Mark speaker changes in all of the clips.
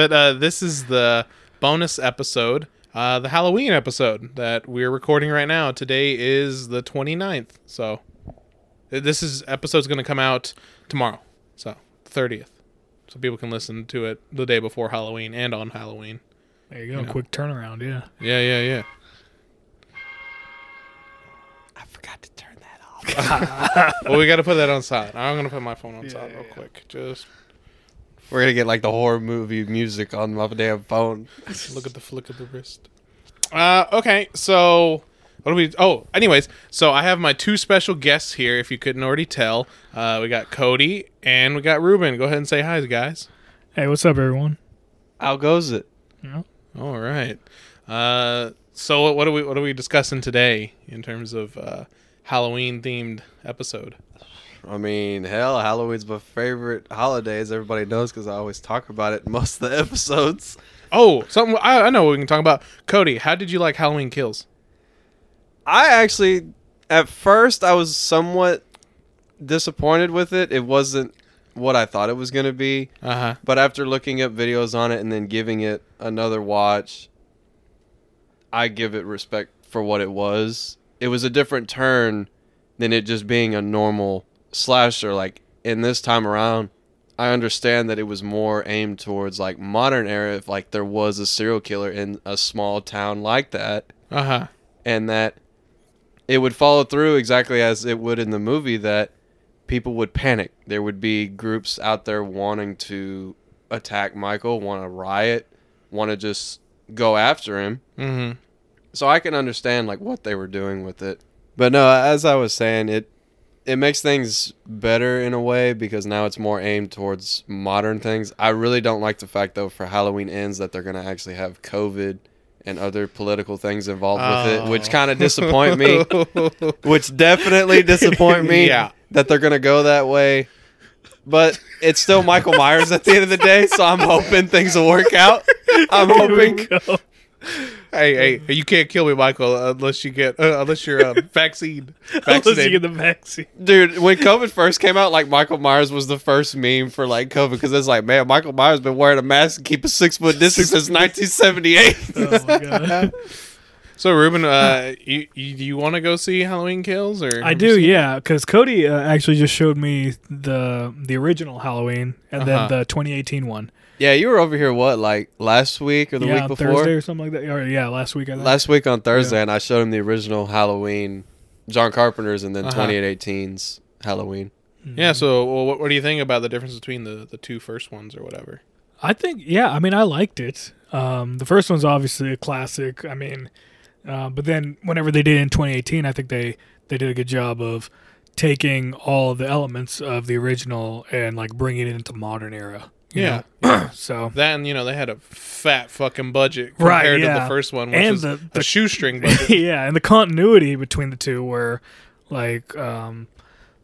Speaker 1: But uh, this is the bonus episode, uh, the Halloween episode that we're recording right now. Today is the 29th. So th- this is episode's going to come out tomorrow. So 30th. So people can listen to it the day before Halloween and on Halloween.
Speaker 2: There you go. Quick turnaround. Yeah.
Speaker 1: Yeah, yeah, yeah.
Speaker 3: I forgot to turn that off.
Speaker 1: Well, we got to put that on silent. I'm going to put my phone on silent real quick. Just
Speaker 3: We're gonna get like the horror movie music on my damn phone.
Speaker 1: Look at the flick of the wrist. Uh, okay, so what do we? Oh, anyways, so I have my two special guests here. If you couldn't already tell, uh, we got Cody and we got Ruben. Go ahead and say hi, guys.
Speaker 2: Hey, what's up, everyone?
Speaker 3: How goes it?
Speaker 2: Yeah.
Speaker 1: All right. Uh, so what are we? What are we discussing today in terms of uh, Halloween themed episode?
Speaker 3: I mean, hell, Halloween's my favorite holiday, as everybody knows, because I always talk about it in most of the episodes.
Speaker 1: Oh, something I, I know what we can talk about. Cody, how did you like Halloween Kills?
Speaker 3: I actually, at first, I was somewhat disappointed with it. It wasn't what I thought it was gonna be,
Speaker 1: Uh huh.
Speaker 3: but after looking up videos on it and then giving it another watch, I give it respect for what it was. It was a different turn than it just being a normal slasher. Like in this time around, I understand that it was more aimed towards like modern era. If like there was a serial killer in a small town like that,
Speaker 1: Uh huh.
Speaker 3: and that it would follow through exactly as it would in the movie that people would panic. There would be groups out there wanting to attack Michael, want to riot, want to just go after him.
Speaker 1: Mm
Speaker 3: So I can understand like what they were doing with it. But no, as I was saying, it it makes things better in a way because now it's more aimed towards modern things. I really don't like the fact though for Halloween ends that they're gonna actually have COVID and other political things involved with it,
Speaker 1: Oh.
Speaker 3: which kind of disappoint me.
Speaker 1: hmm.
Speaker 3: which definitely disappoint me.
Speaker 1: Yeah.
Speaker 3: that they're gonna go that way. But it's still Michael Myers at the end of the day, so I'm hoping things will work out. I'm
Speaker 2: Here
Speaker 3: hoping
Speaker 2: we go.
Speaker 1: Hey,
Speaker 2: Mm-hmm.
Speaker 1: hey, you can't kill me, Michael, unless you get uh, unless you're uh, vaccine
Speaker 2: Let's
Speaker 1: vaccinated.
Speaker 2: get the vaccine.
Speaker 3: Dude, when COVID first came out, like Michael Myers was the first meme for like COVID because it's like, man, Michael Myers been wearing a mask and keep a six foot distance since 1978.
Speaker 2: Oh my god.
Speaker 1: so, Ruben, uh, you, you do you want to go see Halloween Kills or
Speaker 2: I do, yeah, because Cody uh, actually just showed me the the original Halloween and
Speaker 1: Uh-huh.
Speaker 2: then the 2018 one.
Speaker 3: yeah, you were over here what like last week or the
Speaker 2: yeah,
Speaker 3: week
Speaker 2: on
Speaker 3: before?
Speaker 2: Thursday or something like that. Or yeah, last week I think.
Speaker 3: Last week on Thursday, and I showed him the original Halloween, John Carpenter's, and then
Speaker 1: Uh-huh.
Speaker 3: 2018's Halloween.
Speaker 1: Yeah. So, well, what, what do you think about the difference between the the two first ones or whatever?
Speaker 2: I think yeah, I mean I liked it. Um, the first one's obviously a classic. I mean, uh, but then whenever they did it in 2018, I think they they did a good job of taking all the elements of the original and like bringing it into modern era. you
Speaker 1: Yeah.
Speaker 2: know? so
Speaker 1: That and you know they had a fat fucking budget compared to
Speaker 2: Right, yeah.
Speaker 1: the first one, which
Speaker 2: And
Speaker 1: was
Speaker 2: the-
Speaker 1: a
Speaker 2: the-
Speaker 1: shoestring budget.
Speaker 2: yeah, and the continuity between the two were like um,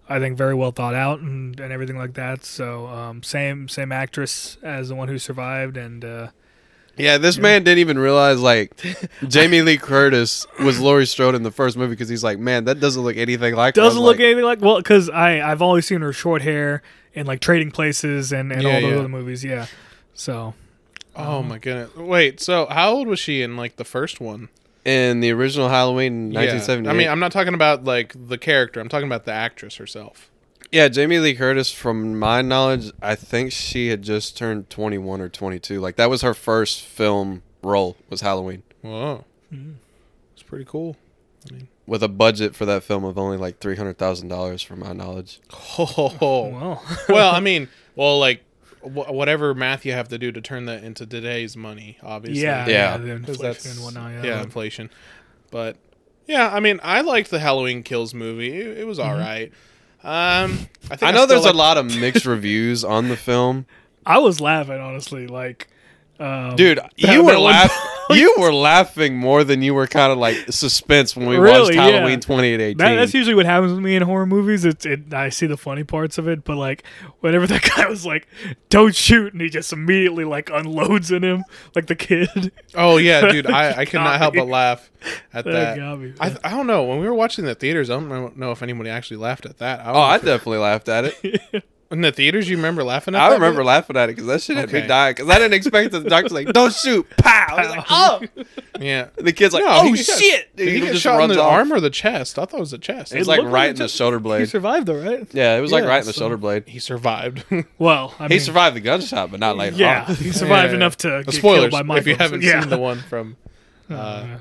Speaker 2: I think very well thought out and, and everything like that. So um, same same actress as the one who survived and uh,
Speaker 3: Yeah, this man didn't even realize like Jamie Lee Curtis was Laurie Strode in the first movie because he's like, man, that doesn't look anything like. her."
Speaker 2: doesn't
Speaker 3: I'm
Speaker 2: look
Speaker 3: like,
Speaker 2: anything like well because i i've always seen her short hair in like trading places and and
Speaker 1: Yeah,
Speaker 2: all those
Speaker 1: yeah.
Speaker 2: other movies yeah so
Speaker 1: oh my goodness! Wait, so how old was she in like the first one?
Speaker 3: in the original Halloween,
Speaker 1: Yeah.
Speaker 3: nineteen seventy.
Speaker 1: I mean, I'm not talking about like the character. I'm talking about the actress herself.
Speaker 3: yeah, Jamie Lee Curtis, from my knowledge, I think she had just turned twenty one or twenty two. Like that was her first film role was Halloween
Speaker 1: Whoa,
Speaker 2: Mm-hmm.
Speaker 1: it's pretty cool.
Speaker 3: with a budget for that film of only like three hundred thousand dollars, from my knowledge.
Speaker 1: Oh,
Speaker 2: well
Speaker 1: well, I mean, well, like wh- whatever math you have to do to turn that into today's money, obviously.
Speaker 2: yeah
Speaker 3: Yeah.
Speaker 2: the
Speaker 1: 'Cause
Speaker 2: inflation
Speaker 1: that's
Speaker 2: and whatnot yeah,
Speaker 1: yeah, inflation. But yeah, I mean, I liked the Halloween Kills movie. It, it was
Speaker 2: Mm-hmm.
Speaker 1: all right. Um, I, think
Speaker 3: I know
Speaker 1: still
Speaker 3: there's
Speaker 1: like-
Speaker 3: a lot of mixed reviews on the film.
Speaker 2: i was laughing honestly like um,
Speaker 3: Dude, you
Speaker 2: that
Speaker 3: were
Speaker 2: one
Speaker 3: laughing. You were laughing more than you were kind of like suspense when we watched
Speaker 2: Really, yeah.
Speaker 3: Halloween 2018.
Speaker 2: that, that's usually what happens with me in horror movies it's it i see the funny parts of it but like whenever that guy was like don't shoot and he just immediately like unloads in him like the kid
Speaker 1: Oh yeah, dude, I, I could not
Speaker 2: Got
Speaker 1: help
Speaker 2: me.
Speaker 1: but laugh at
Speaker 2: That
Speaker 1: that.
Speaker 2: got me.
Speaker 1: I, I don't know when we were watching the theaters. I don't know if anybody actually laughed at that.
Speaker 3: oh, I definitely laughed at it.
Speaker 1: in the theaters. You remember laughing at?
Speaker 3: I
Speaker 1: that
Speaker 3: remember
Speaker 1: bit?
Speaker 3: laughing at it because that shit had
Speaker 1: Okay.
Speaker 3: me dying because I didn't expect it. The doctor's like, "Don't shoot!" Pow! I was like, "Oh!"
Speaker 1: Yeah.
Speaker 3: And the kid's like,
Speaker 1: No,
Speaker 3: "Oh
Speaker 1: he got-
Speaker 3: shit!"
Speaker 1: Did he
Speaker 3: He
Speaker 1: get
Speaker 3: just
Speaker 1: shot in
Speaker 3: runs
Speaker 1: the
Speaker 3: off.
Speaker 1: arm or the chest? I thought it was the chest.
Speaker 3: It was
Speaker 2: It
Speaker 3: like
Speaker 2: looked like
Speaker 3: right
Speaker 2: it
Speaker 3: in the
Speaker 2: just-
Speaker 3: shoulder
Speaker 2: He
Speaker 3: blade.
Speaker 2: survived though, right?
Speaker 3: Yeah, it was like
Speaker 2: Yeah,
Speaker 3: right in the
Speaker 2: so-
Speaker 3: shoulder blade.
Speaker 1: he survived. Spoilers.
Speaker 2: Well, I
Speaker 3: He
Speaker 2: mean,
Speaker 3: survived the gunshot, but not later
Speaker 2: Yeah,
Speaker 3: on.
Speaker 2: he survived enough to get killed by Michael.
Speaker 1: if you
Speaker 2: so-
Speaker 1: haven't
Speaker 2: yeah.
Speaker 1: seen the one from, uh,
Speaker 2: Uh,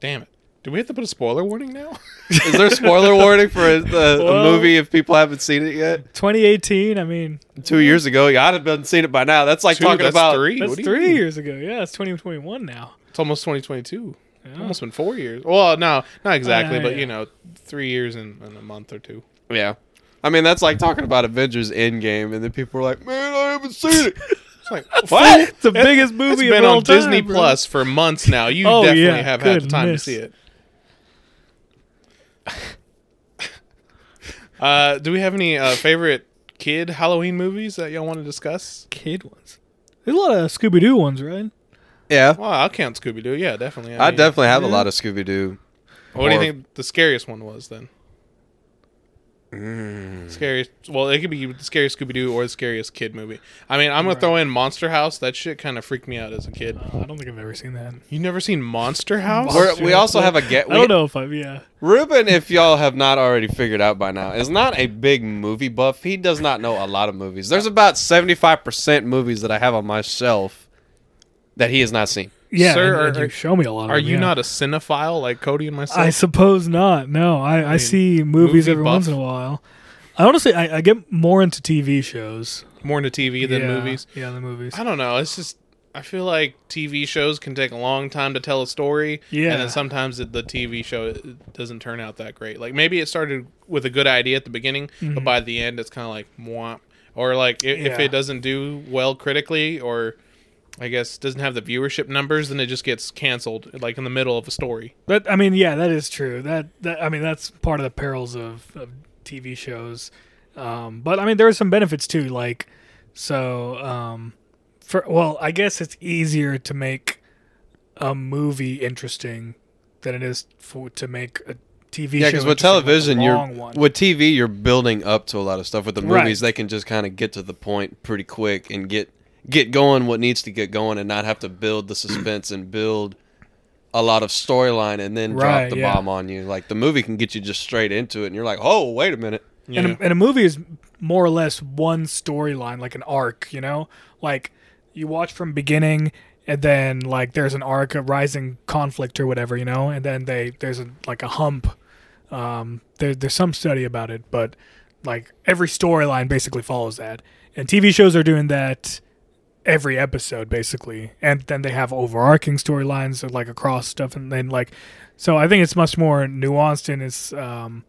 Speaker 1: damn it, do we have to put a spoiler warning now?
Speaker 3: Is there spoiler warning for a, the,
Speaker 2: Well-
Speaker 3: a movie if people haven't seen it yet?
Speaker 2: 2018. I mean,
Speaker 3: Two years ago, yeah, I'd have been seen it by now. That's like
Speaker 1: Two,
Speaker 3: talking
Speaker 1: that's
Speaker 3: about
Speaker 1: three.
Speaker 2: that's
Speaker 1: What do you
Speaker 2: three
Speaker 1: mean?
Speaker 2: years ago. Yeah, it's 2021 now.
Speaker 1: It's almost 2022.
Speaker 2: Yeah.
Speaker 1: It's Almost been four years. Well, no, not exactly,
Speaker 2: Uh,
Speaker 1: but
Speaker 2: yeah.
Speaker 1: you know, three years and, and a month or two.
Speaker 3: Yeah. I mean, that's like talking about Avengers Endgame, and then people are like, man, I haven't seen it.
Speaker 1: It's like
Speaker 3: what?
Speaker 2: It's the biggest
Speaker 1: it's
Speaker 2: movie
Speaker 1: been
Speaker 2: of all
Speaker 1: on Disney
Speaker 2: time, bro.
Speaker 1: Plus for months now. You
Speaker 2: Oh,
Speaker 1: definitely
Speaker 2: yeah,
Speaker 1: have had the time to
Speaker 2: goodness.
Speaker 1: see it. uh, do we have any uh, favorite kid Halloween movies that y'all want to discuss?
Speaker 2: Kid ones. There's a lot of Scooby Doo ones, right?
Speaker 3: Yeah.
Speaker 1: Well, I'll count Scooby Doo. Yeah, definitely.
Speaker 3: I
Speaker 1: mean,
Speaker 3: definitely have a
Speaker 2: Yeah.
Speaker 3: lot of Scooby Doo.
Speaker 1: What do you
Speaker 3: Or-
Speaker 1: think the scariest one was then?
Speaker 3: Hmm.
Speaker 1: Scariest. Well, it could be the scariest Scooby Doo or the scariest kid movie. I mean, I'm gonna throw in Monster House. That shit kind of freaked me out as a kid.
Speaker 2: I don't think I've ever seen that.
Speaker 1: You never seen Monster House?
Speaker 3: We're- we also have a get.
Speaker 2: I don't
Speaker 3: We,
Speaker 2: know if I've yeah.
Speaker 3: Ruben, if y'all have not already figured out by now, is not a big movie buff. He does not know a lot of movies. There's about 75% movies that I have on my shelf that he has not seen.
Speaker 2: Yeah,
Speaker 1: Sir,
Speaker 2: and- and
Speaker 1: are-
Speaker 2: you show me a lot.
Speaker 1: Are
Speaker 2: of them,
Speaker 1: you
Speaker 2: yeah.
Speaker 1: not a cinephile like Cody and myself?
Speaker 2: I suppose not. No, I, I,
Speaker 1: mean,
Speaker 2: see movies
Speaker 1: movie
Speaker 2: every
Speaker 1: buff.
Speaker 2: once in a while. I honestly, I, I get more into TV shows
Speaker 1: More into TV than
Speaker 2: Yeah,
Speaker 1: movies.
Speaker 2: Yeah, the movies.
Speaker 1: I don't know. It's just I feel like TV shows can take a long time to tell a story.
Speaker 2: Yeah.
Speaker 1: and then sometimes it, the TV show doesn't turn out that great. Like maybe it started with a good idea at the beginning, but by the end it's kind of like mwah. Or like i if
Speaker 2: Mm-hmm. Yeah.
Speaker 1: it doesn't do well critically, or I guess doesn't have the viewership numbers, then it just gets canceled like in the middle of a story.
Speaker 2: But I mean, yeah, that is true. That that I mean, that's part of the perils of, of TV shows. Um, but I mean, there are some benefits too. Like, so um, for well, I guess it's easier to make a movie interesting than it is for to make a TV show.
Speaker 3: Yeah, because
Speaker 2: interesting,
Speaker 3: with
Speaker 2: like, a
Speaker 3: television, you're
Speaker 2: long one.
Speaker 3: with TV, you're building up to a lot of stuff. With the
Speaker 2: Right.
Speaker 3: movies, they can just kind of get to the point pretty quick and get get going what needs to get going, and not have to build the suspense and build a lot of storyline and then
Speaker 2: Right,
Speaker 3: drop the
Speaker 2: yeah.
Speaker 3: bomb on you. Like the movie can get you just straight into it, and you're like, oh, wait a minute.
Speaker 1: Yeah.
Speaker 2: and, a, and a movie is more or less one storyline like an arc you know like you watch from beginning and then like there's an arc a rising conflict or whatever you know and then they there's a, like a hump um there, there's some study about it but like every storyline basically follows that and tv shows are doing that every episode basically and then they have overarching storylines of, like across stuff and then like so i think it's much more nuanced and it's um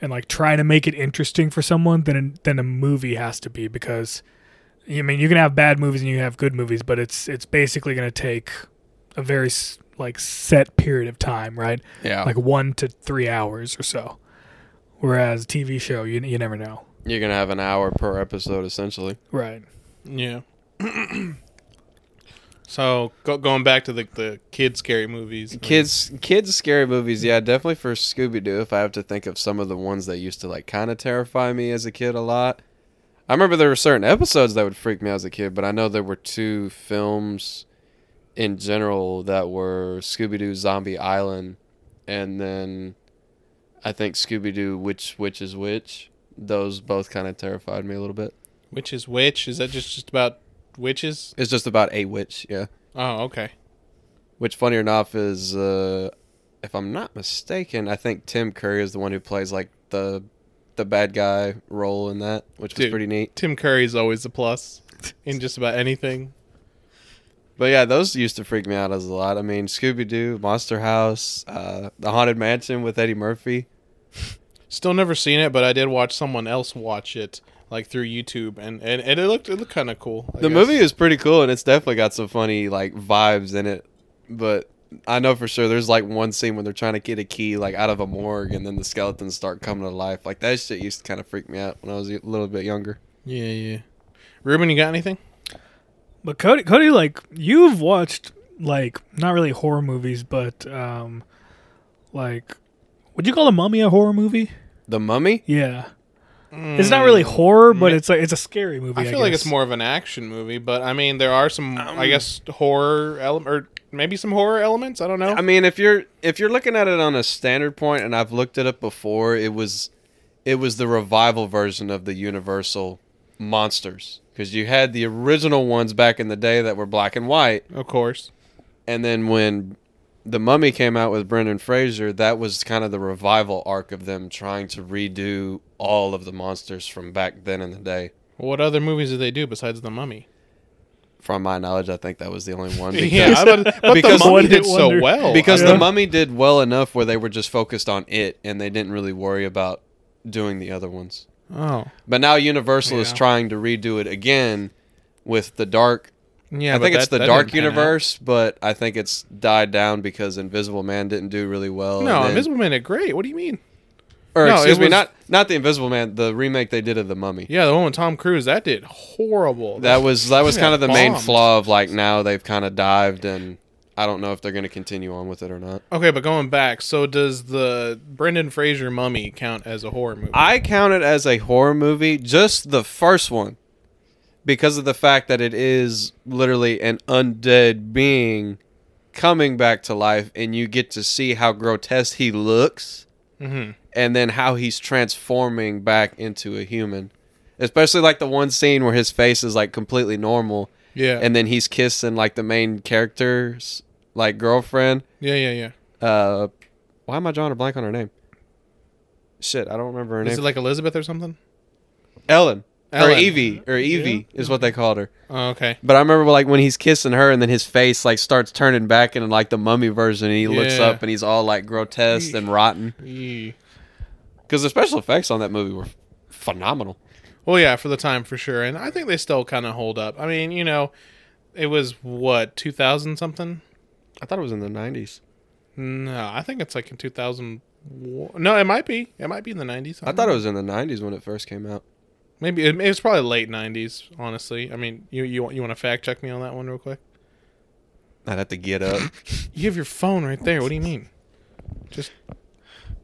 Speaker 2: and like trying to make it interesting for someone than than a movie has to be because I mean you can have bad movies and you can have good movies, but it's it's basically going to take a very s- like set period of time, right?
Speaker 1: Oh.
Speaker 3: Yeah,
Speaker 2: Like one to three hours or so. Whereas a TV show, you you never know,
Speaker 3: you're gonna have an hour per episode essentially.
Speaker 2: right?
Speaker 1: Yeah. so go- going back to the the kid scary movies,
Speaker 3: Kids, kids, scary movies. Yeah, definitely for Scooby Doo. If I have to think of some of the ones that used to like kind of terrify me as a kid a lot, I remember there were certain episodes that would freak me out as a kid. But I know there were two films in general that were Scooby Doo Zombie Island, and then I think Scooby Doo Which Which is Which. Those both kind of terrified me a little bit.
Speaker 1: Which is which? Is that just just about witches?
Speaker 3: It's just about a witch, yeah.
Speaker 1: Oh, okay.
Speaker 3: Which, funny enough, is uh, if I'm not mistaken, I think Tim Curry is the one who plays like the the bad guy role in that, which was
Speaker 1: Dude.
Speaker 3: pretty neat.
Speaker 1: Tim Curry is always a plus in just about anything.
Speaker 3: But yeah, those used to freak me out as a lot. I mean, Scooby Doo, Monster House, uh, The Haunted Mansion with Eddie Murphy.
Speaker 1: Still never seen it, but I did watch someone else watch it like through YouTube, and and, and it looked it looked kind of cool. I
Speaker 3: the
Speaker 1: guess.
Speaker 3: movie is pretty cool, and it's definitely got some funny like vibes in it. But I know for sure there's like one scene when they're trying to get a key like out of a morgue, and then the skeletons start coming to life. Like that shit used to kind of freak me out when I was a little bit younger.
Speaker 1: Yeah, yeah. Ruben, you got anything?
Speaker 2: But Cody, Cody, like you've watched like not really horror movies, but um, like would you call the Mummy a horror movie?
Speaker 3: The Mummy.
Speaker 2: Yeah, It's not really horror, but it's like it's a scary movie.
Speaker 1: Mm. I feel like
Speaker 2: guess.
Speaker 1: it's more of an action movie, but I mean, there are some,
Speaker 3: Um,
Speaker 1: I guess, horror element or maybe some horror elements. I don't know.
Speaker 3: I mean, if you're if you're looking at it on a standard point, and I've looked it up before, it was it was the revival version of the Universal monsters because you had the original ones back in the day that were black and white,
Speaker 1: of course.
Speaker 3: and then when the Mummy came out with Brendan Fraser, that was kind of the revival arc of them trying to redo all of the monsters from back then in the day.
Speaker 1: What other movies did they do besides The Mummy?
Speaker 3: From my knowledge, I think that was the only one.
Speaker 1: Yeah, I would- but
Speaker 3: because-
Speaker 1: The Mummy
Speaker 2: One
Speaker 1: did
Speaker 2: Hit
Speaker 1: so
Speaker 2: Wonder.
Speaker 1: well.
Speaker 3: because
Speaker 1: Oh, I
Speaker 3: the
Speaker 1: don't-
Speaker 3: mummy did well enough where they were just focused on it and they didn't really worry about doing the other ones
Speaker 1: Oh.
Speaker 3: but now universal is
Speaker 1: Yeah.
Speaker 3: trying to redo it again with the dark
Speaker 1: Yeah,
Speaker 3: i
Speaker 1: but
Speaker 3: think it's
Speaker 1: that-
Speaker 3: the
Speaker 1: that
Speaker 3: dark
Speaker 1: didn't pan out.
Speaker 3: universe but i think it's died down because invisible man didn't do really well and
Speaker 1: No,
Speaker 3: then-
Speaker 1: Invisible Man did great. What do you mean?
Speaker 3: or
Speaker 1: no,
Speaker 3: excuse
Speaker 1: it
Speaker 3: me
Speaker 1: was-
Speaker 3: not not the invisible man the remake they did of the mummy
Speaker 1: Yeah, the one with Tom Cruise that did horrible.
Speaker 3: that was that was
Speaker 1: Yeah,
Speaker 3: kind of the main
Speaker 1: bombed.
Speaker 3: flaw of like now they've kind of dived and i don't know if they're going to continue on with it or not
Speaker 1: okay. But going back, so does the Brendan Fraser Mummy count as a horror movie?
Speaker 3: I count it as a horror movie, just the first one, because of the fact that it is literally an undead being coming back to life, and you get to see how grotesque he looks,
Speaker 1: Mhm.
Speaker 3: and then how he's transforming back into a human. Especially like the one scene where his face is like completely normal,
Speaker 1: yeah,
Speaker 3: and then he's kissing like the main character's like girlfriend.
Speaker 1: yeah, yeah, yeah.
Speaker 3: Uh, why am I drawing a blank on her name? Shit, I don't remember her name.
Speaker 1: Is it like Elizabeth or something?
Speaker 3: Ellen. Or
Speaker 1: Ellen.
Speaker 3: Evie. Or Evie is what they called her.
Speaker 1: Oh, okay.
Speaker 3: But I remember like when he's kissing her and then his face like starts turning back and like the mummy version and he looks
Speaker 1: Yeah.
Speaker 3: up and he's all like grotesque and rotten.
Speaker 1: Yee.
Speaker 3: Because the special effects on that movie were phenomenal.
Speaker 1: Well, yeah, for the time for sure, and I think they still kind of hold up. I mean, you know, it was what two thousand something.
Speaker 3: I thought it was in the nineties.
Speaker 1: No, I think it's like in two thousand. No, it might be. It might be in the nineties.
Speaker 3: I thought it was in the nineties when it first came out.
Speaker 1: Maybe it, it was probably late '90s. Honestly, I mean, you you you want to fact check me on that one real quick?
Speaker 3: I'd have to get up.
Speaker 1: You have your phone right there. What do you mean? Just.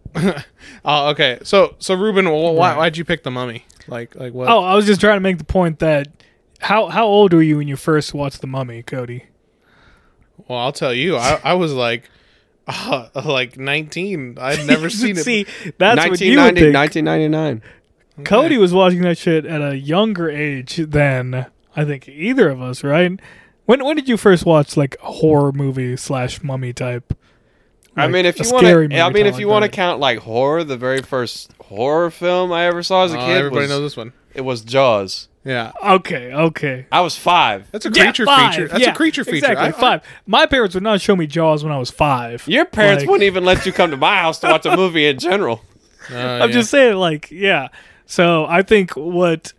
Speaker 1: oh, okay. So so Ruben, wh- why
Speaker 2: Right.
Speaker 1: why'd you pick the mummy? Like like what?
Speaker 2: Oh, I was just trying to make the point that how how old were you when you first watched The Mummy, Cody?
Speaker 1: Well, I'll tell you. I I was like, uh, like 19. I'd never seen it.
Speaker 2: See, that's what you would
Speaker 3: 1990,
Speaker 2: think.
Speaker 3: 1999.
Speaker 2: Cody was watching that shit at a younger age than I think either of us, right? When when did you first watch like a horror movie slash mummy type?
Speaker 3: I
Speaker 2: Like,
Speaker 3: mean, if
Speaker 2: a
Speaker 3: you
Speaker 2: scary
Speaker 3: want
Speaker 2: movie
Speaker 3: to, I mean,
Speaker 2: kinda
Speaker 3: if
Speaker 2: like
Speaker 3: you want to
Speaker 2: that.
Speaker 3: count like horror, the very first horror film I ever saw as a
Speaker 1: Oh,
Speaker 3: kid,
Speaker 1: everybody
Speaker 3: was,
Speaker 1: knows this one.
Speaker 3: it was Jaws.
Speaker 1: Yeah,
Speaker 2: Okay, okay.
Speaker 3: I was five.
Speaker 1: that's a
Speaker 2: Yeah,
Speaker 1: creature
Speaker 2: five,
Speaker 1: feature. That's
Speaker 2: yeah,
Speaker 1: a creature feature.
Speaker 2: Exactly,
Speaker 1: I- I-
Speaker 2: five. My parents would not show me Jaws when I was five.
Speaker 3: Your parents
Speaker 2: Like-
Speaker 3: wouldn't even let you come to my house to watch a movie in general.
Speaker 1: Oh,
Speaker 2: I'm
Speaker 1: yeah.
Speaker 2: just saying, like, yeah. So I think what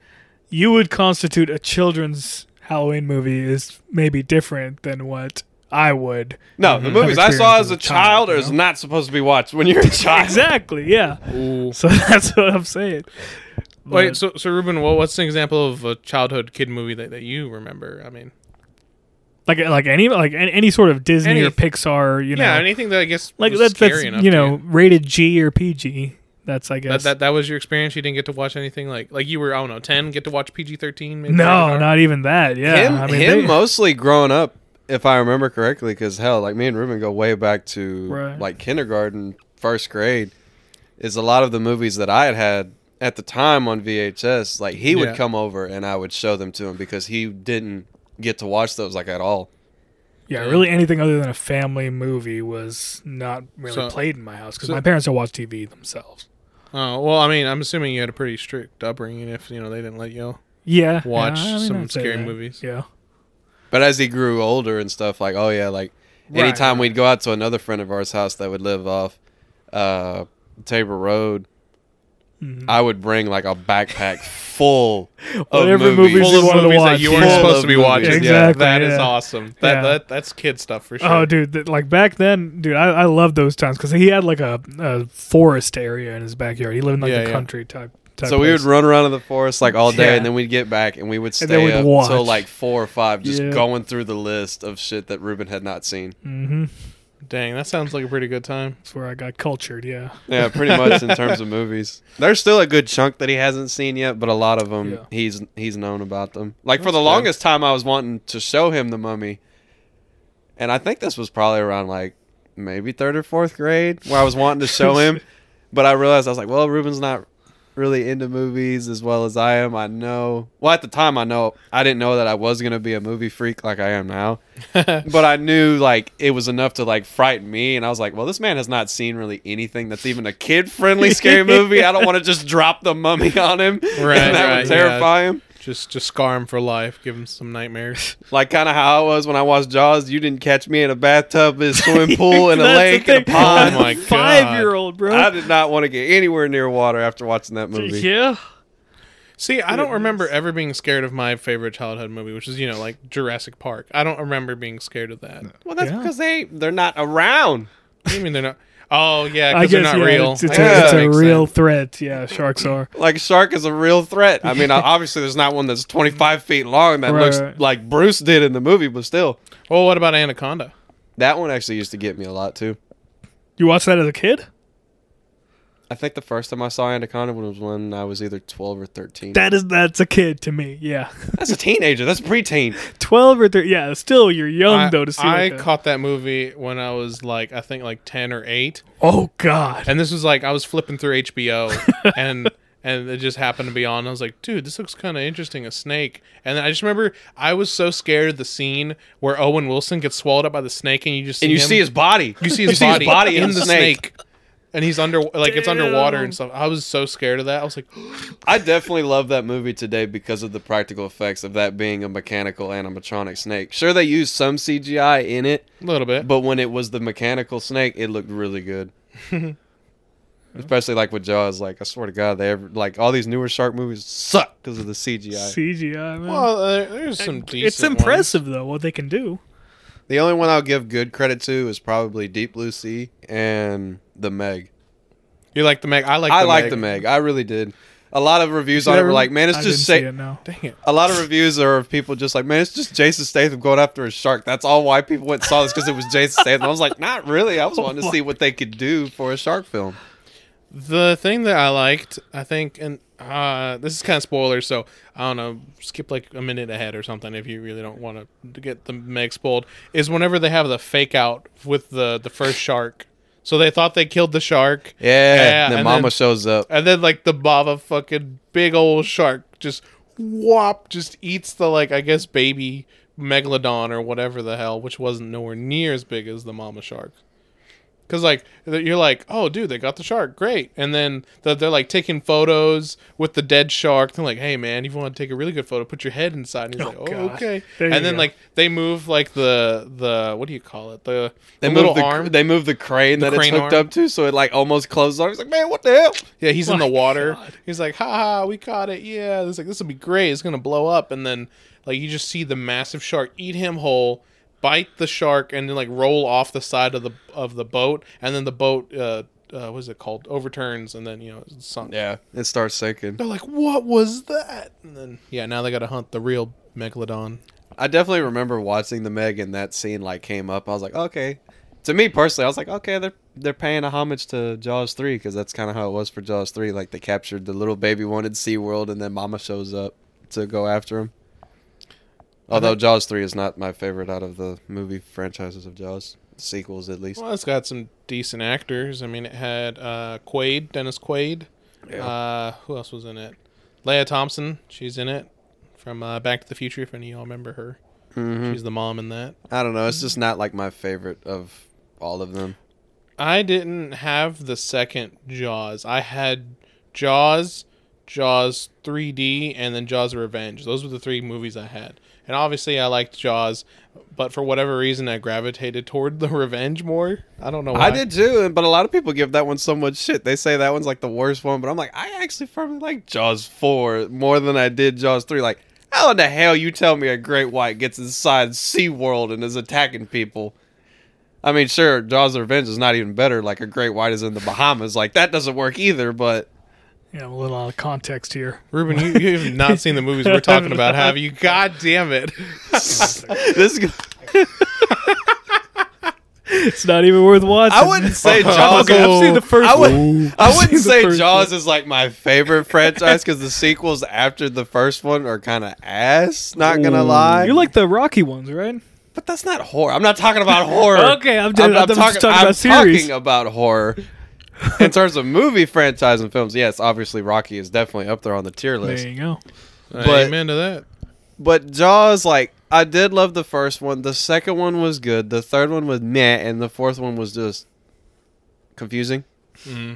Speaker 2: you would constitute a children's Halloween movie is maybe different than what I would.
Speaker 3: No, the movies I
Speaker 2: Mm-hmm. Have
Speaker 3: saw
Speaker 2: experience
Speaker 3: as a child are
Speaker 2: you know?
Speaker 3: not supposed to be watched when you're a child.
Speaker 2: exactly, yeah.
Speaker 1: Ooh.
Speaker 2: So that's what I'm saying.
Speaker 1: Wait,
Speaker 2: But-
Speaker 1: so so Ruben, what, what's an example of a childhood kid movie that, that you remember? I mean,
Speaker 2: like like any like any, any sort of Disney
Speaker 1: Any-
Speaker 2: or Pixar, you know,
Speaker 1: yeah, anything that I guess
Speaker 2: like
Speaker 1: was
Speaker 2: that's
Speaker 1: scary
Speaker 2: that's
Speaker 1: enough
Speaker 2: you
Speaker 1: to
Speaker 2: know rated G or PG. That's I
Speaker 1: That,
Speaker 2: guess.
Speaker 1: that that was your experience. You didn't get to watch anything like like you were I don't know ten. Get to watch PG thirteen.
Speaker 2: no, not even that. Yeah,
Speaker 3: Him,
Speaker 2: I mean,
Speaker 3: him
Speaker 2: they-
Speaker 1: Oh,
Speaker 3: mostly growing up, if I remember correctly, because hell, like me and Ruben go way back to
Speaker 2: Right.
Speaker 3: like kindergarten, first grade. Is a lot of the movies that I had had at the time on VHS. Like he would
Speaker 1: Yeah.
Speaker 3: come over and I would show them to him because he didn't get to watch those like at all.
Speaker 2: yeah, really anything other than a family movie was not really
Speaker 1: So-
Speaker 2: played in my house because
Speaker 1: so-
Speaker 2: my parents don't watch TV themselves.
Speaker 1: Oh well, I mean, I'm assuming you had a pretty strict upbringing. If you know they didn't let you
Speaker 2: Yeah,
Speaker 1: watch
Speaker 2: yeah, I mean,
Speaker 1: some
Speaker 2: I'd say
Speaker 1: scary
Speaker 2: that.
Speaker 1: movies.
Speaker 2: Yeah,
Speaker 3: But as he grew older and stuff, like oh yeah, like
Speaker 2: Right,
Speaker 3: anytime we'd go out to another friend of ours' house that would live off uh, Tabor Road,
Speaker 2: Mm-hmm.
Speaker 3: I would bring like a backpack full of
Speaker 2: Whatever
Speaker 3: movies.
Speaker 2: movies
Speaker 1: Full of
Speaker 2: wanted to
Speaker 1: movies that
Speaker 2: watch,
Speaker 1: you weren't
Speaker 2: yeah.
Speaker 1: supposed to be
Speaker 3: Full of
Speaker 1: watching.
Speaker 3: movies,
Speaker 1: Yeah,
Speaker 2: yeah.
Speaker 1: that is
Speaker 2: Exactly, yeah.
Speaker 1: awesome. That,
Speaker 2: Yeah.
Speaker 1: that that's kid stuff for sure.
Speaker 2: Oh, dude, th- like back then, dude, I, I love those times because he had like a, a forest area in his backyard. He lived in like
Speaker 1: Yeah,
Speaker 2: a
Speaker 1: yeah.
Speaker 2: country type. type
Speaker 3: so we would
Speaker 2: place.
Speaker 3: run around in the forest like all day,
Speaker 2: Yeah.
Speaker 3: and then we'd get back and we would
Speaker 2: And then
Speaker 3: stay
Speaker 2: we'd
Speaker 3: up
Speaker 2: watch.
Speaker 3: till like four or five, just
Speaker 2: Yeah.
Speaker 3: going through the list of shit that Ruben had not seen.
Speaker 2: Mhm.
Speaker 1: Dang, that sounds like a pretty good time.
Speaker 2: That's where I got cultured. Yeah.
Speaker 3: Yeah, pretty much in terms of movies. There's still a good chunk that he hasn't seen yet, but a lot of them
Speaker 2: Yeah.
Speaker 3: he's he's known about them. Like for
Speaker 1: That's
Speaker 3: the
Speaker 1: fair.
Speaker 3: longest time, I was wanting to show him the Mummy, and I think this was probably around like maybe third or fourth grade where I was wanting to show him, but I realized I was like, well, Ruben's not really into movies as well as I am. I know. Well, at the time, I know I didn't know that I was gonna be a movie freak like I am now but I knew like it was enough to like frighten me, and I was like, "Well, this man has not seen really anything that's even a kid-friendly scary movie. I don't want to just drop the mummy on him,
Speaker 1: Right,
Speaker 3: and that
Speaker 1: right,
Speaker 3: would terrify him."
Speaker 1: just just scar him for life. Give him some nightmares.
Speaker 3: Like kind of how I was when I watched Jaws. You didn't catch me in a bathtub, a swimming pool, in a lake, in a pond.
Speaker 1: Oh my God.
Speaker 2: Five year old, bro.
Speaker 3: I did not want to get anywhere near water after watching that movie.
Speaker 2: yeah.
Speaker 1: See, I don't remember ever being scared of my favorite childhood movie, which is you know like Jurassic Park. I don't remember being scared of that.
Speaker 3: Well, that's
Speaker 2: Yeah.
Speaker 3: because they they're not around.
Speaker 1: What do you mean they're not? Oh yeah,
Speaker 2: I
Speaker 1: because they're
Speaker 2: guess
Speaker 1: not
Speaker 2: yeah,
Speaker 1: real. Mm-hmm.
Speaker 2: It's, it's
Speaker 3: Yeah,
Speaker 2: a, it's
Speaker 3: that
Speaker 2: a
Speaker 3: makes
Speaker 2: real threat. Yeah, sharks are.
Speaker 3: Like shark is a real threat. I mean, obviously there's not one that's 25 feet long that
Speaker 2: Right,
Speaker 3: looks
Speaker 2: right.
Speaker 3: like Bruce did in the movie, but still.
Speaker 1: well, what about Anaconda?
Speaker 3: That one actually used to get me a lot too.
Speaker 2: You watched that as a kid?
Speaker 3: I think the first time I saw Anaconda was when I was either 12 or 13.
Speaker 2: That is that's a kid to me. Yeah,
Speaker 3: That's a teenager. That's preteen.
Speaker 2: twelve or thirty. Yeah, still you're young
Speaker 1: I,
Speaker 2: though to see.
Speaker 1: I
Speaker 2: like that.
Speaker 1: caught that movie when I was like I think like ten or eight,
Speaker 2: oh God.
Speaker 1: and this was like I was flipping through HBO and. And it just happened to be on. I was like, dude, this looks kind of interesting, a snake. And then I just remember I was so scared of the scene where Owen Wilson gets swallowed up by the snake and you just see
Speaker 3: And you
Speaker 1: him.
Speaker 3: see his body.
Speaker 1: You see his, body, in, the snake. and he's under like it's underwater
Speaker 2: Damn.
Speaker 1: and stuff. I was so scared of that. I was like,
Speaker 3: I definitely love that movie today because of the practical effects of that being a mechanical animatronic snake. Sure, they used some CGI in it,
Speaker 1: a little bit.
Speaker 3: but when it was the mechanical snake, it looked really good. Especially like with Jaws. Like, I swear to God, they ever, like all these newer shark movies suck because of the CGI.
Speaker 2: CGI. Man.
Speaker 1: well, uh, there's some decent.
Speaker 2: it's impressive though what they can do.
Speaker 3: The only one I'll give good credit to is probably Deep Blue Sea and The Meg.
Speaker 1: ones. You like the Meg? I like.
Speaker 3: I
Speaker 1: the
Speaker 3: like
Speaker 1: Meg.
Speaker 3: The Meg. I really did. A lot of reviews
Speaker 1: Did
Speaker 3: on it
Speaker 1: I
Speaker 3: were
Speaker 1: re-
Speaker 3: like, man, it's
Speaker 2: I
Speaker 3: just
Speaker 2: didn't see
Speaker 3: Sa-
Speaker 2: it now.
Speaker 1: Dang it!
Speaker 3: a lot of reviews are of people just like, man, it's just Jason Statham going after a shark. That's all why people went and saw this because it was Jason Statham. I was like, not really. I was wanting to see what they could do for a shark film.
Speaker 1: The thing that I liked, I think, and uh, this is kind of spoiler, so I don't know. Skip like a minute ahead or something if you really don't want to get the Meg spoiled. Is whenever they have the fake out with the the first shark. So they thought they killed the shark.
Speaker 3: Yeah.
Speaker 1: Yeah,
Speaker 3: and then
Speaker 1: and
Speaker 3: Mama
Speaker 1: then-
Speaker 3: shows up.
Speaker 1: And then like the baba fucking big old shark just whop just eats the like I guess baby megalodon or whatever the hell, which wasn't nowhere near as big as the mama shark. Cause like th- you're like, oh dude, they got the shark, great. And then th- they're like taking photos with the dead shark. They're like, hey man, if you want to take a really good photo, put your head inside. And he's like, oh
Speaker 2: God.
Speaker 1: okay.
Speaker 2: There you
Speaker 1: and then
Speaker 2: go.
Speaker 1: like they move like the the what do you call it the,
Speaker 3: They
Speaker 1: the
Speaker 3: move
Speaker 1: little
Speaker 3: the,
Speaker 1: arm.
Speaker 3: They move the crane that
Speaker 1: crane
Speaker 3: it's hooked
Speaker 1: arm.
Speaker 3: up to, so it like almost closes on. He's like, man, what the hell?
Speaker 1: Yeah, he's in the
Speaker 2: My
Speaker 1: water.
Speaker 2: God.
Speaker 1: He's like, "Ha ha, we caught it!" Yeah, it's like this will be great. It's gonna blow up, and then like you just see the massive shark eat him whole, bite the shark, and then like roll off the side of the of the boat, and then the boat, uh, uh what is it called, overturns, and then you know it's sunk.
Speaker 3: Yeah, it starts sinking.
Speaker 1: They're like, "What was that?" And then yeah, now they gotta hunt the real megalodon.
Speaker 3: I definitely remember watching the Meg and that scene like came up. I was like, okay. To me personally, I was like, okay, they're they're paying a homage to Jaws three because that's kind of how it was for Jaws three. Like they captured the little baby wanted SeaWorld and then Mama shows up to go after him. Although Jaws three is not my favorite out of the movie franchises of Jaws sequels, at least.
Speaker 1: Well, it's got some decent actors. I mean, it had uh Quaid, Dennis Quaid. Uh, who else was in it? Leia Thompson, she's in it from uh, Back to the Future. If any of y'all remember her,
Speaker 3: Mhm.
Speaker 1: she's the mom in that.
Speaker 3: I don't know. It's just not like my favorite of all of them.
Speaker 1: I didn't have the second Jaws. I had Jaws, Jaws 3D, and then Jaws Revenge. Those were the three movies I had. And obviously, I liked Jaws, but for whatever reason, I gravitated toward the Revenge more. I don't know why.
Speaker 3: I did too, and- but a lot of people give that one so much shit. They say that one's like the worst one, but I'm like, I actually firmly like Jaws four more than I did Jaws three. Like, how in the hell you tell me a great white gets inside SeaWorld and is attacking people? I mean, sure, Jaws Revenge is not even better. Like a great white is in the Bahamas. Like that doesn't work either. But
Speaker 2: Yeah, a little out of context here.
Speaker 1: Ruben, you, you have not seen the movies we're talking about, have you? God damn it.
Speaker 3: this is
Speaker 2: it's not even worth watching.
Speaker 3: I wouldn't say Jaws.
Speaker 2: Okay, I've seen the first
Speaker 3: I, would,
Speaker 2: one.
Speaker 3: I
Speaker 2: I've seen
Speaker 3: wouldn't
Speaker 2: the
Speaker 3: say
Speaker 2: first
Speaker 3: Jaws is like my favorite franchise because the sequels after the first one are kind of ass. Not gonna lie.
Speaker 2: You like the Rocky ones, right?
Speaker 3: but that's not horror. I'm not talking about horror.
Speaker 2: Okay, I'm just- I'm just talking
Speaker 3: I'm
Speaker 2: about series.
Speaker 3: talking about horror. In terms of movie franchise and films, yes, obviously Rocky is definitely up there on the tier list.
Speaker 2: There you go.
Speaker 3: But-
Speaker 1: Amen to that.
Speaker 3: But Jaws, like, I did love the first one. The second one was good. The third one was meh, and the fourth one was just confusing.
Speaker 2: Mm-hmm.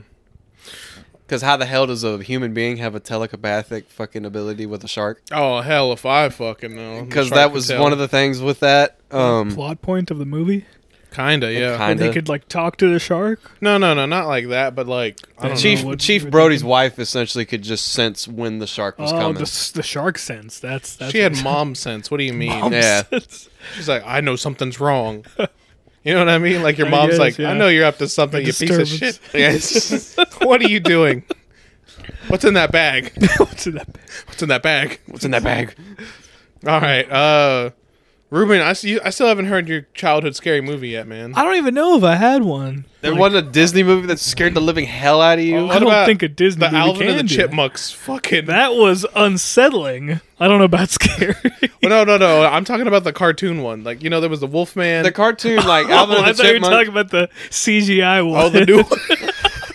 Speaker 3: Because how the hell does a human being have a telepathic fucking ability with a shark?
Speaker 1: Oh hell, if I fucking know.
Speaker 3: Because that was one of the things with that. Um,
Speaker 2: Plot point of the movie.
Speaker 1: kinda yeah.
Speaker 2: And
Speaker 3: kinda.
Speaker 2: they could like talk to the shark.
Speaker 1: No, no, no, not like that. But like, I don't
Speaker 3: Chief
Speaker 1: know.
Speaker 2: know what you
Speaker 3: Chief
Speaker 2: were
Speaker 3: Brody's wife essentially could just sense when the shark was
Speaker 2: Oh,
Speaker 3: coming.
Speaker 2: the, s- the shark sense. That's, that's
Speaker 1: she had
Speaker 2: what-
Speaker 1: mom sense. What do you mean?
Speaker 2: mom
Speaker 3: Yeah.
Speaker 2: sense.
Speaker 1: She's like, I know something's wrong. You know what I mean? Like your
Speaker 2: I
Speaker 1: mom's
Speaker 2: guess,
Speaker 1: like,
Speaker 2: yeah.
Speaker 1: I know you're up to something,
Speaker 2: A
Speaker 1: you piece of
Speaker 2: disturbance.
Speaker 1: shit. what are you doing? What's in that bag?
Speaker 2: What's in that?
Speaker 1: What's in that bag?
Speaker 3: What's in that bag?
Speaker 1: All right, uh, Ruben, I see. I still haven't heard your childhood scary movie yet, man.
Speaker 2: I don't even know if I had one.
Speaker 3: There
Speaker 2: Like,
Speaker 3: wasn't a Disney movie that scared the living hell out of you.
Speaker 1: Oh,
Speaker 2: I don't
Speaker 1: about
Speaker 2: think a Disney
Speaker 1: The
Speaker 2: movie
Speaker 1: Alvin
Speaker 2: can
Speaker 1: and the
Speaker 2: do
Speaker 1: Chipmunks, fucking.
Speaker 2: That was unsettling. I don't know about scary.
Speaker 1: Well, no, no, no. I'm talking about the cartoon one. Like you know, there was the Wolfman.
Speaker 3: the cartoon, like
Speaker 2: oh,
Speaker 3: Alvin
Speaker 2: I
Speaker 3: and the
Speaker 2: thought you were
Speaker 3: Chipmunk.
Speaker 2: talking about the CGI one.
Speaker 1: oh, the new one.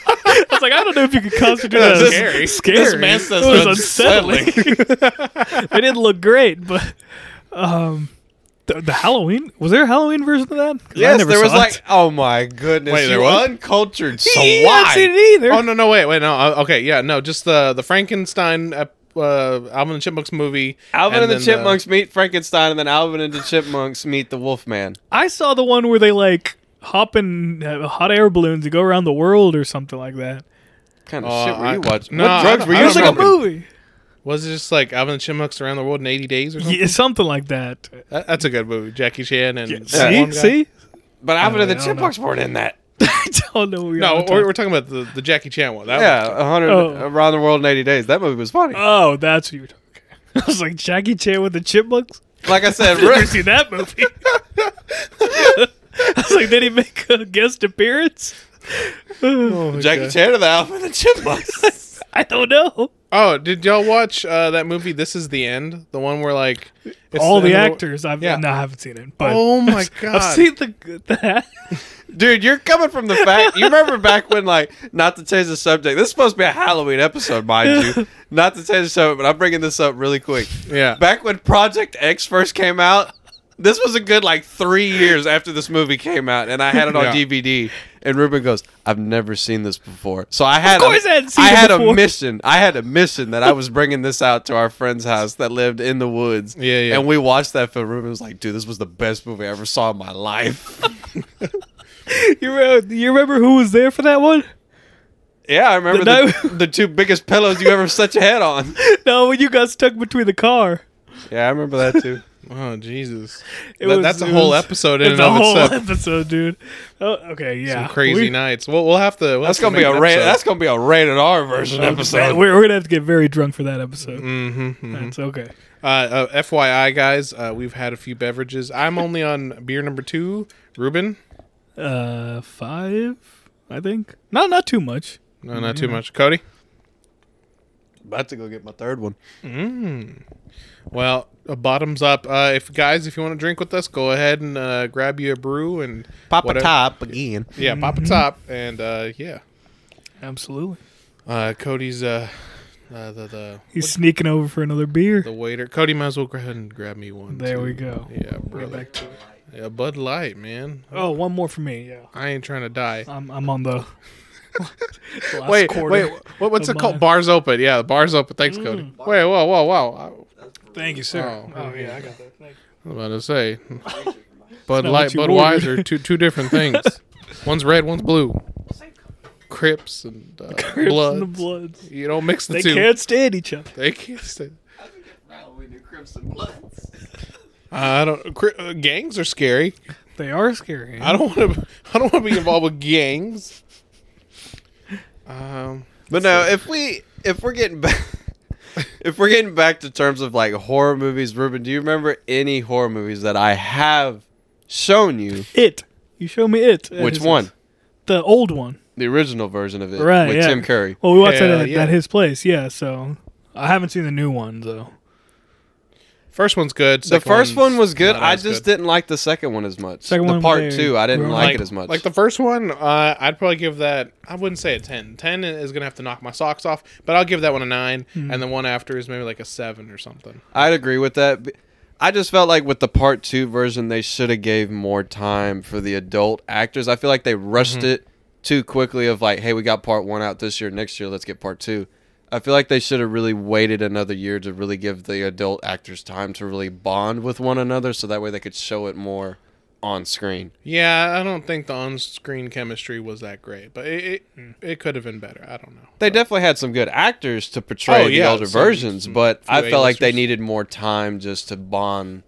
Speaker 2: I was like, I don't know if you could constitute that
Speaker 1: That's
Speaker 2: as
Speaker 1: scary.
Speaker 2: scary.
Speaker 3: This man says
Speaker 2: it was
Speaker 3: unsettling.
Speaker 2: unsettling. they didn't look great, but um, the, the Halloween was there a Halloween version of that? 'Cause I
Speaker 3: Yes,
Speaker 2: never
Speaker 3: there was
Speaker 2: saw it.
Speaker 3: like, oh my goodness,
Speaker 1: Wait, there
Speaker 3: you
Speaker 1: was?
Speaker 3: uncultured
Speaker 2: Yeah, I haven't seen
Speaker 3: swine.
Speaker 2: it either.
Speaker 1: Oh no, no, wait, wait, no. Uh, okay, yeah, no. Just the the Frankenstein, uh, uh, Alvin and Chipmunks movie.
Speaker 3: Alvin and, the
Speaker 1: then
Speaker 2: uh,
Speaker 3: Chipmunks meet Frankenstein, and then Alvin and the Chipmunks meet the Wolfman.
Speaker 2: I saw the one where they like hop in uh, hot air balloons and go around the world or something like that.
Speaker 3: What kind of
Speaker 2: Oh,
Speaker 1: Uh,
Speaker 3: shit were
Speaker 1: I-
Speaker 3: you watching?
Speaker 1: no, I
Speaker 3: what drugs
Speaker 1: don't-
Speaker 3: were
Speaker 1: I
Speaker 3: you
Speaker 2: It was like a
Speaker 3: smoking?
Speaker 2: movie,
Speaker 1: Was it just like Alvin and the Chipmunks around the world in 80 days or something?
Speaker 2: yeah, something like that.
Speaker 1: That- that's a good movie. Jackie Chan and that
Speaker 2: see,
Speaker 1: one guy.
Speaker 2: see,
Speaker 3: But Alvin and the
Speaker 2: I don't know.
Speaker 3: Chipmunks weren't in that.
Speaker 2: I don't know. What you're
Speaker 1: No,
Speaker 2: talking
Speaker 1: we're,
Speaker 2: about.
Speaker 1: we're talking about the, the Jackie Chan one. That
Speaker 3: Yeah,
Speaker 1: one.
Speaker 3: 100
Speaker 2: Oh.
Speaker 3: around the world in 80 days. That movie was funny.
Speaker 2: oh, that's what you were talking. About. I was like Jackie Chan with the chipmunks.
Speaker 3: like I said,
Speaker 2: I've never
Speaker 3: Rick,
Speaker 2: seen that movie. I was like, did he make a guest appearance? Oh
Speaker 1: Oh,
Speaker 3: Jackie Chan and the Alvin and the Chipmunks.
Speaker 2: I don't know.
Speaker 1: Oh, did y'all watch uh, that movie? This is the end. The one where like it's
Speaker 2: All the,
Speaker 1: end of
Speaker 2: actors. I've
Speaker 1: Yeah.
Speaker 2: no, I haven't seen it. But
Speaker 1: Oh my
Speaker 2: I've
Speaker 1: God.
Speaker 2: seen the that.
Speaker 3: Dude, you're coming from the fact. You remember back when, like, not to change the subject. This is supposed to be a Halloween episode, mind you. Not to change the subject, but I'm bringing this up really quick.
Speaker 1: Yeah.
Speaker 3: Back when Project X first came out, this was a good like three years after this movie came out, and I had it on
Speaker 1: Yeah.
Speaker 3: DVD. And Ruben goes, "I've never seen this before." So I had,
Speaker 2: course I hadn't seen
Speaker 3: I
Speaker 2: it
Speaker 3: had a
Speaker 2: before.
Speaker 3: mission. I had a mission that I was bringing this out to our friend's house that lived in the woods.
Speaker 1: Yeah, yeah.
Speaker 3: And we watched that film. Ruben was like, "Dude, this was the best movie I ever saw in my life."
Speaker 2: You remember, you remember who was there for that one?
Speaker 3: Yeah, I remember
Speaker 2: The
Speaker 3: the, the two biggest pillows you ever set your head on.
Speaker 2: No, when you got stuck between the car.
Speaker 3: Yeah, I remember that too.
Speaker 1: Oh Jesus,
Speaker 2: It
Speaker 1: That-
Speaker 2: was-
Speaker 1: that's a
Speaker 2: it
Speaker 1: whole
Speaker 2: was-
Speaker 1: episode in and
Speaker 2: It's a
Speaker 1: of
Speaker 2: whole
Speaker 1: itself.
Speaker 2: episode, dude. Oh, okay, yeah.
Speaker 1: Some crazy
Speaker 2: We-
Speaker 1: nights. We'll, we'll have to. We'll
Speaker 3: That's
Speaker 1: have to
Speaker 3: gonna be
Speaker 1: make
Speaker 3: a
Speaker 1: an
Speaker 3: ra-
Speaker 1: episode.
Speaker 3: that's gonna be a rated R version
Speaker 2: Man,
Speaker 3: episode.
Speaker 2: we're, we're gonna have to get very drunk for that episode.
Speaker 1: Mhm, mhm.
Speaker 2: That's okay.
Speaker 1: Uh, uh, FYI, guys, uh, we've had a few beverages. I'm only on beer number two. Ruben,
Speaker 2: Uh, five, I think. Not not too much.
Speaker 1: no, not
Speaker 2: Mm-hmm.
Speaker 1: too much. Cody.
Speaker 3: About to go get my third one.
Speaker 2: Mm.
Speaker 1: Well, uh, bottoms up. Uh, if guys, if you want to drink with us, go ahead and uh, grab you a brew and
Speaker 3: Pop
Speaker 1: whatever-
Speaker 3: a top again.
Speaker 1: Yeah, pop a
Speaker 2: Mm-hmm.
Speaker 1: top, and uh, yeah.
Speaker 2: Absolutely.
Speaker 1: Uh, Cody's uh, uh, the the
Speaker 2: He's sneaking over for another beer.
Speaker 1: the waiter. Cody might as well go ahead and grab me one.
Speaker 2: There
Speaker 1: too.
Speaker 2: we go.
Speaker 1: Yeah,
Speaker 2: Right
Speaker 1: brother.
Speaker 2: back to it.
Speaker 1: Yeah, Bud Light, man.
Speaker 2: Oh, one more for me. Yeah,
Speaker 1: I ain't trying to die.
Speaker 2: I'm I'm on the. the last
Speaker 1: wait,
Speaker 2: quarter.
Speaker 1: wait. What, what's
Speaker 2: of
Speaker 1: it called?
Speaker 2: mine. Mm.
Speaker 1: Bars open. Yeah, the bars open. Thanks, Cody. Wait, whoa, whoa, whoa.
Speaker 2: Thank you, sir.
Speaker 1: Oh,
Speaker 2: Oh, yeah, I got that. Thank you.
Speaker 1: I was about to say, Bud
Speaker 2: not
Speaker 1: Light,
Speaker 2: what you
Speaker 1: Budweiser, two two different things. one's red, one's blue. Crips and uh,
Speaker 2: Crips
Speaker 1: Bloods.
Speaker 2: and the Bloods.
Speaker 1: You don't mix the
Speaker 2: They
Speaker 1: 2
Speaker 2: can't stand each other.
Speaker 1: They can't. Say,
Speaker 3: Crimson Bloods.
Speaker 1: I don't. Cri- uh, gangs are scary.
Speaker 2: They are scary.
Speaker 1: I don't want to. I don't want to be involved with gangs. Um.
Speaker 3: But no, if we if we're getting back if we're getting back to terms of like horror movies, Ruben, do you remember any horror movies that I have shown you
Speaker 2: It. You show me it. at
Speaker 3: Which
Speaker 2: his
Speaker 3: one?
Speaker 2: house. The old one.
Speaker 3: The original version of it
Speaker 2: Right,
Speaker 3: with
Speaker 2: yeah.
Speaker 3: Tim Curry.
Speaker 2: Well, we watched
Speaker 1: Hell
Speaker 2: that at,
Speaker 1: yeah.
Speaker 2: at his place. Yeah. So I haven't seen the new one though.
Speaker 1: First one's good.
Speaker 3: The
Speaker 1: second
Speaker 3: first one
Speaker 1: one's
Speaker 3: was good.
Speaker 1: not
Speaker 3: I
Speaker 1: as
Speaker 3: just
Speaker 1: good.
Speaker 3: didn't like the second one as much.
Speaker 2: Second
Speaker 3: the
Speaker 2: one
Speaker 3: part
Speaker 2: they-
Speaker 3: two, I didn't
Speaker 2: they
Speaker 3: like,
Speaker 2: were-
Speaker 3: it as much.
Speaker 1: Like the first one, uh, I'd probably give that. I wouldn't say a ten. Ten is gonna have to knock my socks off, but I'll give that one a nine,
Speaker 2: Hmm.
Speaker 1: and the one after is maybe like a seven or something.
Speaker 3: I'd agree with that. B- I just felt like with the part two version, they should have gave more time for the adult actors. I feel like they
Speaker 1: Mm-hmm.
Speaker 3: rushed it too quickly. Of like, hey, we got part one out this year. Next year, let's get part two. I feel like they should have really waited another year to really give the adult actors time to really bond with one another, so that way they could show it more on screen.
Speaker 1: Yeah, I don't think the on-screen chemistry was that great, but it it, it could have been better. I don't know.
Speaker 3: They definitely had some good actors to portray
Speaker 1: Oh, yeah,
Speaker 3: the older
Speaker 1: some-
Speaker 3: versions,
Speaker 1: some
Speaker 3: but
Speaker 1: few
Speaker 3: I felt like they
Speaker 1: A-listers.
Speaker 3: needed more time just to bond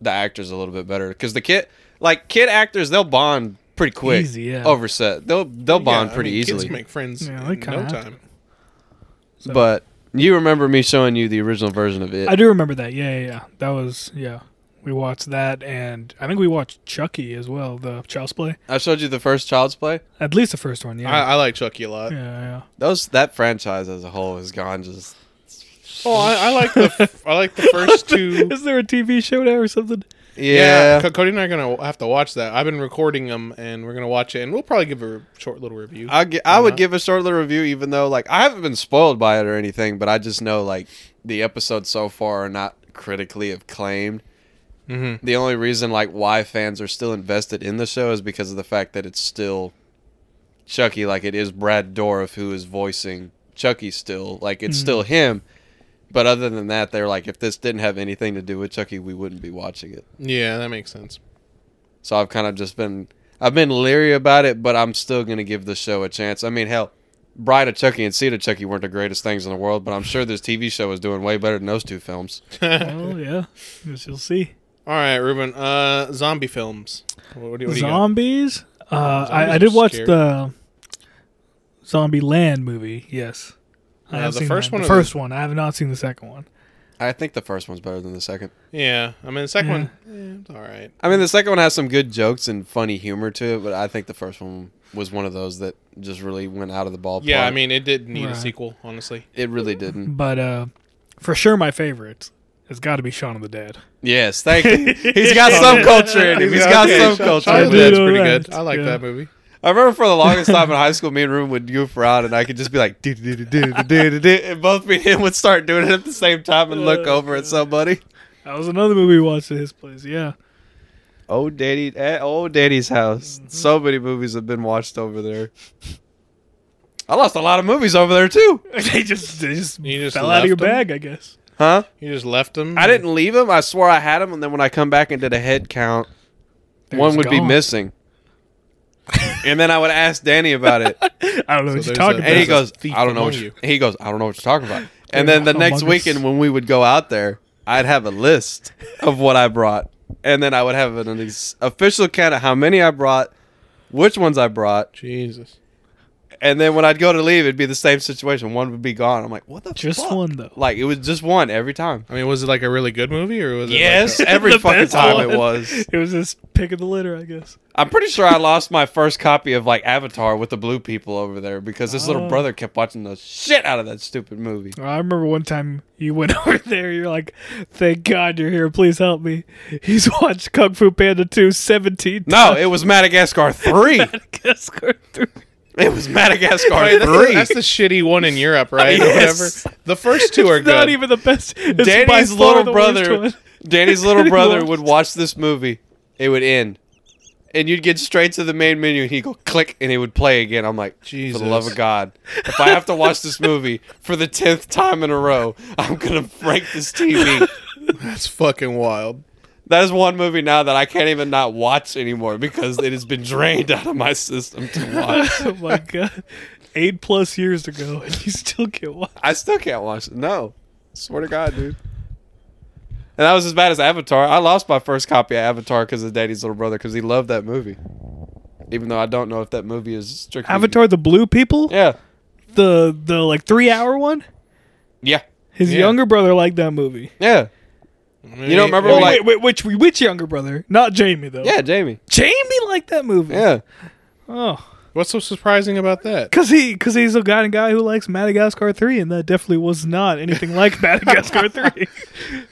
Speaker 3: the actors a little bit better because the kid, like kid actors, they'll bond pretty quick.
Speaker 2: Easy, yeah.
Speaker 3: Over set, they'll they'll bond
Speaker 1: Yeah, I
Speaker 3: pretty
Speaker 1: mean,
Speaker 3: easily.
Speaker 1: Kids make friends
Speaker 2: Yeah, they
Speaker 1: in
Speaker 2: kinda
Speaker 1: no
Speaker 2: have to.
Speaker 1: time.
Speaker 3: But you remember me showing you the original version of it?
Speaker 2: I do remember that. Yeah, yeah, yeah. That was yeah. We watched that, and I think we watched Chucky as well, the Child's Play.
Speaker 3: I showed you the first Child's Play.
Speaker 2: At least the first one. Yeah.
Speaker 1: I, I like Chucky a lot.
Speaker 2: yeah, yeah.
Speaker 3: Those that franchise as a whole has gone just.
Speaker 1: Oh, I, I like the f- I like the first two.
Speaker 2: Is there a TV show now or something?
Speaker 1: Yeah,
Speaker 3: Yeah,
Speaker 1: Co- Cody and I are gonna have to watch that. I've been recording them, and we're gonna watch it, and we'll probably give a re- short little review.
Speaker 3: I, gi- I
Speaker 1: Why
Speaker 3: would
Speaker 1: not?
Speaker 3: give a short little review, even though like I haven't been spoiled by it or anything, but I just know like the episodes so far are not critically acclaimed.
Speaker 1: mm-hmm.
Speaker 3: The only reason like why fans are still invested in the show is because of the fact that it's still Chucky. Like it is Brad Dourif who is voicing Chucky still. Like it's still him. But other than that, they're like, if this didn't have anything to do with Chucky, we wouldn't be watching it.
Speaker 1: Yeah, that makes sense.
Speaker 3: So I've kind of just been I've been leery about it, but I'm still gonna give the show a chance. I mean, hell, Bride of Chucky and Seed of Chucky weren't the greatest things in the world, but I'm sure this TV show is doing way better than those two films.
Speaker 2: well, yeah. Guess you'll see.
Speaker 1: All right, Ruben. Uh, zombie films. What, do you- what do you got?
Speaker 2: Zombies. Uh,
Speaker 1: Zombies
Speaker 2: I,
Speaker 1: are
Speaker 2: I did watch
Speaker 1: scary.
Speaker 2: the Zombie Land movie. Yes. I
Speaker 1: Uh,
Speaker 2: have
Speaker 1: the
Speaker 2: seen
Speaker 1: first
Speaker 2: that.
Speaker 1: one
Speaker 2: The
Speaker 1: or the-
Speaker 2: first one. I have not seen the second one.
Speaker 3: I think the first one's better than the second.
Speaker 1: Yeah, I mean the second
Speaker 2: Yeah.
Speaker 1: one. eh, it's all right.
Speaker 3: I mean, the second one has some good jokes and funny humor to it, but I think the first one was one of those that just really went out of the ballpark.
Speaker 1: Yeah, I mean it did need a
Speaker 2: Right.
Speaker 1: sequel, honestly.
Speaker 3: it really didn't.
Speaker 2: But uh, for sure, my favorite has got to be Shaun of the Dead.
Speaker 3: Yes, thank you. He's got some culture in him. He's got
Speaker 1: Okay,
Speaker 3: some
Speaker 1: Shaun-
Speaker 3: culture.
Speaker 1: Shaun of the
Speaker 2: Dude,
Speaker 1: Dead's
Speaker 2: all
Speaker 1: pretty
Speaker 2: right.
Speaker 1: good. I like
Speaker 2: Yeah.
Speaker 1: that movie.
Speaker 3: I remember for the longest time in high school, me and Room would goof around, and I could just be like, "Do, do, do, do, do, do, do, do," and both me and him would start doing it at the same time and look over at somebody.
Speaker 2: That was another movie we watched at his place. Yeah.
Speaker 3: Oh, daddy, at old daddy's house.
Speaker 2: Mm-hmm.
Speaker 3: So many movies have been watched over there. I lost a lot of movies over there too,
Speaker 2: they just they just,
Speaker 1: You just
Speaker 2: fell out of your
Speaker 1: left 'em?
Speaker 2: bag, I guess.
Speaker 3: huh?
Speaker 2: Mm-hmm.
Speaker 1: You just left them.
Speaker 3: I didn't leave them. I swore I had them, and then when I come back and did a head count,
Speaker 2: They're
Speaker 3: one
Speaker 2: just
Speaker 3: would be
Speaker 2: gone.
Speaker 3: missing. and then I would ask Danny about it.
Speaker 2: I don't know what
Speaker 1: So
Speaker 2: you're
Speaker 1: there's
Speaker 2: talking
Speaker 1: a-
Speaker 2: about.
Speaker 3: and he goes,
Speaker 1: thief
Speaker 3: I don't know.
Speaker 1: among
Speaker 3: What you,
Speaker 1: you.
Speaker 3: he goes, I don't know what you're talking about. And
Speaker 2: Yeah,
Speaker 3: then the next
Speaker 2: among us.
Speaker 3: weekend when we would go out there, I'd have a list of what I brought, and then I would have an, ex- official count of how many I brought, which ones I brought,
Speaker 1: Jesus.
Speaker 3: and then when I'd go to leave, it'd be the same situation. One would be gone. I'm like, what the
Speaker 2: Just
Speaker 3: fuck?
Speaker 2: one, though.
Speaker 3: Like it was just one every time.
Speaker 1: I mean, was it like a really good movie or was it? like
Speaker 3: Yes,
Speaker 1: a-
Speaker 3: every
Speaker 2: The
Speaker 3: fucking
Speaker 2: best
Speaker 3: time it
Speaker 2: one.
Speaker 3: was.
Speaker 2: It was just pick of the litter, I guess.
Speaker 3: I'm pretty sure I lost my first copy of like Avatar with the blue people over there because this little
Speaker 2: Oh.
Speaker 3: brother kept watching the shit out of that stupid movie.
Speaker 2: I remember one time you went over there. You're like, "Thank God you're here. Please help me." He's watched Kung Fu Panda 2 17
Speaker 3: No, it was Madagascar three.
Speaker 2: Madagascar 3.
Speaker 3: It was Madagascar
Speaker 1: Wait, that's, the,
Speaker 3: three.
Speaker 1: that's the shitty one in Europe, right? Or
Speaker 3: Yes.
Speaker 1: Whatever. The first two are
Speaker 2: It's
Speaker 1: good.
Speaker 2: not even the best. It's by
Speaker 3: Danny's
Speaker 2: far
Speaker 3: little
Speaker 2: the worst
Speaker 3: brother.
Speaker 2: one.
Speaker 3: Danny's little
Speaker 2: He
Speaker 3: brother
Speaker 2: watched-
Speaker 3: would watch this movie. It would end, and you'd get straight to the main menu. and He'd go click, and it would play again. I'm like, Jesus. for
Speaker 1: Jesus.
Speaker 3: the love of God, if I have to watch this movie for the tenth time in a row, I'm gonna break this TV.
Speaker 1: That's fucking wild.
Speaker 3: That is one movie now that I can't even not watch anymore because it has been drained out of my system to watch.
Speaker 2: oh my god. Eight plus years ago, and you still get one.
Speaker 3: I still can't watch it. No. Swear to God, dude. And that was as bad as Avatar. I lost my first copy of Avatar because of Daddy's little brother because he loved that movie. Even though I don't know if that movie is strictly
Speaker 2: Avatar: The Blue People,
Speaker 3: Yeah,
Speaker 2: the the like three hour one.
Speaker 3: yeah,
Speaker 2: His
Speaker 1: Yeah.
Speaker 2: younger brother liked that movie.
Speaker 3: yeah,
Speaker 1: You
Speaker 3: don't remember,
Speaker 2: Oh,
Speaker 3: like-
Speaker 2: wait, wait, which which younger brother? Not Jamie though.
Speaker 3: yeah. Jamie.
Speaker 2: Jamie like that movie.
Speaker 3: Yeah.
Speaker 2: Oh,
Speaker 1: What's so surprising about that?
Speaker 2: because he because he's a guy, guy who likes Madagascar three, and that definitely was not anything like Madagascar three.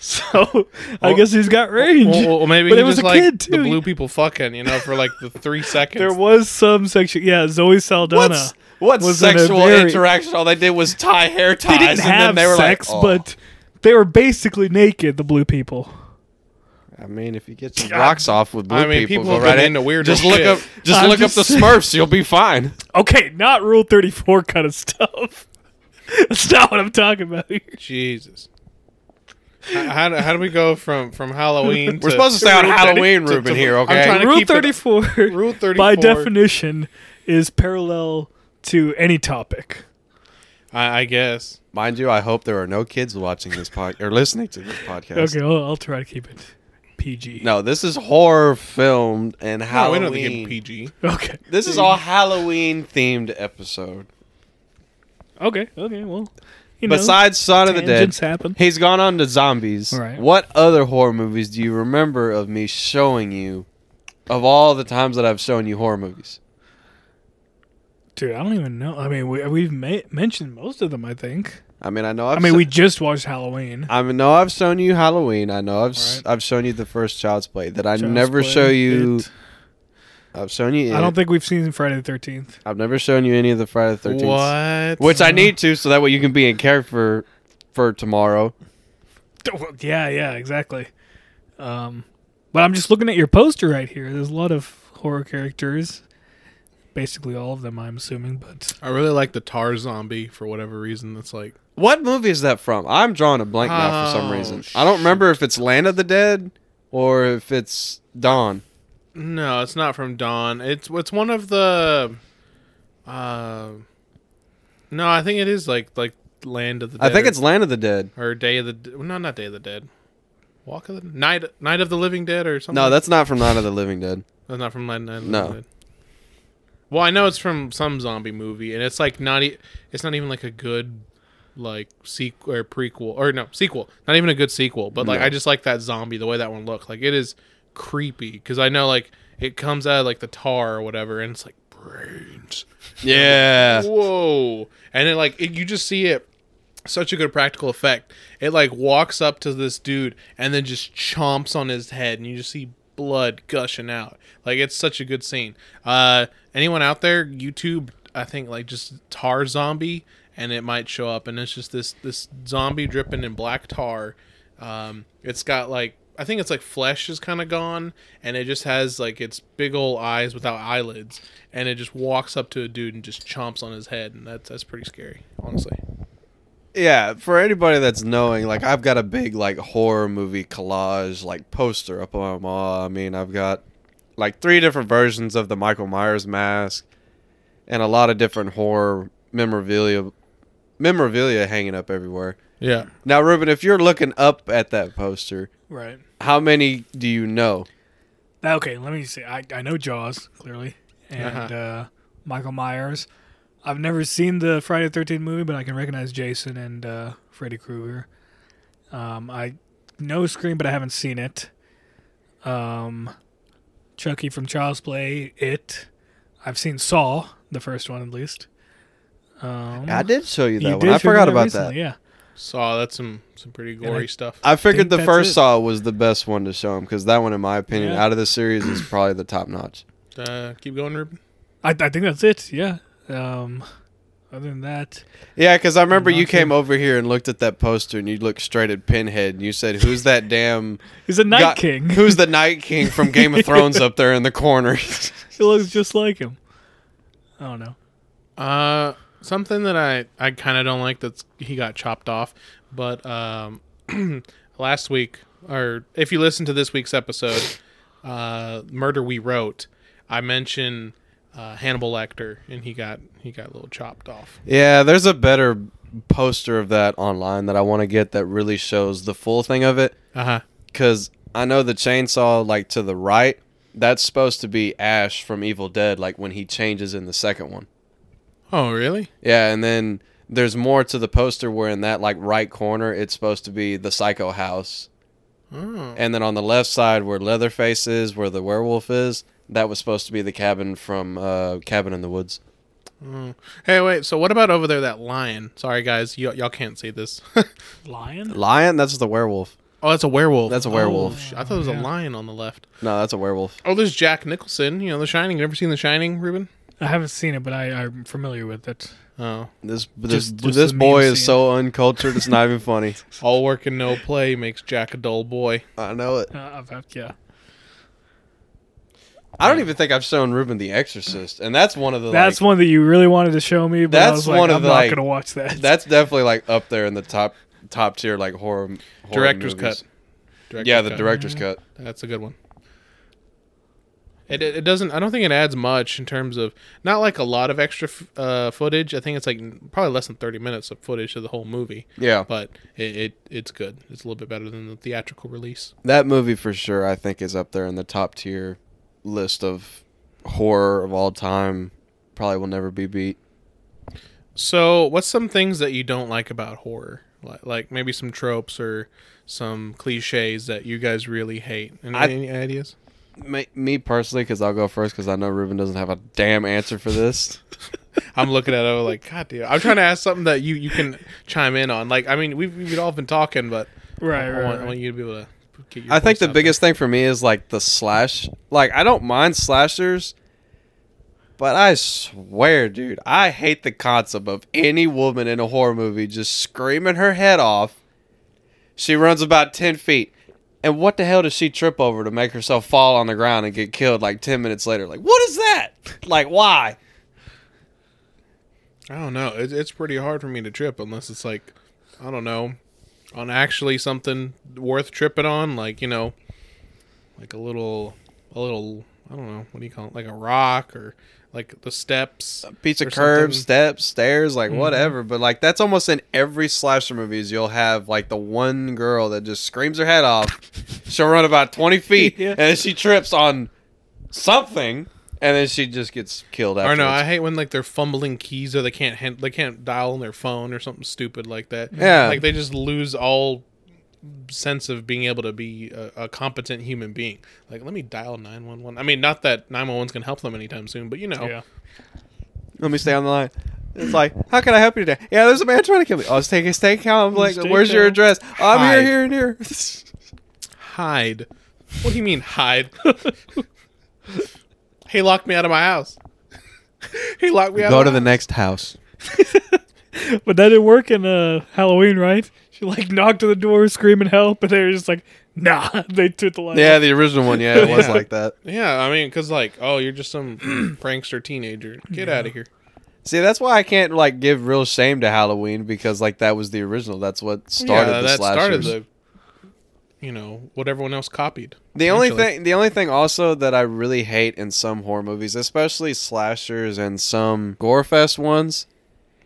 Speaker 2: So I
Speaker 3: Oh.
Speaker 1: Well-
Speaker 2: guess he's got range.
Speaker 1: Well, well, well, maybe
Speaker 2: But
Speaker 1: he
Speaker 2: it was
Speaker 1: just
Speaker 2: a
Speaker 1: like
Speaker 2: kid,
Speaker 1: the
Speaker 2: too.
Speaker 1: blue people fucking, you know, for like the three seconds.
Speaker 2: there was some section. Yeah, Zoe Saldana.
Speaker 3: What's, what
Speaker 2: was in a
Speaker 3: sexual
Speaker 2: very-
Speaker 3: interaction? All they did was tie hair
Speaker 2: they
Speaker 3: ties,
Speaker 2: didn't
Speaker 3: and then
Speaker 2: have
Speaker 3: they were
Speaker 2: sex,
Speaker 3: like, "Oh."
Speaker 2: but they were basically naked. The blue people.
Speaker 3: I mean, if you get some
Speaker 2: God.
Speaker 3: rocks off with blue
Speaker 1: I mean,
Speaker 3: people,
Speaker 1: people
Speaker 3: go
Speaker 1: have
Speaker 3: right
Speaker 1: been
Speaker 3: in.
Speaker 1: into weird
Speaker 3: Just
Speaker 1: shit.
Speaker 3: look up, just
Speaker 2: I'm
Speaker 3: look
Speaker 2: just
Speaker 3: up the
Speaker 2: saying.
Speaker 3: Smurfs. You'll be fine.
Speaker 2: Okay, not Rule thirty four kind of stuff. That's not what I'm talking about here.
Speaker 1: Jesus. How, how, do, how do we go from from Halloween?
Speaker 3: We're supposed to stay on
Speaker 1: Rule
Speaker 3: Halloween,
Speaker 1: 30 to-
Speaker 3: Ruben,
Speaker 1: to-
Speaker 3: here,
Speaker 1: I'm
Speaker 3: okay?
Speaker 1: trying to
Speaker 2: Rule
Speaker 1: keep it-
Speaker 2: thirty four.
Speaker 1: Rule 34.
Speaker 2: by definition is parallel to any topic.
Speaker 1: I, I guess.
Speaker 3: Mind you, I hope there are no kids watching this podcast or listening to this podcast.
Speaker 2: Okay, I'll, I'll try to keep it PG.
Speaker 3: No, this is horror filmed and
Speaker 1: No, we
Speaker 3: Halloween.
Speaker 1: don't think it's PG.
Speaker 2: Okay.
Speaker 3: This is all Halloween themed episode.
Speaker 2: Okay. Okay. Well, you know,
Speaker 3: Besides Son of the Dead,
Speaker 2: tangents happen.
Speaker 3: he's gone on to zombies.
Speaker 2: Right.
Speaker 3: What other horror movies do you remember of me showing you? Of all the times that I've shown you horror movies,
Speaker 2: dude, I don't even know. I mean, we, we've ma- mentioned most of them. I think.
Speaker 3: I mean, I know. I've
Speaker 2: I mean,
Speaker 3: se-
Speaker 2: we just watched Halloween.
Speaker 3: I mean, no, I've shown you Halloween. I know I've s-
Speaker 2: Right.
Speaker 3: I've shown you the first Child's Play that I
Speaker 2: Child's
Speaker 3: never
Speaker 2: Play,
Speaker 3: show you.
Speaker 2: It.
Speaker 3: I've shown you. It.
Speaker 2: I don't think we've seen Friday the Thirteenth.
Speaker 3: I've never shown you any of the Friday the Thirteenth.
Speaker 1: What?
Speaker 3: Which I need to, so that way you can be in character for tomorrow.
Speaker 2: Yeah. Yeah. Exactly. Um, but I'm just looking at your poster right here. There's a lot of horror characters. Basically, all of them, I'm assuming. But
Speaker 1: I really like the tar zombie for whatever reason. That's like
Speaker 3: What movie is that from? I'm drawing a blank now for some
Speaker 1: Oh,
Speaker 3: reason. I don't remember if it's Land of the Dead or if it's Dawn.
Speaker 1: no, it's not from Dawn. It's it's one of the. Uh, no, I think it is like like Land of the.
Speaker 3: I
Speaker 1: Dead
Speaker 3: think
Speaker 1: or-
Speaker 3: it's Land of the Dead.
Speaker 1: or Day of the. D- No, not Day of the Dead. Walk of the Night Night of the Living Dead or something.
Speaker 3: No, that's not from Land of the Living Dead.
Speaker 1: That's not from Night. Night of the
Speaker 3: No.
Speaker 1: Living Dead. Well, I know it's from some zombie movie, and it's like not. E- it's not even like a good like sequel or prequel or no sequel. Not even a good sequel, but like
Speaker 3: No.
Speaker 1: I just like that zombie the way that one looked. Like it is creepy because I know like it comes out of like the tar or whatever, and it's like brains.
Speaker 3: Yeah.
Speaker 1: Whoa! And it like it, you just see it. Such a good practical effect. It like walks up to this dude and then just chomps on his head, and you just see blood gushing out. Like it's such a good scene. Uh, anyone out there, YouTube, I think like just tar zombie, and it might show up, and it's just this this zombie dripping in black tar. Um, it's got like I think it's like flesh is kind of gone, and it just has like its big old eyes without eyelids, and it just walks up to a dude and just chomps on his head, and that's that's pretty scary, honestly.
Speaker 3: Yeah, for anybody that's knowing, like I've got a big like horror movie collage like poster up on my wall. I mean, I've got like three different versions of the Michael Myers mask and a lot of different horror memorabilia memorabilia hanging up everywhere.
Speaker 1: Yeah,
Speaker 3: Now, Ruben, if you're looking up at that poster,
Speaker 2: right.
Speaker 3: how many do you know?
Speaker 2: Now, Okay, let me see. I, I know Jaws clearly, and uh
Speaker 1: Uh-huh.
Speaker 2: Michael Myers. I've never seen the Friday Thirteenth movie, but I can recognize Jason and uh, Freddy Krueger. Um, I know Scream, but I haven't seen it. Um, Chucky from Child's Play, It. I've seen Saw, the first one at least. Um,
Speaker 3: I did show you
Speaker 2: you
Speaker 3: that one.
Speaker 2: did
Speaker 3: I
Speaker 2: show me
Speaker 3: forgot about
Speaker 2: recently,
Speaker 3: that.
Speaker 2: Yeah,
Speaker 1: saw that's some some pretty
Speaker 2: And
Speaker 1: gory
Speaker 2: I-
Speaker 1: stuff.
Speaker 3: I figured
Speaker 2: Think
Speaker 3: the
Speaker 2: that's
Speaker 3: first
Speaker 2: it.
Speaker 3: Saw was the best one to show him because that one, in my opinion,
Speaker 2: Yeah.
Speaker 3: out of the series, is probably the top notch.
Speaker 1: Uh, keep going, Ruben.
Speaker 2: I, I think that's it. Yeah. Um, other than that,
Speaker 3: Yeah, because I remember you
Speaker 2: Nothing.
Speaker 3: came over here and looked at that poster and you looked straight at Pinhead and you said, "Who's that damn
Speaker 2: he's a Night
Speaker 3: guy-
Speaker 2: King.
Speaker 3: Who's the Night King from Game of Thrones up there in the corner?"
Speaker 2: She looks just like him. I don't know.
Speaker 1: Uh, something that I I kind of don't like that's he got chopped off, but um, last week or if you listen to this week's episode, uh, Murder We Wrote, I mentioned uh, Hannibal Lecter, and he got he got a little chopped off.
Speaker 3: yeah, there's a better poster of that online that I want to get that really shows the full thing of it.
Speaker 1: Uh huh.
Speaker 3: Because I know the chainsaw, like to the right, that's supposed to be Ash from Evil Dead, like when he changes in the second one.
Speaker 1: Oh really?
Speaker 3: Yeah, and then there's more to the poster where in that like right corner, it's supposed to be the Psycho House.
Speaker 1: Oh.
Speaker 3: And then on the left side where Leatherface is, where the werewolf is, that was supposed to be the cabin from uh, Cabin in the Woods.
Speaker 1: Hey, wait. So what about over there? That lion. Sorry, guys. Y- y'all can't see this.
Speaker 2: Lion?
Speaker 3: Lion? That's the werewolf.
Speaker 1: oh, that's a werewolf.
Speaker 3: That's a
Speaker 1: Oh,
Speaker 3: werewolf.
Speaker 1: sh- I thought it was
Speaker 2: Yeah.
Speaker 1: a lion on the left.
Speaker 3: No, that's a werewolf.
Speaker 1: Oh, there's Jack Nicholson. You know, The Shining. You ever seen The Shining, Ruben?
Speaker 2: I haven't seen it, but I, I'm familiar with it.
Speaker 1: Oh,
Speaker 3: This this
Speaker 2: just
Speaker 3: this
Speaker 2: the
Speaker 3: boy
Speaker 2: meme
Speaker 3: is
Speaker 2: scene.
Speaker 3: so uncultured. It's not even funny.
Speaker 1: all work and no play makes Jack a dull boy.
Speaker 3: I know it.
Speaker 2: Uh, I've had, yeah.
Speaker 3: I don't even think I've shown Ruben The Exorcist, and that's one of the.
Speaker 2: That's
Speaker 3: like,
Speaker 2: one that you really wanted to show me, but I
Speaker 3: That's
Speaker 2: was like,
Speaker 3: one of
Speaker 2: I'm
Speaker 3: the,
Speaker 2: not
Speaker 3: like-
Speaker 2: gonna watch that.
Speaker 3: that's definitely like up there in the top top tier like horror. horror
Speaker 1: Director's
Speaker 3: movies.
Speaker 1: cut. Director's
Speaker 3: yeah, the
Speaker 1: cut.
Speaker 3: director's cut.
Speaker 1: That's a good one. It, it it doesn't. I don't think it adds much in terms of not like a lot of extra f- uh, footage. I think it's like n- probably less than thirty minutes of footage of the whole movie.
Speaker 3: Yeah,
Speaker 1: But it, it it's good. It's a little bit better than the theatrical release.
Speaker 3: that movie for sure. I think is up there in the top tier list of horror of all time. Probably will never be beat.
Speaker 1: So, what's some things that you don't like about horror? Like, like maybe some tropes or some cliches that you guys really hate. Any,
Speaker 3: I-
Speaker 1: any ideas?
Speaker 3: Me, me personally, because I'll go first, because I know Ruben doesn't have a damn answer for this.
Speaker 1: I'm looking at it I'm like, God damn. I'm trying to ask something that you, you can chime in on. Like, I mean, we've, we've all been talking, but
Speaker 2: right,
Speaker 1: I,
Speaker 2: right.
Speaker 1: want, I
Speaker 2: right.
Speaker 1: want you to be able to get your
Speaker 3: I think
Speaker 1: voice
Speaker 3: the
Speaker 1: out
Speaker 3: biggest thing for me is like the slash. Like I don't mind slashers, but I swear, dude, I hate the concept of any woman in a horror movie just screaming her head off. She runs about ten feet, and what the hell does she trip over to make herself fall on the ground and get killed like ten minutes later? Like what is that? Like why?
Speaker 1: there. I don't know. It, it's pretty hard for me to trip unless it's like, I don't know, on actually something worth tripping on. Like, you know, like a little, a little, I don't know, what do you call it? Like a rock or like the steps.
Speaker 3: Pizza
Speaker 1: or
Speaker 3: curves,
Speaker 1: something. Mm-hmm.
Speaker 3: steps, stairs, like whatever. But like that's almost in every slasher movies. You'll have like the one girl that just screams her head off. She'll run about twenty feet,
Speaker 2: Yeah.
Speaker 3: and then she trips on something, and then she just gets killed.
Speaker 1: Or
Speaker 3: Afterwards.
Speaker 1: no, I hate when like they're fumbling keys or they can't hand, they can't dial on their phone or something stupid like that.
Speaker 3: Yeah.
Speaker 1: like they just lose all sense of being able to be a, a competent human being. Like, let me dial nine one one. I mean, not that nine one one's gonna help them anytime soon, but you know,
Speaker 2: Yeah.
Speaker 3: Let me stay on the line. It's like, how can I help you today? Yeah, there's a man trying to kill me. Oh, let's take a stakeout. I'm like,
Speaker 2: Stakeout.
Speaker 3: where's your address? "Oh, I'm
Speaker 1: Hi.
Speaker 3: here, here, and here.
Speaker 1: hide. What do you mean hide? he locked me out of my house. he locked me out.
Speaker 3: Go
Speaker 1: of
Speaker 3: to
Speaker 1: my
Speaker 3: the next house.
Speaker 2: But that didn't work in uh, Halloween, right? She like knocked on the door, screaming help, and they were just like, "Nah." They took the light.
Speaker 3: Yeah, the original one. Yeah, it was
Speaker 1: Yeah.
Speaker 3: like that.
Speaker 1: Yeah, I mean, because like, oh, you're just some prankster teenager. Get out of here.
Speaker 3: See, that's why I can't like give real shame to Halloween because like that was the original. That's what started
Speaker 1: yeah,
Speaker 3: the
Speaker 1: that
Speaker 3: slashers.
Speaker 1: started the you know what everyone else copied
Speaker 3: The only
Speaker 1: Essentially.
Speaker 3: thing, the only thing also that I really hate in some horror movies, especially slashers and some gorefest ones,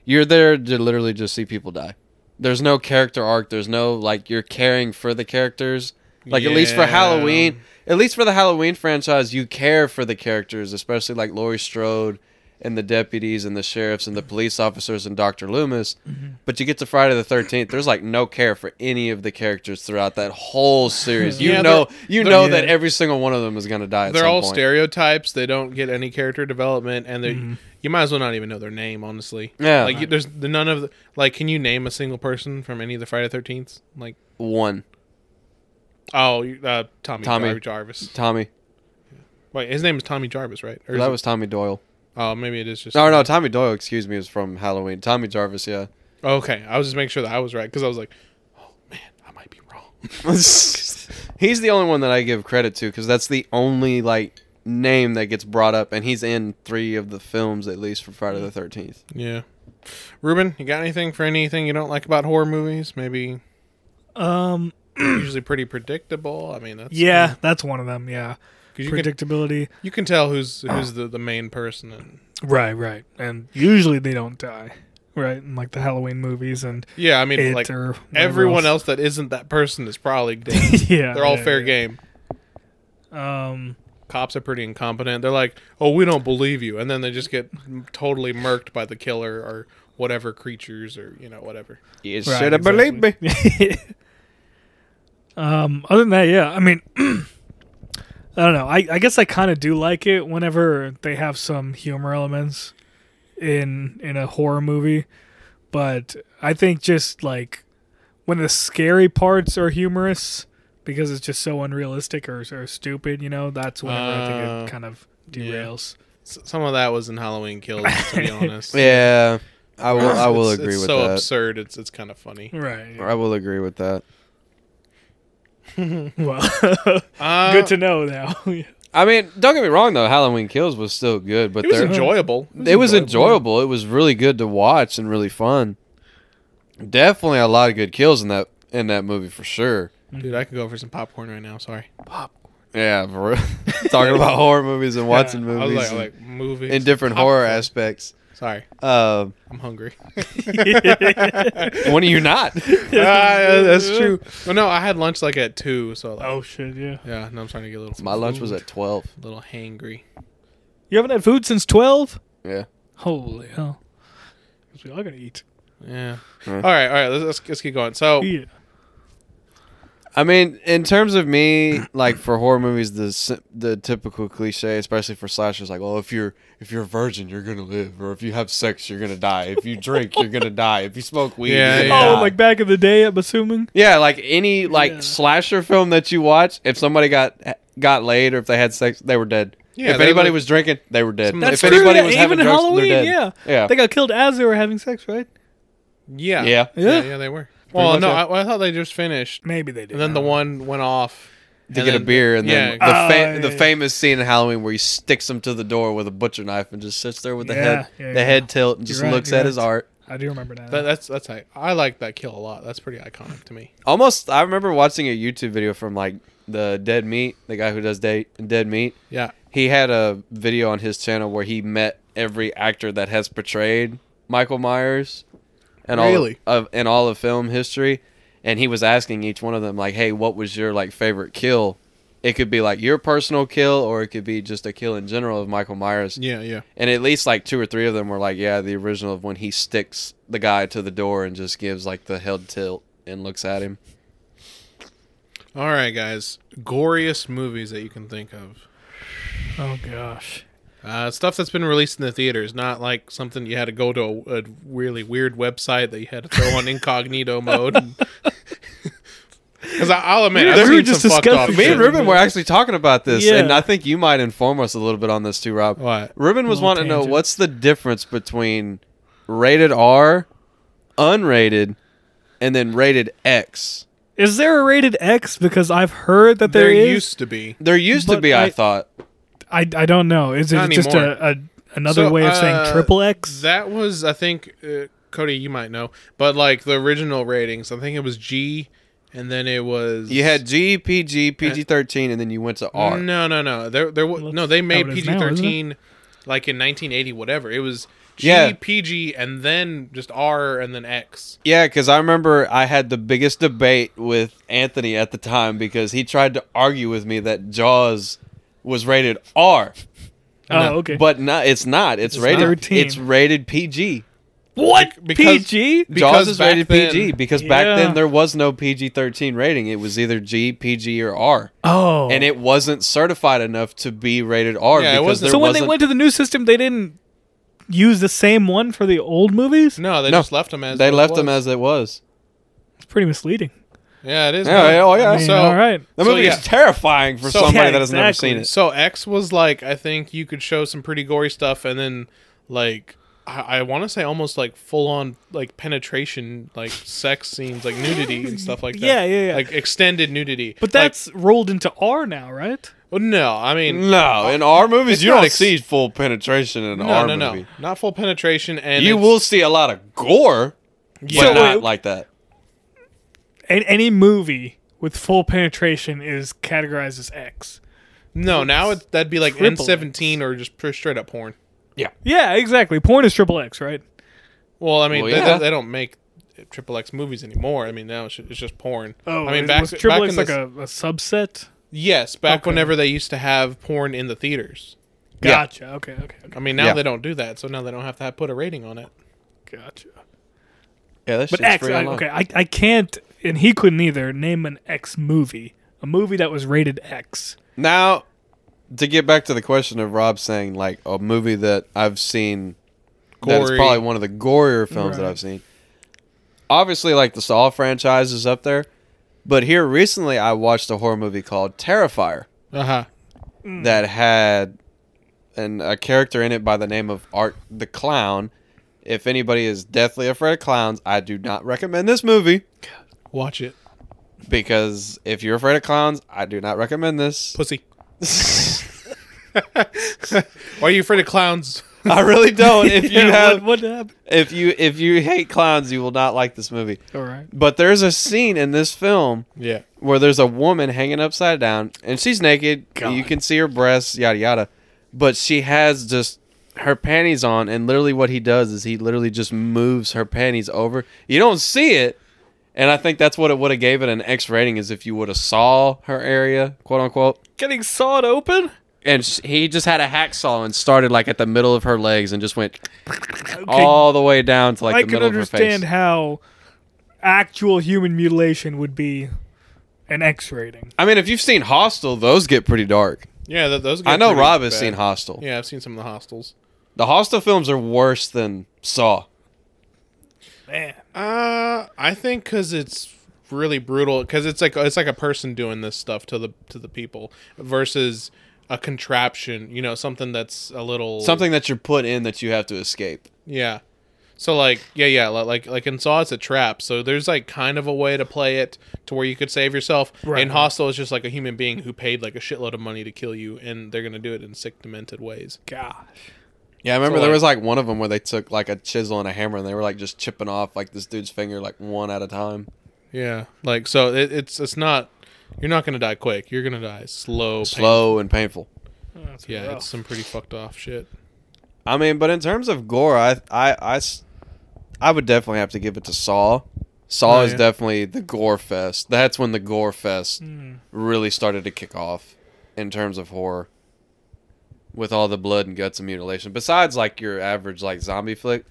Speaker 3: you're there to literally just see people die. There's no character arc. There's no like you're caring for the characters. Like at least for
Speaker 1: Yeah.
Speaker 3: Halloween, at least for the Halloween franchise, you care for the characters, especially like Laurie Strode and the deputies and the sheriffs and the police officers and Dr. Loomis.
Speaker 1: Mm-hmm.
Speaker 3: But you get to Friday the 13th, there's like no care for any of the characters throughout that whole series. You
Speaker 1: Yeah,
Speaker 3: know, you
Speaker 1: they're-
Speaker 3: know that
Speaker 2: yeah.
Speaker 3: every single one of them is going to die at
Speaker 1: they're
Speaker 3: some
Speaker 1: all
Speaker 3: point.
Speaker 1: stereotypes they don't get any character development and they you might as well not even know their name honestly
Speaker 3: Yeah.
Speaker 1: like you, there's the- none of the, like can you name a single person from any of the friday 13th like
Speaker 3: one.
Speaker 1: oh you- uh tommy,
Speaker 3: Tommy.
Speaker 1: Jar- jarvis
Speaker 3: Tommy.
Speaker 1: wait his name is tommy jarvis right or is
Speaker 3: That
Speaker 1: it-
Speaker 3: was Tommy Doyle.
Speaker 1: oh maybe it is just
Speaker 3: No, no, Tommy Doyle, excuse me, is from Halloween. Tommy Jarvis, yeah.
Speaker 1: okay i was just making sure that i was right because i was like oh man i might be wrong
Speaker 3: he's the only one that I give credit to because that's the only like name that gets brought up, and he's in three of the films at least for Friday the Thirteenth.
Speaker 1: yeah ruben you got anything for anything you don't like about horror movies maybe
Speaker 2: Um.
Speaker 1: usually pretty predictable. I mean, that's
Speaker 2: Yeah, that's one of them. Yeah.
Speaker 1: 'Cause you can
Speaker 2: Predictability.
Speaker 1: you can tell who's who's the, the main person. And,
Speaker 2: Right. Right. And usually they don't die. Right. In like the Halloween movies and
Speaker 1: yeah, I mean,
Speaker 2: it
Speaker 1: like
Speaker 2: or whatever
Speaker 1: everyone else. that isn't that person is probably dead.
Speaker 2: yeah.
Speaker 1: They're all
Speaker 2: yeah,
Speaker 1: fair
Speaker 2: yeah.
Speaker 1: game.
Speaker 2: Um.
Speaker 1: Cops are pretty incompetent. They're like, oh, we don't believe you, and then they just get totally murked by the killer or whatever creatures or you know whatever.
Speaker 3: You
Speaker 2: Right,
Speaker 3: should have believed me.
Speaker 2: exactly. um, other than that, yeah. I mean, I don't know. I, I guess I kind of do like it whenever they have some humor elements in in a horror movie, but I think just like when the scary parts are humorous because it's just so unrealistic or, or stupid, you know, that's whenever I think
Speaker 1: Uh,
Speaker 2: it kind of
Speaker 1: yeah.
Speaker 2: derails.
Speaker 1: S- Some of that was in Halloween Kills, to be honest.
Speaker 3: Yeah, I will. I will
Speaker 1: It's-
Speaker 3: agree
Speaker 1: it's
Speaker 3: with
Speaker 1: so
Speaker 3: that.
Speaker 1: absurd. It's it's kind of funny.
Speaker 2: Right.
Speaker 3: I will agree with that.
Speaker 2: Well,
Speaker 1: Uh,
Speaker 2: good to know now. Yeah.
Speaker 3: I mean, don't get me wrong though. Halloween Kills was still good, but
Speaker 1: It was
Speaker 3: there-
Speaker 1: enjoyable.
Speaker 3: it was enjoyable. It was really good to watch and really fun. Definitely a lot of good kills in that in that movie for sure.
Speaker 1: Dude, I could go for some popcorn right now. Sorry.
Speaker 3: Yeah, for real. talking about horror movies and watching
Speaker 1: I
Speaker 3: movies
Speaker 1: was like,
Speaker 3: and,
Speaker 1: like movies
Speaker 3: and different
Speaker 1: popcorn.
Speaker 3: horror aspects.
Speaker 1: Sorry,
Speaker 3: Um,
Speaker 1: I'm hungry.
Speaker 3: when are you not?
Speaker 1: Ah, that's true. Well, no, I had lunch like at two, so like,
Speaker 2: Oh shit, yeah.
Speaker 1: yeah. Now I'm starting to get a little.
Speaker 3: My lunch was at twelve.
Speaker 1: a little hangry.
Speaker 2: You haven't had food since 12?
Speaker 3: Yeah.
Speaker 2: Holy hell. Guess we all gotta eat.
Speaker 1: Yeah.
Speaker 3: Mm.
Speaker 1: All right, all right. Let's, let's let's keep going. So
Speaker 2: Yeah.
Speaker 3: I mean, in terms of me, like for horror movies, the s- the typical cliche, especially for slashers, like, well, if you're if you're a virgin, you're gonna live, or if you have sex, you're gonna die. If you drink, you're gonna die. If you smoke weed,
Speaker 1: Yeah,
Speaker 3: you're
Speaker 1: yeah.
Speaker 3: gonna
Speaker 2: Oh,
Speaker 3: die.
Speaker 2: like back in the day, I'm assuming.
Speaker 3: yeah, like any like
Speaker 2: Yeah.
Speaker 3: slasher film that you watch, if somebody got got laid or if they had sex, they were dead.
Speaker 1: Yeah,
Speaker 3: if
Speaker 1: they
Speaker 3: anybody
Speaker 1: like-
Speaker 3: was drinking, they were dead.
Speaker 1: Some-
Speaker 3: Hmm, If
Speaker 1: That's
Speaker 3: anybody
Speaker 2: yeah,
Speaker 3: was having
Speaker 2: even
Speaker 3: drugs,
Speaker 2: Halloween,
Speaker 3: they're dead.
Speaker 2: yeah.
Speaker 3: Yeah.
Speaker 2: They got killed as they were having sex, right?
Speaker 1: yeah,
Speaker 3: Yeah.
Speaker 1: yeah,
Speaker 2: Yeah.
Speaker 1: yeah, they were. Well,
Speaker 3: much,
Speaker 1: no,
Speaker 3: yeah.
Speaker 1: I, I thought they just finished,
Speaker 2: Maybe they did.
Speaker 1: and then the one went off
Speaker 3: to
Speaker 1: and
Speaker 3: get a
Speaker 1: then-
Speaker 3: beer, and then the,
Speaker 1: yeah,
Speaker 2: Oh,
Speaker 3: fa-
Speaker 2: yeah,
Speaker 3: the
Speaker 2: yeah.
Speaker 3: famous scene in Halloween where he sticks him to the door with a butcher knife and just sits there with the
Speaker 2: Yeah,
Speaker 3: head,
Speaker 2: yeah,
Speaker 3: the
Speaker 2: yeah.
Speaker 3: head tilt, and just
Speaker 2: right,
Speaker 3: looks
Speaker 2: you're
Speaker 3: at
Speaker 2: right.
Speaker 3: his art.
Speaker 2: I do remember now.
Speaker 1: that, that's that's I, I like that kill a lot. That's pretty iconic to me.
Speaker 3: Almost, I remember watching a YouTube video from like the Dead Meat, the guy who does de- Dead Meat.
Speaker 1: Yeah,
Speaker 3: He had a video on his channel where he met every actor that has portrayed Michael Myers, and
Speaker 1: Really?
Speaker 3: all of and all of film history. And he was asking each one of them like, "Hey, what was your like favorite kill?" It could be like your personal kill, or it could be just a kill in general of Michael Myers.
Speaker 1: yeah, yeah.
Speaker 3: And at least like two or three of them were like, yeah, the original of when he sticks the guy to the door and just gives like the head tilt and looks at him.
Speaker 1: All right, guys. Goriest movies that you can think of.
Speaker 2: oh gosh.
Speaker 1: Uh, stuff that's been released in the theaters, not like something you had to go to a, a really weird website that you had to throw on incognito mode. Because I'll admit,
Speaker 2: We
Speaker 1: I've
Speaker 2: were
Speaker 1: seen
Speaker 2: just
Speaker 1: some fucked
Speaker 2: discussing
Speaker 1: off
Speaker 2: this.
Speaker 3: Me
Speaker 1: shit.
Speaker 3: and Ruben were actually talking about this,
Speaker 2: Yeah.
Speaker 3: and I think you might inform us a little bit on this too, Rob.
Speaker 1: What?
Speaker 3: Ruben was
Speaker 2: Little
Speaker 3: wanting to know
Speaker 2: tangent.
Speaker 3: what's the difference between rated R, unrated, and then rated X.
Speaker 2: Is there a rated X? Because I've heard that there is.
Speaker 1: used to be.
Speaker 3: There used to
Speaker 2: But
Speaker 3: be, I,
Speaker 2: I-
Speaker 3: thought.
Speaker 2: I I don't know. Is it
Speaker 1: Not
Speaker 2: just a, a another
Speaker 1: So,
Speaker 2: way of
Speaker 1: uh,
Speaker 2: saying triple X?
Speaker 1: That was, I think, uh, Cody, you might know, but like the original ratings, I think it was G, and then it was
Speaker 3: You had G, PG, PG
Speaker 2: Uh,
Speaker 3: 13, and then you went to R.
Speaker 1: No, no, no. There, there. wa- No, they made
Speaker 2: how it is
Speaker 1: PG
Speaker 2: now, isn't it?
Speaker 1: thirteen, like in nineteen eighty, whatever. It was G,
Speaker 3: Yeah.
Speaker 1: PG, and then just R, and then X.
Speaker 3: Yeah, because I remember I had the biggest debate with Anthony at the time because he tried to argue with me that Jaws was rated R,
Speaker 2: oh, okay.
Speaker 3: but no, it's not. It's, rated.
Speaker 2: not. 13.
Speaker 3: It's rated PG.
Speaker 2: what?
Speaker 1: because-
Speaker 2: PG?
Speaker 1: Because
Speaker 3: Jaws is
Speaker 1: back
Speaker 3: rated PG
Speaker 1: then-
Speaker 3: because back
Speaker 2: Yeah.
Speaker 3: then there was no PG thirteen rating. It was either G, PG, or R,
Speaker 2: Oh.
Speaker 3: and it wasn't certified enough to be rated R.
Speaker 1: Yeah, it
Speaker 3: because
Speaker 1: wasn't-
Speaker 3: there
Speaker 2: so when
Speaker 3: wasn't.
Speaker 2: they went to the new system, they didn't use the same one for the old movies.
Speaker 1: No, they
Speaker 3: No.
Speaker 1: just left them as
Speaker 3: they
Speaker 1: what it
Speaker 3: left them
Speaker 1: was.
Speaker 3: as it was.
Speaker 2: It's pretty misleading.
Speaker 1: yeah, it is.
Speaker 3: Yeah,
Speaker 1: good.
Speaker 3: yeah, oh, yeah.
Speaker 2: I mean,
Speaker 1: So
Speaker 2: all right.
Speaker 3: The
Speaker 1: So,
Speaker 3: movie
Speaker 1: yeah.
Speaker 3: is terrifying for
Speaker 1: So-
Speaker 3: somebody
Speaker 2: Yeah,
Speaker 3: that has never
Speaker 2: exactly.
Speaker 3: seen it.
Speaker 1: So X was like I think you could show some pretty gory stuff, and then like I, I want to say almost like full on like penetration, like sex scenes, like nudity and stuff like that.
Speaker 2: Yeah, yeah, yeah.
Speaker 1: Like extended nudity.
Speaker 2: But
Speaker 1: Like,
Speaker 2: that's rolled into R now, right?
Speaker 1: well, no, I mean.
Speaker 3: No, in R movies
Speaker 1: It's
Speaker 3: you
Speaker 1: not
Speaker 3: don't
Speaker 1: ex-
Speaker 3: see full penetration in an
Speaker 1: No,
Speaker 3: R
Speaker 1: no,
Speaker 3: movie.
Speaker 1: no, not full penetration, and
Speaker 3: You
Speaker 1: it's-
Speaker 3: will see a lot of gore, but
Speaker 2: So
Speaker 3: not
Speaker 2: wait-
Speaker 3: like that.
Speaker 2: And any movie with full penetration is categorized as X.
Speaker 1: No, now it, that'd be like N
Speaker 2: Triple
Speaker 1: seventeen or just pr- straight up porn.
Speaker 2: Yeah, exactly. Porn is triple X, right?
Speaker 1: Well, I mean,
Speaker 3: Well,
Speaker 1: they-
Speaker 3: yeah.
Speaker 1: they, they don't make triple X movies anymore. I mean, now it's, ju- it's just porn.
Speaker 2: Oh,
Speaker 1: I mean,
Speaker 2: is-
Speaker 1: back,
Speaker 2: was
Speaker 1: back
Speaker 2: triple
Speaker 1: in
Speaker 2: X
Speaker 1: the
Speaker 2: like a, a subset.
Speaker 1: yes, back
Speaker 2: Okay.
Speaker 1: whenever they used to have porn in the theaters.
Speaker 3: Yeah.
Speaker 2: Gotcha. Okay, okay, okay.
Speaker 1: I mean, now
Speaker 3: Yeah.
Speaker 1: they don't do that, so now they don't have to have, put a rating on it.
Speaker 2: Gotcha.
Speaker 3: Yeah, that's
Speaker 2: But X, I, okay, I, I can't, and he couldn't either name an X movie, a movie that was rated X.
Speaker 3: Now to get back to the question of Rob saying like a movie that I've seen that is
Speaker 1: Gory.
Speaker 3: probably one of the gorier films that
Speaker 2: Right.
Speaker 3: I've seen. Obviously, like the Saw franchise is up there, but here recently I watched a horror movie called Terrifier
Speaker 1: Uh
Speaker 3: Uh-huh.
Speaker 1: huh.
Speaker 3: that had an, a character in it by the name of Art the Clown. If anybody is deathly afraid of clowns, I do not recommend this movie
Speaker 1: Watch it,
Speaker 3: because if you're afraid of clowns, I do not recommend this.
Speaker 1: pussy. Why are you afraid of clowns?
Speaker 3: I really don't. If you
Speaker 2: Yeah,
Speaker 3: have
Speaker 2: what, what happened?
Speaker 3: if you if you hate clowns, you will not like this movie.
Speaker 2: All right.
Speaker 3: But there's a scene in this film
Speaker 1: Yeah.
Speaker 3: where there's a woman hanging upside down and she's naked.
Speaker 2: God.
Speaker 3: You can see her breasts, yada yada. But she has just her panties on, and literally what he does is he literally just moves her panties over. You don't see it, and I think that's what it would have gave it an X rating is if you would have saw her area, quote unquote.
Speaker 2: Getting sawed open?
Speaker 3: And sh- he just had a hacksaw and started like at the middle of her legs and just went all the way down to like
Speaker 2: I
Speaker 3: the
Speaker 2: can
Speaker 3: middle of her face.
Speaker 2: understand how actual human mutilation would be an X rating.
Speaker 3: I mean, if you've seen Hostel, those get pretty dark.
Speaker 1: Yeah. Th- those.
Speaker 3: I
Speaker 1: get
Speaker 3: know
Speaker 1: pretty
Speaker 3: Rob has
Speaker 1: bad.
Speaker 3: seen Hostel.
Speaker 1: Yeah, I've seen some of the hostels.
Speaker 3: The Hostel films are worse than Saw.
Speaker 2: Man.
Speaker 1: Uh, I think because it's really brutal. Because it's like it's like a person doing this stuff to the to the people versus a contraption. You know, something that's a little
Speaker 3: Something that you're put in that you have to escape.
Speaker 1: Yeah. So like yeah yeah li- like like in Saw it's a trap. So there's like kind of a way to play it to where you could save yourself.
Speaker 2: Right.
Speaker 1: In Hostel it's just like a human being who paid like a shitload of money to kill you, and they're gonna do it in sick, demented ways.
Speaker 2: Gosh.
Speaker 3: Yeah, I remember
Speaker 1: So,
Speaker 3: there
Speaker 1: like-
Speaker 3: was like one of them where they took like a chisel and a hammer and they were like just chipping off like this dude's finger like one at a time.
Speaker 1: Yeah. Like so it, it's it's not you're not gonna die quick. You're gonna die slow. pain-
Speaker 3: Slow and painful.
Speaker 2: That's
Speaker 1: Yeah,
Speaker 2: rough.
Speaker 1: it's some pretty fucked off shit.
Speaker 3: I mean, but in terms of gore, I I I s- I would definitely have to give it to Saw. Saw
Speaker 1: Oh,
Speaker 3: is
Speaker 1: yeah.
Speaker 3: definitely the gore fest. That's when the gore fest
Speaker 2: Mm.
Speaker 3: really started to kick off in terms of horror with all the blood and guts and mutilation besides like your average like zombie flick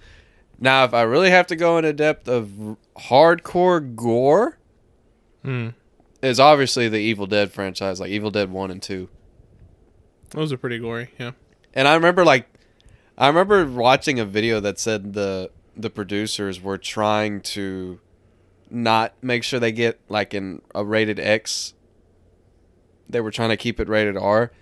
Speaker 3: now if i really have to go into depth of r- hardcore gore
Speaker 1: Hmm.
Speaker 3: is obviously the evil dead franchise like evil dead 1 and 2
Speaker 1: Those are pretty gory. Yeah.
Speaker 3: and i remember like i remember watching a video that said the the producers were trying to not make sure they get like in a rated x they were trying to keep it rated r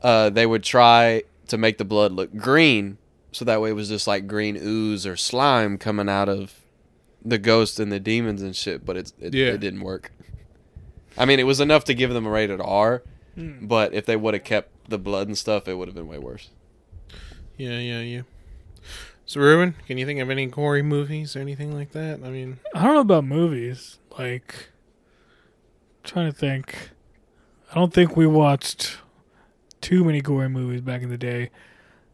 Speaker 3: uh, they would try to make the blood look green so that way it was just like green ooze or slime coming out of the ghosts and the demons and shit but it's it,
Speaker 1: Yeah.
Speaker 3: it didn't work i mean it was enough to give them a rated r
Speaker 2: Mm.
Speaker 3: but if they would have kept the blood and stuff it would have been way worse
Speaker 1: Yeah. Yeah. Yeah. So Ruben, can you think of any gory movies or anything like that? I mean,
Speaker 2: I don't know about movies. Like, trying to think. I don't think we watched too many gory movies back in the day.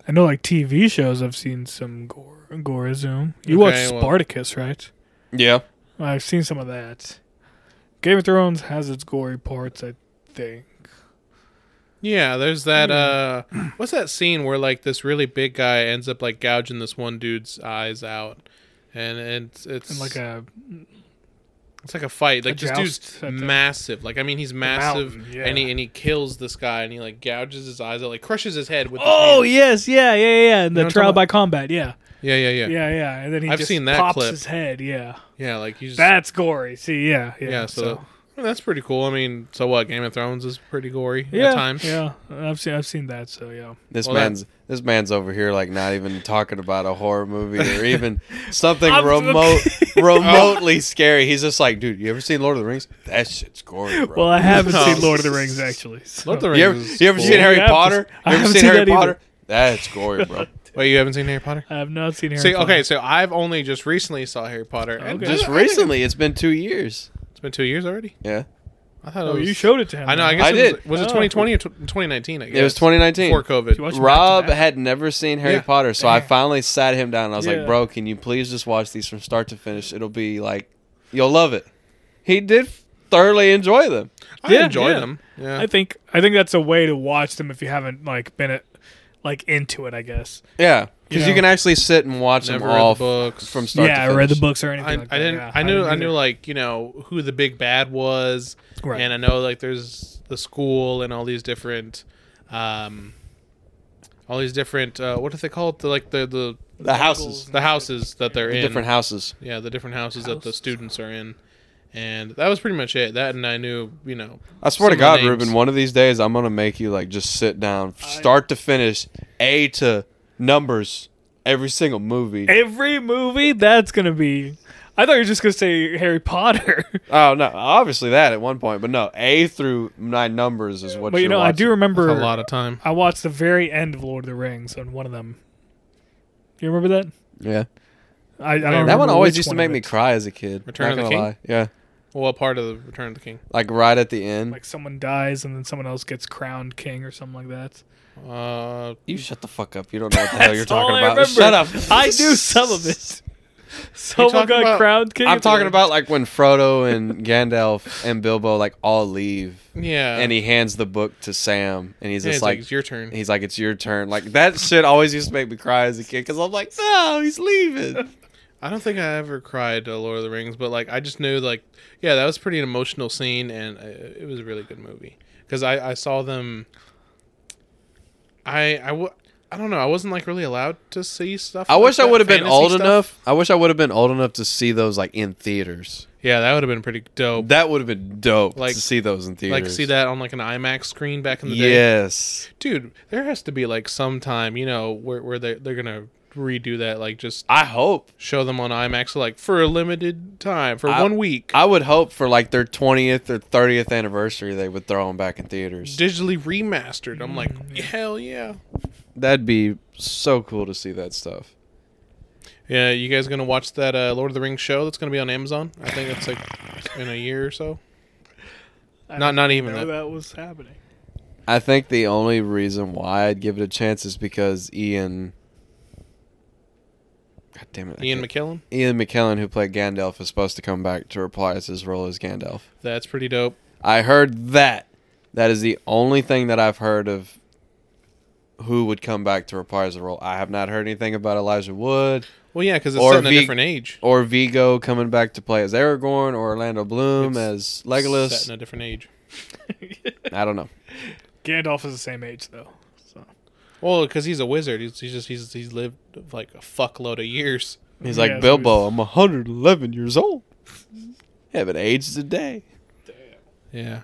Speaker 2: I know, like TV shows, I've seen some gore, gorism. You
Speaker 1: Okay,
Speaker 2: watched
Speaker 1: well-
Speaker 2: Spartacus, right?
Speaker 3: yeah
Speaker 2: I've seen some of that. Game of Thrones has its gory parts, I think.
Speaker 1: Yeah, there's that.
Speaker 2: Hmm.
Speaker 1: uh What's that scene where like this really big guy ends up like gouging this one dude's eyes out, and it's it's
Speaker 2: And like a
Speaker 1: it's like a fight. Like
Speaker 2: a
Speaker 1: this
Speaker 2: joust
Speaker 1: dude's
Speaker 2: at the-
Speaker 1: massive. Like I mean, he's massive,
Speaker 2: mountain, yeah.
Speaker 1: and he and he kills this guy, and he like gouges his eyes out, like crushes his head with. his
Speaker 2: oh
Speaker 1: hand.
Speaker 2: yes, yeah, yeah, yeah, and
Speaker 1: know what
Speaker 2: the
Speaker 1: I'm
Speaker 2: trial
Speaker 1: talking
Speaker 2: by combat, yeah.
Speaker 1: yeah, yeah, yeah,
Speaker 2: yeah,
Speaker 1: yeah,
Speaker 2: yeah, and then he
Speaker 1: I've
Speaker 2: just
Speaker 1: seen that
Speaker 2: pops
Speaker 1: clip.
Speaker 2: his head, yeah.
Speaker 1: Like you just
Speaker 2: That's gory. See, yeah, yeah.
Speaker 1: yeah. so, that's pretty cool. I mean, so what? Game of Thrones is pretty gory
Speaker 2: yeah,
Speaker 1: at times.
Speaker 2: yeah, I've seen I've seen that. So yeah,
Speaker 3: This
Speaker 1: Well, that-
Speaker 3: man's this man's over here like not even talking about a horror movie or even something
Speaker 2: I'm-
Speaker 3: remote Oh. remotely scary. He's just like, dude, you ever seen Lord of the Rings? That shit's gory, bro.
Speaker 2: well, I haven't
Speaker 1: No.
Speaker 2: seen Lord of the Rings actually. so-
Speaker 1: Lord of the
Speaker 3: you ever,
Speaker 1: Rings. is
Speaker 3: you ever
Speaker 1: cool.
Speaker 3: seen Harry
Speaker 2: Yeah, I haven't-
Speaker 3: Potter?
Speaker 2: I
Speaker 3: You ever
Speaker 2: haven't
Speaker 3: seen
Speaker 2: seen
Speaker 3: Harry
Speaker 2: that either.
Speaker 3: Potter? That's gory, bro.
Speaker 1: Wait, you haven't seen Harry Potter?
Speaker 2: I have not seen Harry.
Speaker 1: See,
Speaker 2: Potter.
Speaker 1: okay, so I've only just recently saw Harry Potter, and
Speaker 2: Okay.
Speaker 3: Just
Speaker 1: I think
Speaker 3: recently, it's been two years.
Speaker 1: It's been two years already.
Speaker 3: Yeah,
Speaker 1: I thought
Speaker 2: Oh,
Speaker 1: it was,
Speaker 2: you showed it to him.
Speaker 1: I know. I
Speaker 2: huh?
Speaker 1: guess
Speaker 3: I
Speaker 1: it
Speaker 3: did.
Speaker 1: Was, was it
Speaker 2: Oh.
Speaker 1: 2020 or tw 2019? I guess
Speaker 3: it was 2019.
Speaker 1: before
Speaker 2: Did you
Speaker 1: COVID.
Speaker 2: watch it back to
Speaker 3: Rob
Speaker 2: back?
Speaker 3: had never seen Harry
Speaker 1: Yeah.
Speaker 3: Potter, so I
Speaker 2: Damn.
Speaker 3: finally sat him down. and I was like,
Speaker 2: Yeah.
Speaker 3: "Bro, can you please just watch these from start to finish? It'll be like, you'll love it." He did thoroughly enjoy them.
Speaker 1: I
Speaker 2: Yeah,
Speaker 1: enjoyed
Speaker 2: yeah.
Speaker 1: them. Yeah,
Speaker 2: I think I think that's a way to watch them if you haven't like been it, like into it. I guess.
Speaker 3: Yeah,
Speaker 2: You
Speaker 3: because you,
Speaker 2: know?
Speaker 3: can actually sit and watch
Speaker 1: never
Speaker 3: them
Speaker 1: read
Speaker 3: all
Speaker 1: the books
Speaker 3: from start
Speaker 2: yeah,
Speaker 3: to
Speaker 2: I read the
Speaker 3: finish.
Speaker 2: books or anything.
Speaker 1: I,
Speaker 2: like
Speaker 1: I
Speaker 2: that,
Speaker 1: didn't.
Speaker 2: yeah.
Speaker 1: I knew. I,
Speaker 2: either.
Speaker 1: knew like you know who the big bad was,
Speaker 2: Right.
Speaker 1: and I know like there's the school and all these different um, all these different uh, what do they call it? The, like the the
Speaker 3: The houses.
Speaker 1: the houses that they're in.
Speaker 3: Different houses.
Speaker 1: yeah, the different houses that the
Speaker 2: Houses.
Speaker 1: students are in, and that was pretty much it. That and I knew you know.
Speaker 3: I swear
Speaker 1: some of
Speaker 3: to
Speaker 1: the
Speaker 3: God,
Speaker 1: names.
Speaker 3: Ruben, one of these days I'm gonna make you like just sit down, start to finish, A to numbers, every single movie.
Speaker 2: Every movie that's gonna be. I thought you were just gonna say Harry Potter,
Speaker 3: Oh no, obviously that at one point, but no, A through nine numbers is what.
Speaker 2: but you
Speaker 3: you're
Speaker 2: know I do
Speaker 3: watching.
Speaker 2: remember
Speaker 1: a lot of time.
Speaker 2: I watched the very end of Lord of the Rings on one of them. You remember that?
Speaker 3: Yeah,
Speaker 2: I, I don't
Speaker 3: that one
Speaker 2: remember
Speaker 3: always
Speaker 2: which
Speaker 3: used
Speaker 2: one
Speaker 3: to make
Speaker 2: of
Speaker 3: me
Speaker 2: it.
Speaker 3: cry as a kid.
Speaker 1: Return
Speaker 3: not
Speaker 1: of the
Speaker 3: gonna
Speaker 1: King?
Speaker 3: lie. Yeah,
Speaker 1: Well, part of the Return of the King.
Speaker 3: like right at the end.
Speaker 2: Like someone dies and then someone else gets crowned king or something like that.
Speaker 1: Uh,
Speaker 3: you shut the fuck up. You don't know what the hell Oh, you're
Speaker 2: mm. That's all
Speaker 3: talking
Speaker 2: I
Speaker 3: about.
Speaker 2: remember.
Speaker 3: Shut up.
Speaker 2: I do some of it. Someone
Speaker 1: talking
Speaker 2: got
Speaker 1: about-
Speaker 2: crowned king.
Speaker 3: I'm
Speaker 2: at the
Speaker 3: talking
Speaker 2: end.
Speaker 3: about like when Frodo and Gandalf and Bilbo like all leave,
Speaker 1: yeah,
Speaker 3: and he hands the book to Sam, and he's
Speaker 1: Uh-huh. Yeah,
Speaker 3: just
Speaker 1: it's like,
Speaker 3: like,
Speaker 1: it's your turn.
Speaker 3: he's like, it's your turn. Like that shit always used to make me cry as a kid because I'm like, no, he's leaving.
Speaker 1: I don't think I ever cried to Lord of the Rings, but like I just knew like yeah, that was pretty an emotional scene, and uh, it was a really good movie because I I saw them. I I w- I don't know. I wasn't like really allowed to see stuff.
Speaker 3: I
Speaker 1: like
Speaker 3: wish I
Speaker 1: that,
Speaker 3: would have been
Speaker 1: fantasy
Speaker 3: old
Speaker 1: stuff.
Speaker 3: enough. I wish I would have been old enough to see those like in theaters.
Speaker 1: Yeah, that would have been pretty dope.
Speaker 3: That would have been dope
Speaker 1: Like-
Speaker 3: to see those in theaters.
Speaker 1: Like see that on like an IMAX screen back in the day.
Speaker 3: Yes.
Speaker 1: dude, there has to be like some time you know where where they they're gonna redo that. Like just
Speaker 3: I hope.
Speaker 1: show them on IMAX like for a limited time for
Speaker 3: I-
Speaker 1: one week.
Speaker 3: I would hope for like their 20th or 30th anniversary they would throw them back in theaters.
Speaker 1: digitally remastered. I'm like, hell yeah.
Speaker 3: That'd be so cool to see that stuff.
Speaker 1: Yeah, you guys gonna watch that uh, Lord of the Rings show that's gonna be on Amazon? I think it's like in a year or so.
Speaker 2: I
Speaker 1: Not
Speaker 2: didn't
Speaker 1: not even
Speaker 2: know
Speaker 1: that.
Speaker 2: that was happening.
Speaker 3: I think the only reason why I'd give it a chance is because Ian God damn it. I
Speaker 1: Ian McKellen.
Speaker 3: can't- Ian McKellen who played Gandalf is supposed to come back to reprise his role as Gandalf.
Speaker 1: That's pretty dope.
Speaker 3: I heard that. That is the only thing that I've heard of who would come back to reprise the role. I have not heard anything about Elijah Wood
Speaker 1: Well, yeah, because it's
Speaker 3: Or
Speaker 1: set in a
Speaker 3: V-
Speaker 1: different age.
Speaker 3: or Vigo coming back to play as Aragorn or Orlando Bloom as
Speaker 1: It's Set in
Speaker 3: Legolas.
Speaker 1: a different age.
Speaker 3: I don't know.
Speaker 2: Gandalf is the same age though. So
Speaker 1: Well, because he's a wizard. He's, he's just he's he's lived like a fuckload of years.
Speaker 3: He's
Speaker 2: Yeah,
Speaker 3: like
Speaker 2: so
Speaker 3: Bilbo, I'm 111 years old. Haven't aged a day.
Speaker 1: Yeah.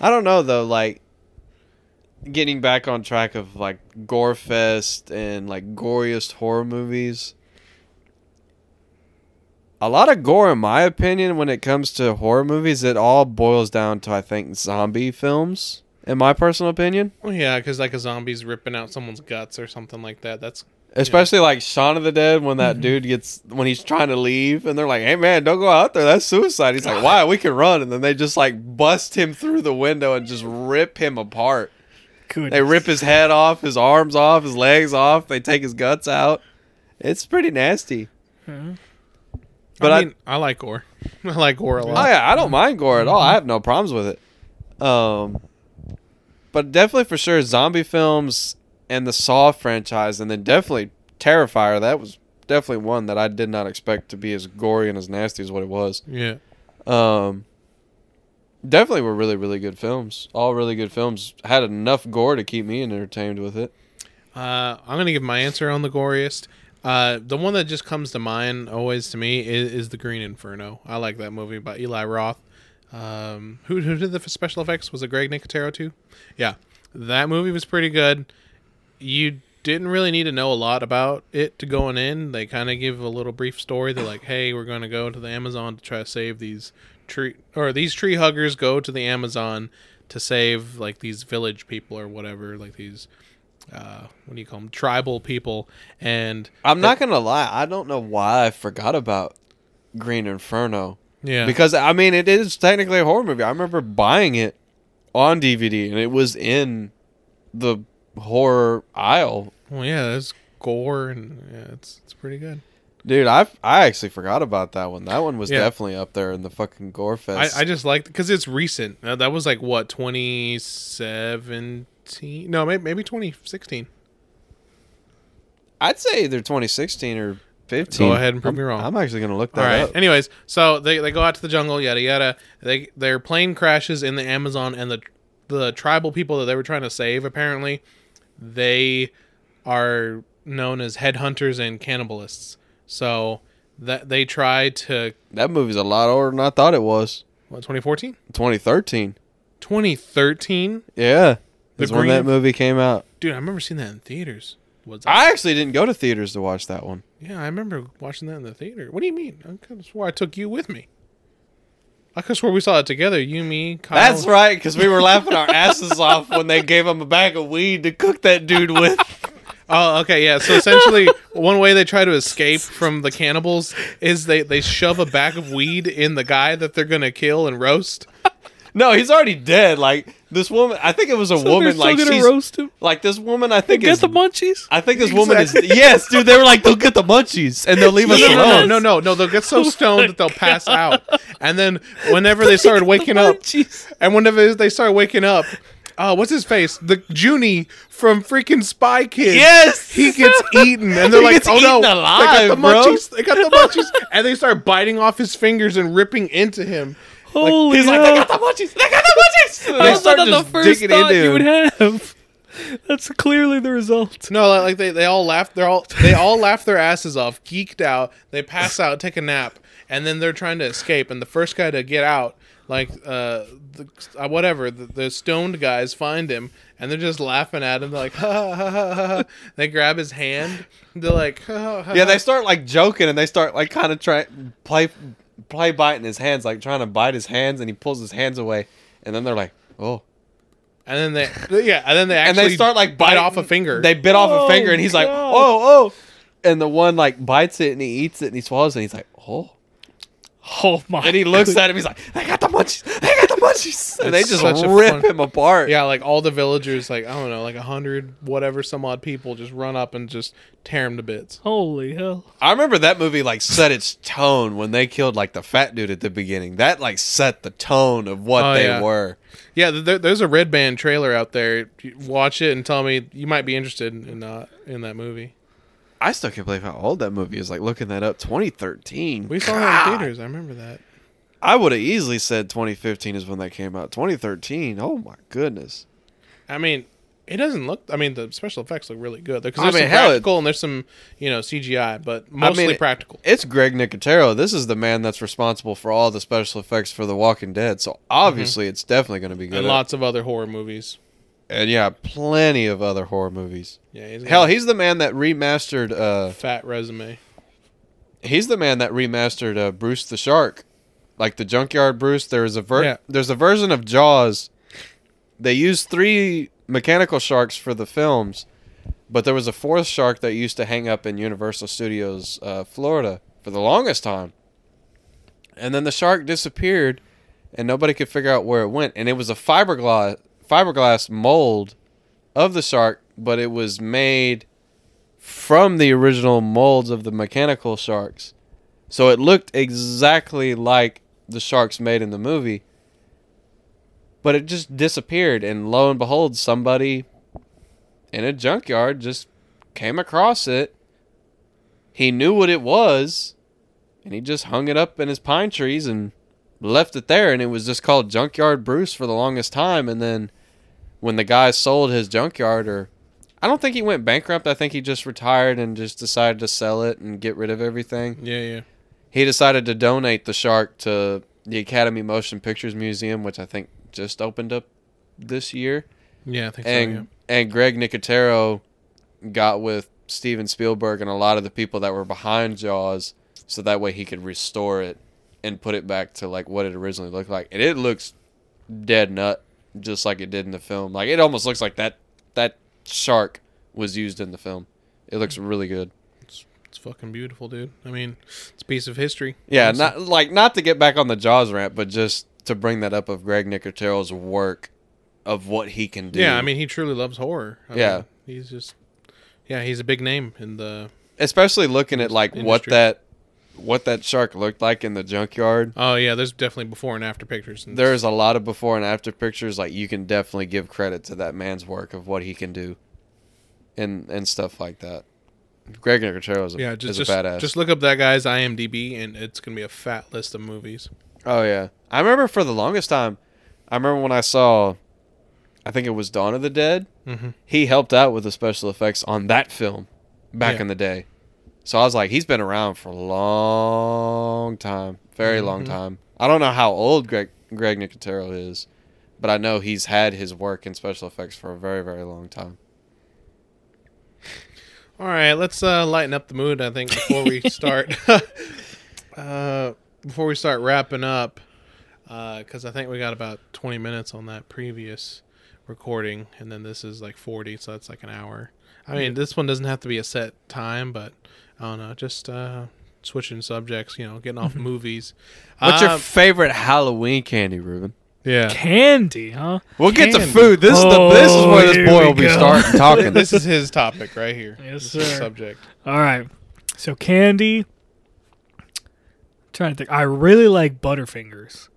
Speaker 3: I don't know though, like getting back on track of like gore fest and like goriest horror movies. A lot of gore in my opinion when it comes to horror movies it all boils down to I think zombie films in my personal opinion.
Speaker 1: Well, yeah, because like a zombie's ripping out someone's guts or something like that. That's
Speaker 3: Especially like Shaun of the Dead when that dude gets when he's trying to leave and they're like, "Hey man, don't go out there. That's suicide." He's like, "Why? We can run." And then they just like bust him through the window and just rip him apart.
Speaker 2: good.
Speaker 3: They rip his head off, his arms off, his legs off. They take his guts out. It's pretty nasty.
Speaker 1: but
Speaker 3: But
Speaker 1: I
Speaker 3: I-
Speaker 1: mean, I, like gore. I like gore a
Speaker 3: Oh
Speaker 1: lot.
Speaker 3: yeah, I don't mind gore at all. I have no problems with it. Um, but definitely for sure, zombie films and the Saw franchise, and then definitely Terrifier. That was definitely one that I did not expect to be as gory and as nasty as what it was.
Speaker 1: yeah.
Speaker 3: Um, definitely were really really good films. All really good films had enough gore to keep me entertained with it.
Speaker 1: Uh, I'm gonna give my answer on the goriest. Uh, the one that just comes to mind always to me is, is the Green Inferno. I like that movie by Eli Roth. Um, who who did the f- special effects? Was it Greg Nicotero too? Yeah, that movie was pretty good. You didn't really need to know a lot about it to going in. They kind of give a little brief story. They're like, "Hey, we're going to go to the Amazon to try to save these tree or these tree huggers go to the Amazon to save like these village people or whatever, like these uh, what do you call them, tribal people, and
Speaker 3: I'm not gonna lie. I don't know why I forgot about Green Inferno
Speaker 1: yeah,
Speaker 3: because I mean it is technically a horror movie. I remember buying it on DVD and it was in the horror aisle.
Speaker 1: well, yeah, there's gore and yeah, it's it's pretty good.
Speaker 3: Dude, I I actually forgot about that one. That one was
Speaker 1: Yeah.
Speaker 3: definitely up there in the fucking gore
Speaker 1: I,
Speaker 3: fest.
Speaker 1: I just like because it's recent. Uh, that was like what 2017? No, maybe maybe 2016.
Speaker 3: would say either 2016 or 15.
Speaker 1: Go ahead and prove
Speaker 3: I'm,
Speaker 1: me wrong.
Speaker 3: I'm actually gonna look that
Speaker 1: All right.
Speaker 3: up.
Speaker 1: Anyways, so they, they go out to the jungle, yada yada. They their plane crashes in the Amazon, and the the tribal people that they were trying to save apparently they are known as headhunters and cannibalists. So that they tried to
Speaker 3: That movie's a lot older than I thought it was.
Speaker 1: what 2014,
Speaker 3: 2013.
Speaker 1: 2013.
Speaker 3: Yeah.
Speaker 1: The
Speaker 3: Is when that
Speaker 1: Green-
Speaker 3: movie came out.
Speaker 1: Dude, I remember seeing that in theaters. Was that?
Speaker 3: I actually didn't go to theaters to watch that one.
Speaker 1: yeah, I remember watching that in the theater. What do you mean? I could have swore I took you with me. I could have swore we saw it together. You, me, Kyle.
Speaker 3: That's
Speaker 2: Oh.
Speaker 3: right, because we were laughing our asses off when they gave him a bag of weed to cook that dude with.
Speaker 1: Oh, okay, yeah. So essentially, one way they try to escape from the cannibals is they they shove a bag of weed in the guy that they're gonna kill and roast.
Speaker 3: No, he's already dead. Like this woman, I think it was a
Speaker 2: they're
Speaker 3: woman.
Speaker 2: still
Speaker 3: Like
Speaker 2: gonna
Speaker 3: she's
Speaker 2: roast him.
Speaker 3: like this woman. I think
Speaker 2: Get
Speaker 3: is.
Speaker 2: the munchies.
Speaker 3: I think this woman is. Yes, dude. They were like, they'll get the munchies and they'll leave us
Speaker 2: Yes.
Speaker 1: No,
Speaker 3: alone.
Speaker 1: no, no, no. They'll get so stoned that they'll pass out. And then whenever they started waking up,
Speaker 2: Munchies.
Speaker 1: and whenever they started waking up, uh, what's his face? The Junie from freaking Spy Kids.
Speaker 3: Yes,
Speaker 1: He gets eaten, and they're
Speaker 3: He
Speaker 1: like,
Speaker 3: gets
Speaker 1: "Oh no!"
Speaker 3: eaten
Speaker 1: they got the
Speaker 3: alive, bro.
Speaker 1: munchies. They got the munchies, and they start biting off his fingers and ripping into him.
Speaker 2: Holy
Speaker 3: He's like,
Speaker 2: hell.
Speaker 3: they got the munchies. They got the munchies.
Speaker 2: That
Speaker 3: They
Speaker 2: was
Speaker 3: start
Speaker 2: not
Speaker 3: just
Speaker 2: the first
Speaker 3: digging
Speaker 2: thought
Speaker 3: into
Speaker 2: you
Speaker 3: him.
Speaker 2: would have. That's clearly the result.
Speaker 1: No, like, like they, they all laugh. They're all they all laugh their asses off, geeked out. They pass out, take a nap, and then they're trying to escape. And the first guy to get out, like uh, the, uh whatever, the, the stoned guys find him, and they're just laughing at him. They're like, ha ha ha ha. ha, ha. They grab his hand. They're like, ha, ha, ha.
Speaker 3: Yeah, they start like joking and they start like kind of try play play biting his hands, like trying to bite his hands, and he pulls his hands away, and then they're like, oh.
Speaker 1: and then they yeah, and then they
Speaker 3: And
Speaker 1: actually
Speaker 3: they start, like,
Speaker 1: bite
Speaker 3: biting-
Speaker 1: off a finger.
Speaker 3: They bit off
Speaker 2: Oh,
Speaker 3: a finger, and he's like,
Speaker 2: God.
Speaker 3: oh, oh. And the one like bites it and he eats it and he swallows it and he's like, oh.
Speaker 2: Oh my!
Speaker 3: And he looks at him, he's like, they got the munchies, they got the munchies. And they
Speaker 1: That's
Speaker 3: just
Speaker 1: such a
Speaker 3: rip
Speaker 1: fun-
Speaker 3: him apart.
Speaker 1: yeah, like all the villagers, like I don't know, like a hundred whatever some odd people just run up and just tear him to bits.
Speaker 2: Holy hell!
Speaker 3: I remember that movie like set its tone when they killed like the fat dude at the beginning. That like set the tone of what
Speaker 1: Oh,
Speaker 3: they
Speaker 1: yeah.
Speaker 3: were.
Speaker 1: Yeah, th- there, there's a Red Band trailer out there. You- Watch it and tell me you might be interested in uh, in that movie.
Speaker 3: I still can't believe how old that movie is. Like looking that up, 2013.
Speaker 1: We saw that in theaters. I remember that.
Speaker 3: I would have easily said 2015 is when that came out. 2013. Oh my goodness.
Speaker 1: I mean, it doesn't look. I mean, the special effects look really good because
Speaker 3: I
Speaker 1: there's
Speaker 3: mean,
Speaker 1: some
Speaker 3: hell, it-
Speaker 1: practical and there's some you know CGI, but mostly
Speaker 3: mean, it-
Speaker 1: practical.
Speaker 3: It's Greg Nicotero. This is the man that's responsible for all the special effects for The Walking Dead. So obviously, it's definitely going to be good.
Speaker 1: and lots of other horror movies.
Speaker 3: And yeah, plenty of other horror movies.
Speaker 1: Yeah, he's got
Speaker 3: Hell,
Speaker 1: a
Speaker 3: he's the man that remastered. uh
Speaker 1: fat resume.
Speaker 3: He's the man that remastered uh, Bruce the Shark, like the Junkyard Bruce. There's a ver-
Speaker 1: Yeah.
Speaker 3: there's a version of Jaws. They used three mechanical sharks for the films, but there was a fourth shark that used to hang up in Universal Studios, uh, Florida, for the longest time. And then the shark disappeared, and nobody could figure out where it went. And it was a fiberglass fiberglass mold of the shark, but it was made from the original molds of the mechanical sharks. So it looked exactly like the sharks made in the movie. But it just disappeared and lo and behold somebody in a junkyard just came across it. He knew what it was and he just hung it up in his pine trees and left it there and it was just called Junkyard Bruce for the longest time and then when the guy sold his junkyard or I don't think he went bankrupt. I think he just retired and just decided to sell it and get rid of everything
Speaker 1: Yeah, yeah.
Speaker 3: he decided to donate the shark to the Academy Motion Pictures Museum, which I think just opened up this year.
Speaker 1: Yeah, I think
Speaker 3: And
Speaker 1: so.
Speaker 3: and Greg Nicotero got with Steven Spielberg and a lot of the people that were behind Jaws, so that way he could restore it and put it back to like what it originally looked like. And it looks dead nut, just like it did in the film. Like it almost looks like that that shark was used in the film. It looks really good.
Speaker 1: Yeah. It's fucking beautiful, dude. I mean, it's a piece of history.
Speaker 3: Yeah,
Speaker 1: Awesome.
Speaker 3: not like not to get back on the Jaws rant, but just to bring that up of Greg Nicotero's work of what he can do.
Speaker 1: Yeah, I mean, he truly loves horror. I
Speaker 3: Yeah.
Speaker 1: mean, he's just. Yeah, he's a big name in the.
Speaker 3: especially looking at like what
Speaker 1: Industry.
Speaker 3: that what that shark looked like in the junkyard.
Speaker 1: Oh yeah, there's definitely before and after pictures. And
Speaker 3: There's a lot of before and after pictures. Like you can definitely give credit to that man's work of what he can do, and and stuff like that. Greg Nicotero is a,
Speaker 1: Yeah, just
Speaker 3: is
Speaker 1: just,
Speaker 3: a badass.
Speaker 1: just look up that guy's IMDb, and it's gonna be a fat list of movies.
Speaker 3: Oh yeah, I remember for the longest time. I remember when I saw I think it was Dawn of the Dead.
Speaker 1: Mhm.
Speaker 3: He helped out with the special effects on that film back
Speaker 1: Yeah.
Speaker 3: in the day. So I was like, he's been around for a long time, very long
Speaker 1: Mhm.
Speaker 2: Mm-hmm.
Speaker 3: time. I don't know how old Greg Greg Nicotero is, but I know he's had his work in special effects for a very, very long time.
Speaker 1: All right, let's uh, lighten up the mood. I think before we start, uh, before we start wrapping up, because I think we got about twenty minutes on that previous recording, and then this is like forty, so that's like an hour. I mean, this one doesn't have to be a set time, but I don't know, just uh, switching subjects. You know, getting off movies.
Speaker 3: What's your
Speaker 1: Um,
Speaker 3: favorite Halloween candy, Ruben?
Speaker 1: yeah?
Speaker 2: Candy, huh?
Speaker 3: We'll get to
Speaker 1: Candy.
Speaker 3: food. This is the this is
Speaker 2: Oh,
Speaker 3: where
Speaker 2: here
Speaker 3: this boy
Speaker 2: we
Speaker 3: will be
Speaker 2: go.
Speaker 3: starting talking.
Speaker 1: this is his topic right here.
Speaker 2: Yes,
Speaker 1: This is his
Speaker 2: sir.
Speaker 1: subject.
Speaker 2: All right. So candy. trying to think. I really like Butterfingers.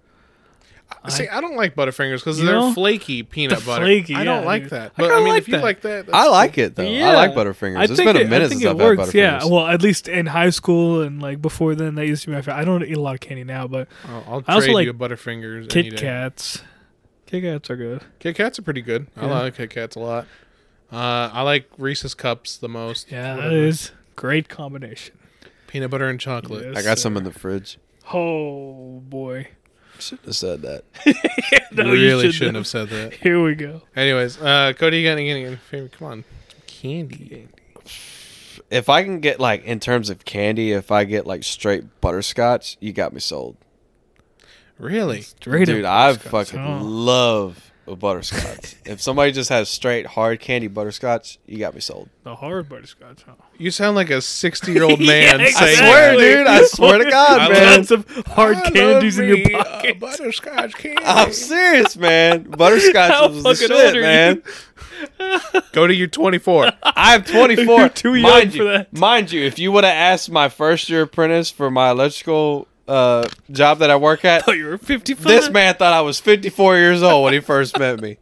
Speaker 2: I-
Speaker 1: See, I don't like Butterfingers because
Speaker 2: You
Speaker 1: they're
Speaker 2: know?
Speaker 1: flaky peanut
Speaker 2: The
Speaker 1: butter.
Speaker 2: flaky,
Speaker 1: I don't
Speaker 2: yeah,
Speaker 1: like
Speaker 2: dude.
Speaker 1: that.
Speaker 2: I
Speaker 1: But I,
Speaker 2: kinda
Speaker 1: mean,
Speaker 2: like
Speaker 1: if you
Speaker 2: that.
Speaker 1: like that, that's
Speaker 3: I like it though.
Speaker 2: Yeah.
Speaker 3: I like Butterfingers.
Speaker 2: I
Speaker 3: It's
Speaker 2: think
Speaker 3: been a
Speaker 2: it- I
Speaker 3: minute
Speaker 2: think it
Speaker 3: since I've had
Speaker 2: works.
Speaker 3: Butterfingers.
Speaker 2: Yeah. Well, at least in high school and like before then, that used to be my favorite. I don't eat a lot of candy now, but
Speaker 1: I'll, I'll
Speaker 2: I also
Speaker 1: trade
Speaker 2: like
Speaker 1: you a Butterfingers. any
Speaker 2: Kit
Speaker 1: day.
Speaker 2: Kats. Kit Kats are good.
Speaker 1: Kit Kats are pretty good. I
Speaker 2: Yeah.
Speaker 1: like Kit Kats a lot. Uh, I like Reese's cups the most.
Speaker 2: Yeah, that
Speaker 1: Whatever.
Speaker 2: is great combination.
Speaker 1: peanut butter and chocolate.
Speaker 2: Yes,
Speaker 3: I got
Speaker 2: sir.
Speaker 3: some in the fridge.
Speaker 2: Oh boy.
Speaker 3: Should have said that.
Speaker 2: No,
Speaker 1: you really
Speaker 2: you
Speaker 1: shouldn't have said that.
Speaker 2: Here we go.
Speaker 1: Anyways, uh, Cody, you got any, any favorite? Come on, candy.
Speaker 3: If I can get like in terms of candy, if I get like straight butterscotch, you got me sold,
Speaker 1: Really?
Speaker 2: Straight
Speaker 3: dude.
Speaker 2: up.
Speaker 3: I
Speaker 1: butterscotch.
Speaker 3: fucking
Speaker 2: Oh.
Speaker 3: love a butterscotch. if somebody just has straight hard candy butterscotch, you got me sold.
Speaker 2: The hard butterscotch. Huh?
Speaker 1: You sound like a sixty-year-old man
Speaker 2: Yeah,
Speaker 1: saying,
Speaker 2: exactly.
Speaker 3: swear, dude, I swear to God,
Speaker 2: I
Speaker 1: man.
Speaker 2: Lots of hard
Speaker 1: "I
Speaker 2: candies
Speaker 1: love
Speaker 2: in your
Speaker 1: me
Speaker 3: uh,
Speaker 1: a
Speaker 2: pocket.
Speaker 1: butterscotch candy.
Speaker 3: I'm serious, man. Butterscotch
Speaker 2: How
Speaker 3: was the
Speaker 2: fucking
Speaker 3: shit,
Speaker 2: old are you?
Speaker 3: man.
Speaker 1: Cody, you're 24.
Speaker 3: I'm 24.
Speaker 2: You're too young
Speaker 3: mind
Speaker 2: for
Speaker 3: you,
Speaker 2: that.
Speaker 3: Mind you, if you would have asked my first year apprentice for my electrical uh, job that I work at,
Speaker 2: oh, you were 55.
Speaker 3: this man thought I was 54 years old when he first met me.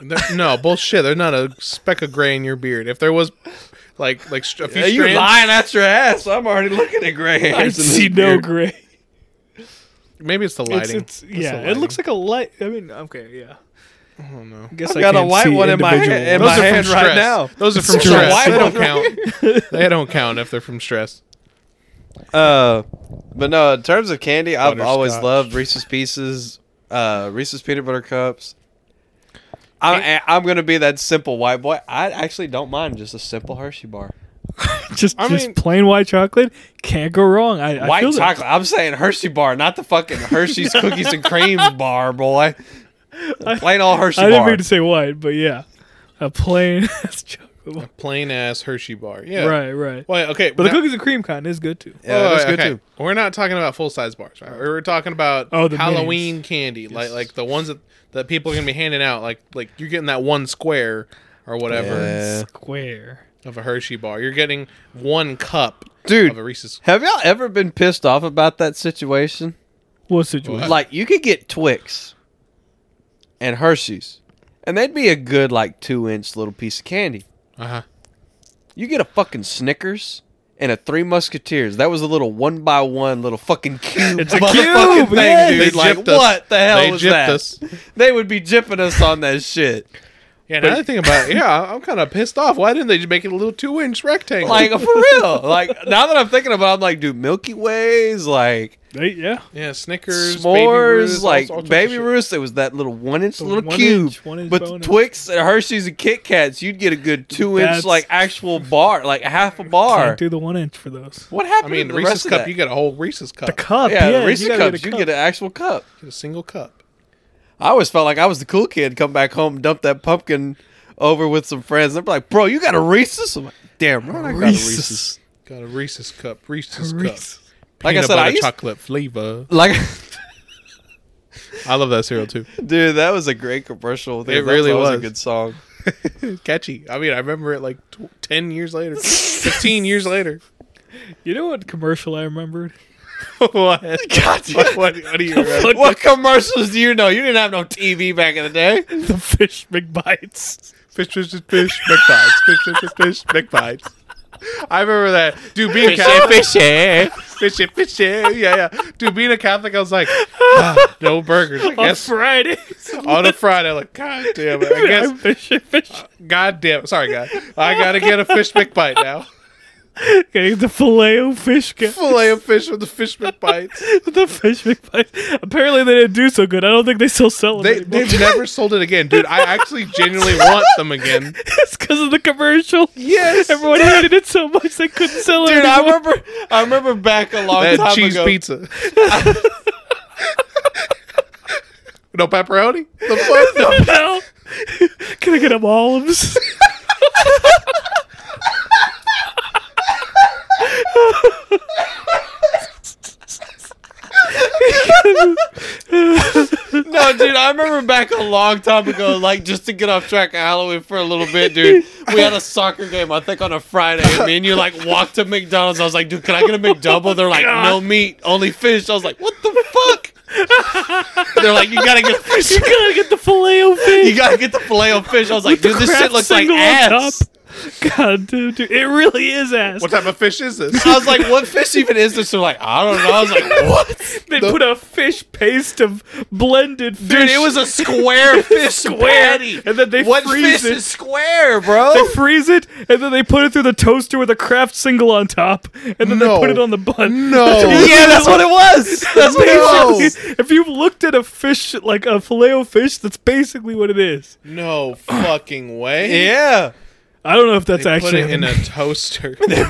Speaker 1: There- no bullshit. There's not a speck of gray in your beard. If there was, like, like str- a few
Speaker 3: Yeah, you're
Speaker 1: strands-
Speaker 3: lying at your ass. I'm already looking at gray hairs.
Speaker 2: I
Speaker 3: in this
Speaker 2: see no
Speaker 3: beard.
Speaker 2: gray.
Speaker 1: maybe it's the
Speaker 2: It's,
Speaker 1: lighting.
Speaker 2: it's, yeah, it looks like a light. I mean, okay, yeah.
Speaker 1: I don't know.
Speaker 2: Guess
Speaker 3: I've got a
Speaker 2: can't
Speaker 3: white
Speaker 2: see
Speaker 3: one in my hand-
Speaker 2: individual
Speaker 3: in
Speaker 2: ones.
Speaker 3: my
Speaker 1: are from
Speaker 3: hand right
Speaker 1: stress.
Speaker 3: now.
Speaker 1: Those are
Speaker 2: It's
Speaker 1: from
Speaker 2: just a
Speaker 1: stress.
Speaker 3: white
Speaker 1: They don't
Speaker 3: one.
Speaker 1: count. they don't count if they're from stress.
Speaker 3: Uh, but no, in terms of candy, I've always
Speaker 1: Butterscotch.
Speaker 3: loved Reese's Pieces, uh, Reese's Peanut Butter Cups. I'm, I'm gonna be that simple white boy. I actually don't mind just a simple Hershey bar.
Speaker 2: just
Speaker 1: I
Speaker 2: just
Speaker 1: mean-
Speaker 2: plain white chocolate can't go wrong. I, I
Speaker 3: White
Speaker 2: feel that.
Speaker 3: chocolate. I'm saying Hershey bar, not the fucking Hershey's cookies and cream bar, boy. Plain old Hershey
Speaker 2: I didn't
Speaker 3: bar.
Speaker 2: mean to say white, but yeah, a plain ass chocolate. bar.
Speaker 1: Plain ass Hershey bar. Yeah.
Speaker 2: Right, right.
Speaker 1: Wait. Okay.
Speaker 2: But the
Speaker 1: now-
Speaker 2: cookies and cream kind is good too.
Speaker 3: yeah, that's
Speaker 1: wait,
Speaker 3: good
Speaker 1: okay.
Speaker 3: too.
Speaker 1: We're not talking about full size bars. Right? We're talking about
Speaker 2: Oh, the
Speaker 1: Halloween candy, like like the ones that, that people are gonna be handing out. Like like you're getting that one square or whatever
Speaker 3: Yeah.
Speaker 2: Square.
Speaker 1: of a Hershey bar. You're getting one cup of a
Speaker 3: Dude,
Speaker 1: Reese's.
Speaker 3: have y'all ever been pissed off about that situation?
Speaker 2: What situation?
Speaker 1: What?
Speaker 3: Like you could get Twix and Hershey's, and they'd be a good like two inch little piece of candy.
Speaker 1: Uh huh.
Speaker 3: You get a fucking Snickers and a Three Musketeers. That was a little one by one little fucking cube.
Speaker 2: It's a
Speaker 3: motherfucking
Speaker 2: cube,
Speaker 3: thing,
Speaker 2: yeah.
Speaker 3: dude.
Speaker 1: They
Speaker 3: like
Speaker 1: gypped us.
Speaker 3: what the hell
Speaker 1: They
Speaker 3: was
Speaker 1: gypped
Speaker 3: that?
Speaker 1: us.
Speaker 3: They would be jipping us on that shit.
Speaker 1: Yeah, now that I think about it, yeah, I'm kind of pissed off. Why didn't they just make it a little two inch rectangle?
Speaker 3: Like for real. Like now that I'm thinking about, it, I'm like, dude, Milky Ways, like
Speaker 2: Hey, yeah.
Speaker 1: yeah, Snickers, Baby
Speaker 3: s'mores,
Speaker 1: Ruth's, all-
Speaker 3: like
Speaker 1: all sorts of
Speaker 3: baby
Speaker 1: shit.
Speaker 3: Ruth's. It was that little one inch
Speaker 2: The
Speaker 3: little
Speaker 2: one
Speaker 3: cube.
Speaker 2: inch, one inch
Speaker 3: but the
Speaker 2: bonus.
Speaker 3: Twix and Hershey's and Kit Kats, you'd get a good two
Speaker 2: That's-
Speaker 3: inch, like actual bar, like half a
Speaker 2: Can't
Speaker 3: bar.
Speaker 2: do the one inch for those.
Speaker 3: What happened?
Speaker 1: I mean,
Speaker 3: to the
Speaker 1: Reese's
Speaker 3: rest of
Speaker 1: cup.
Speaker 3: that?
Speaker 1: You get a whole Reese's cup.
Speaker 2: The cup.
Speaker 3: Uh, yeah,
Speaker 2: Yeah,
Speaker 3: the
Speaker 2: you
Speaker 3: Reese's
Speaker 2: gotta
Speaker 3: cups.
Speaker 2: a
Speaker 3: You
Speaker 2: cup.
Speaker 3: get an actual cup.
Speaker 1: Get a single cup.
Speaker 3: I always felt like I was the cool kid. Come back home, dump that pumpkin over with some friends. They're like, "Bro, you got a Reese's?" I'm like, "Damn, bro, I got a
Speaker 2: Reese's.
Speaker 3: Reese's."
Speaker 1: Got a Reese's cup. Reese's,
Speaker 2: Reese's.
Speaker 1: cup.
Speaker 3: Like I
Speaker 1: Peanut
Speaker 3: said, I
Speaker 1: butter
Speaker 3: used-
Speaker 1: chocolate flavor.
Speaker 3: Like,
Speaker 1: I love that cereal too.
Speaker 3: dude, that was a great commercial.
Speaker 1: It really
Speaker 3: that was,
Speaker 1: was.
Speaker 3: a good song.
Speaker 1: Catchy. I mean, I remember it like tw- ten years later, fifteen years later.
Speaker 2: You know what commercial I remembered?
Speaker 1: what? what?
Speaker 3: Gotcha.
Speaker 1: What do you remember?
Speaker 2: Fuck
Speaker 3: What commercials do you know? You didn't have no TV back in the day.
Speaker 2: the fish McBites.
Speaker 1: Fish, fish, fish, fish, McBites. Fish, fish, fish, fish, McBites. I remember that dude being
Speaker 3: Fishy,
Speaker 1: Catholic. fishy,
Speaker 3: fishy.
Speaker 1: fishy. Yeah, yeah. Dude, being a Catholic, I was like, ah, no burgers. I
Speaker 2: on
Speaker 1: guess
Speaker 2: Fridays.
Speaker 1: on a Friday, like, God damn it. I guess,
Speaker 2: fish, fish.
Speaker 1: God damn it. Sorry, God. I got to get a fish McBite now.
Speaker 2: Okay, the filet o fish guy.
Speaker 1: Filet of fish with the fish McBites.
Speaker 2: the fish McBite. Apparently, they didn't do so good. I don't think they still sell
Speaker 1: They,
Speaker 2: them. anymore.
Speaker 1: they've never sold it again. Dude, I actually genuinely want them again.
Speaker 2: it's because of the commercial.
Speaker 1: Yes.
Speaker 2: Everyone hated it so much they couldn't sell it.
Speaker 3: Dude, I
Speaker 2: anymore.
Speaker 3: remember, I remember back a long
Speaker 1: That
Speaker 3: time
Speaker 1: cheese
Speaker 3: ago.
Speaker 1: pizza. no pepperoni? The fuck?
Speaker 2: No. Can I get them olives?
Speaker 3: No, dude, I remember back a long time ago, like just to get off track of Halloween for a little bit, dude. We had a soccer game, I think, on a Friday. And me and you like walked to McDonald's. I was like, dude, can I get a McDouble? They're like, no meat, only fish. I was like, what the fuck? They're like, you gotta get fish.
Speaker 2: you gotta get the filet o
Speaker 3: You
Speaker 2: fish.
Speaker 3: gotta get the filet of fish. I was like,
Speaker 2: the
Speaker 3: dude, this
Speaker 2: Kraft
Speaker 3: shit looks like
Speaker 2: single on
Speaker 3: ass.
Speaker 2: top. God, dude, dude, it really is ass.
Speaker 1: What type of fish is this?
Speaker 3: I was like, what fish even is this? They're like, I don't know. I was like, what?
Speaker 2: They put a fish paste of blended fish.
Speaker 3: Dude, it was a square fish
Speaker 2: Square,
Speaker 3: patty.
Speaker 2: and then they
Speaker 3: what
Speaker 2: freeze
Speaker 3: fish
Speaker 2: it.
Speaker 3: is square, bro?
Speaker 2: They freeze it and then they put it through the toaster with a Kraft single on top, and then
Speaker 1: No.
Speaker 2: they put it on the bun.
Speaker 1: No.
Speaker 3: yeah, that's what it was. That's what it was.
Speaker 1: No.
Speaker 2: Basically, if you've looked at a fish like a filet o fish, that's basically what it is.
Speaker 1: No fucking way.
Speaker 3: Yeah.
Speaker 2: I don't know if that's
Speaker 1: They put
Speaker 2: actually
Speaker 1: it in a toaster.
Speaker 2: Probably.
Speaker 3: They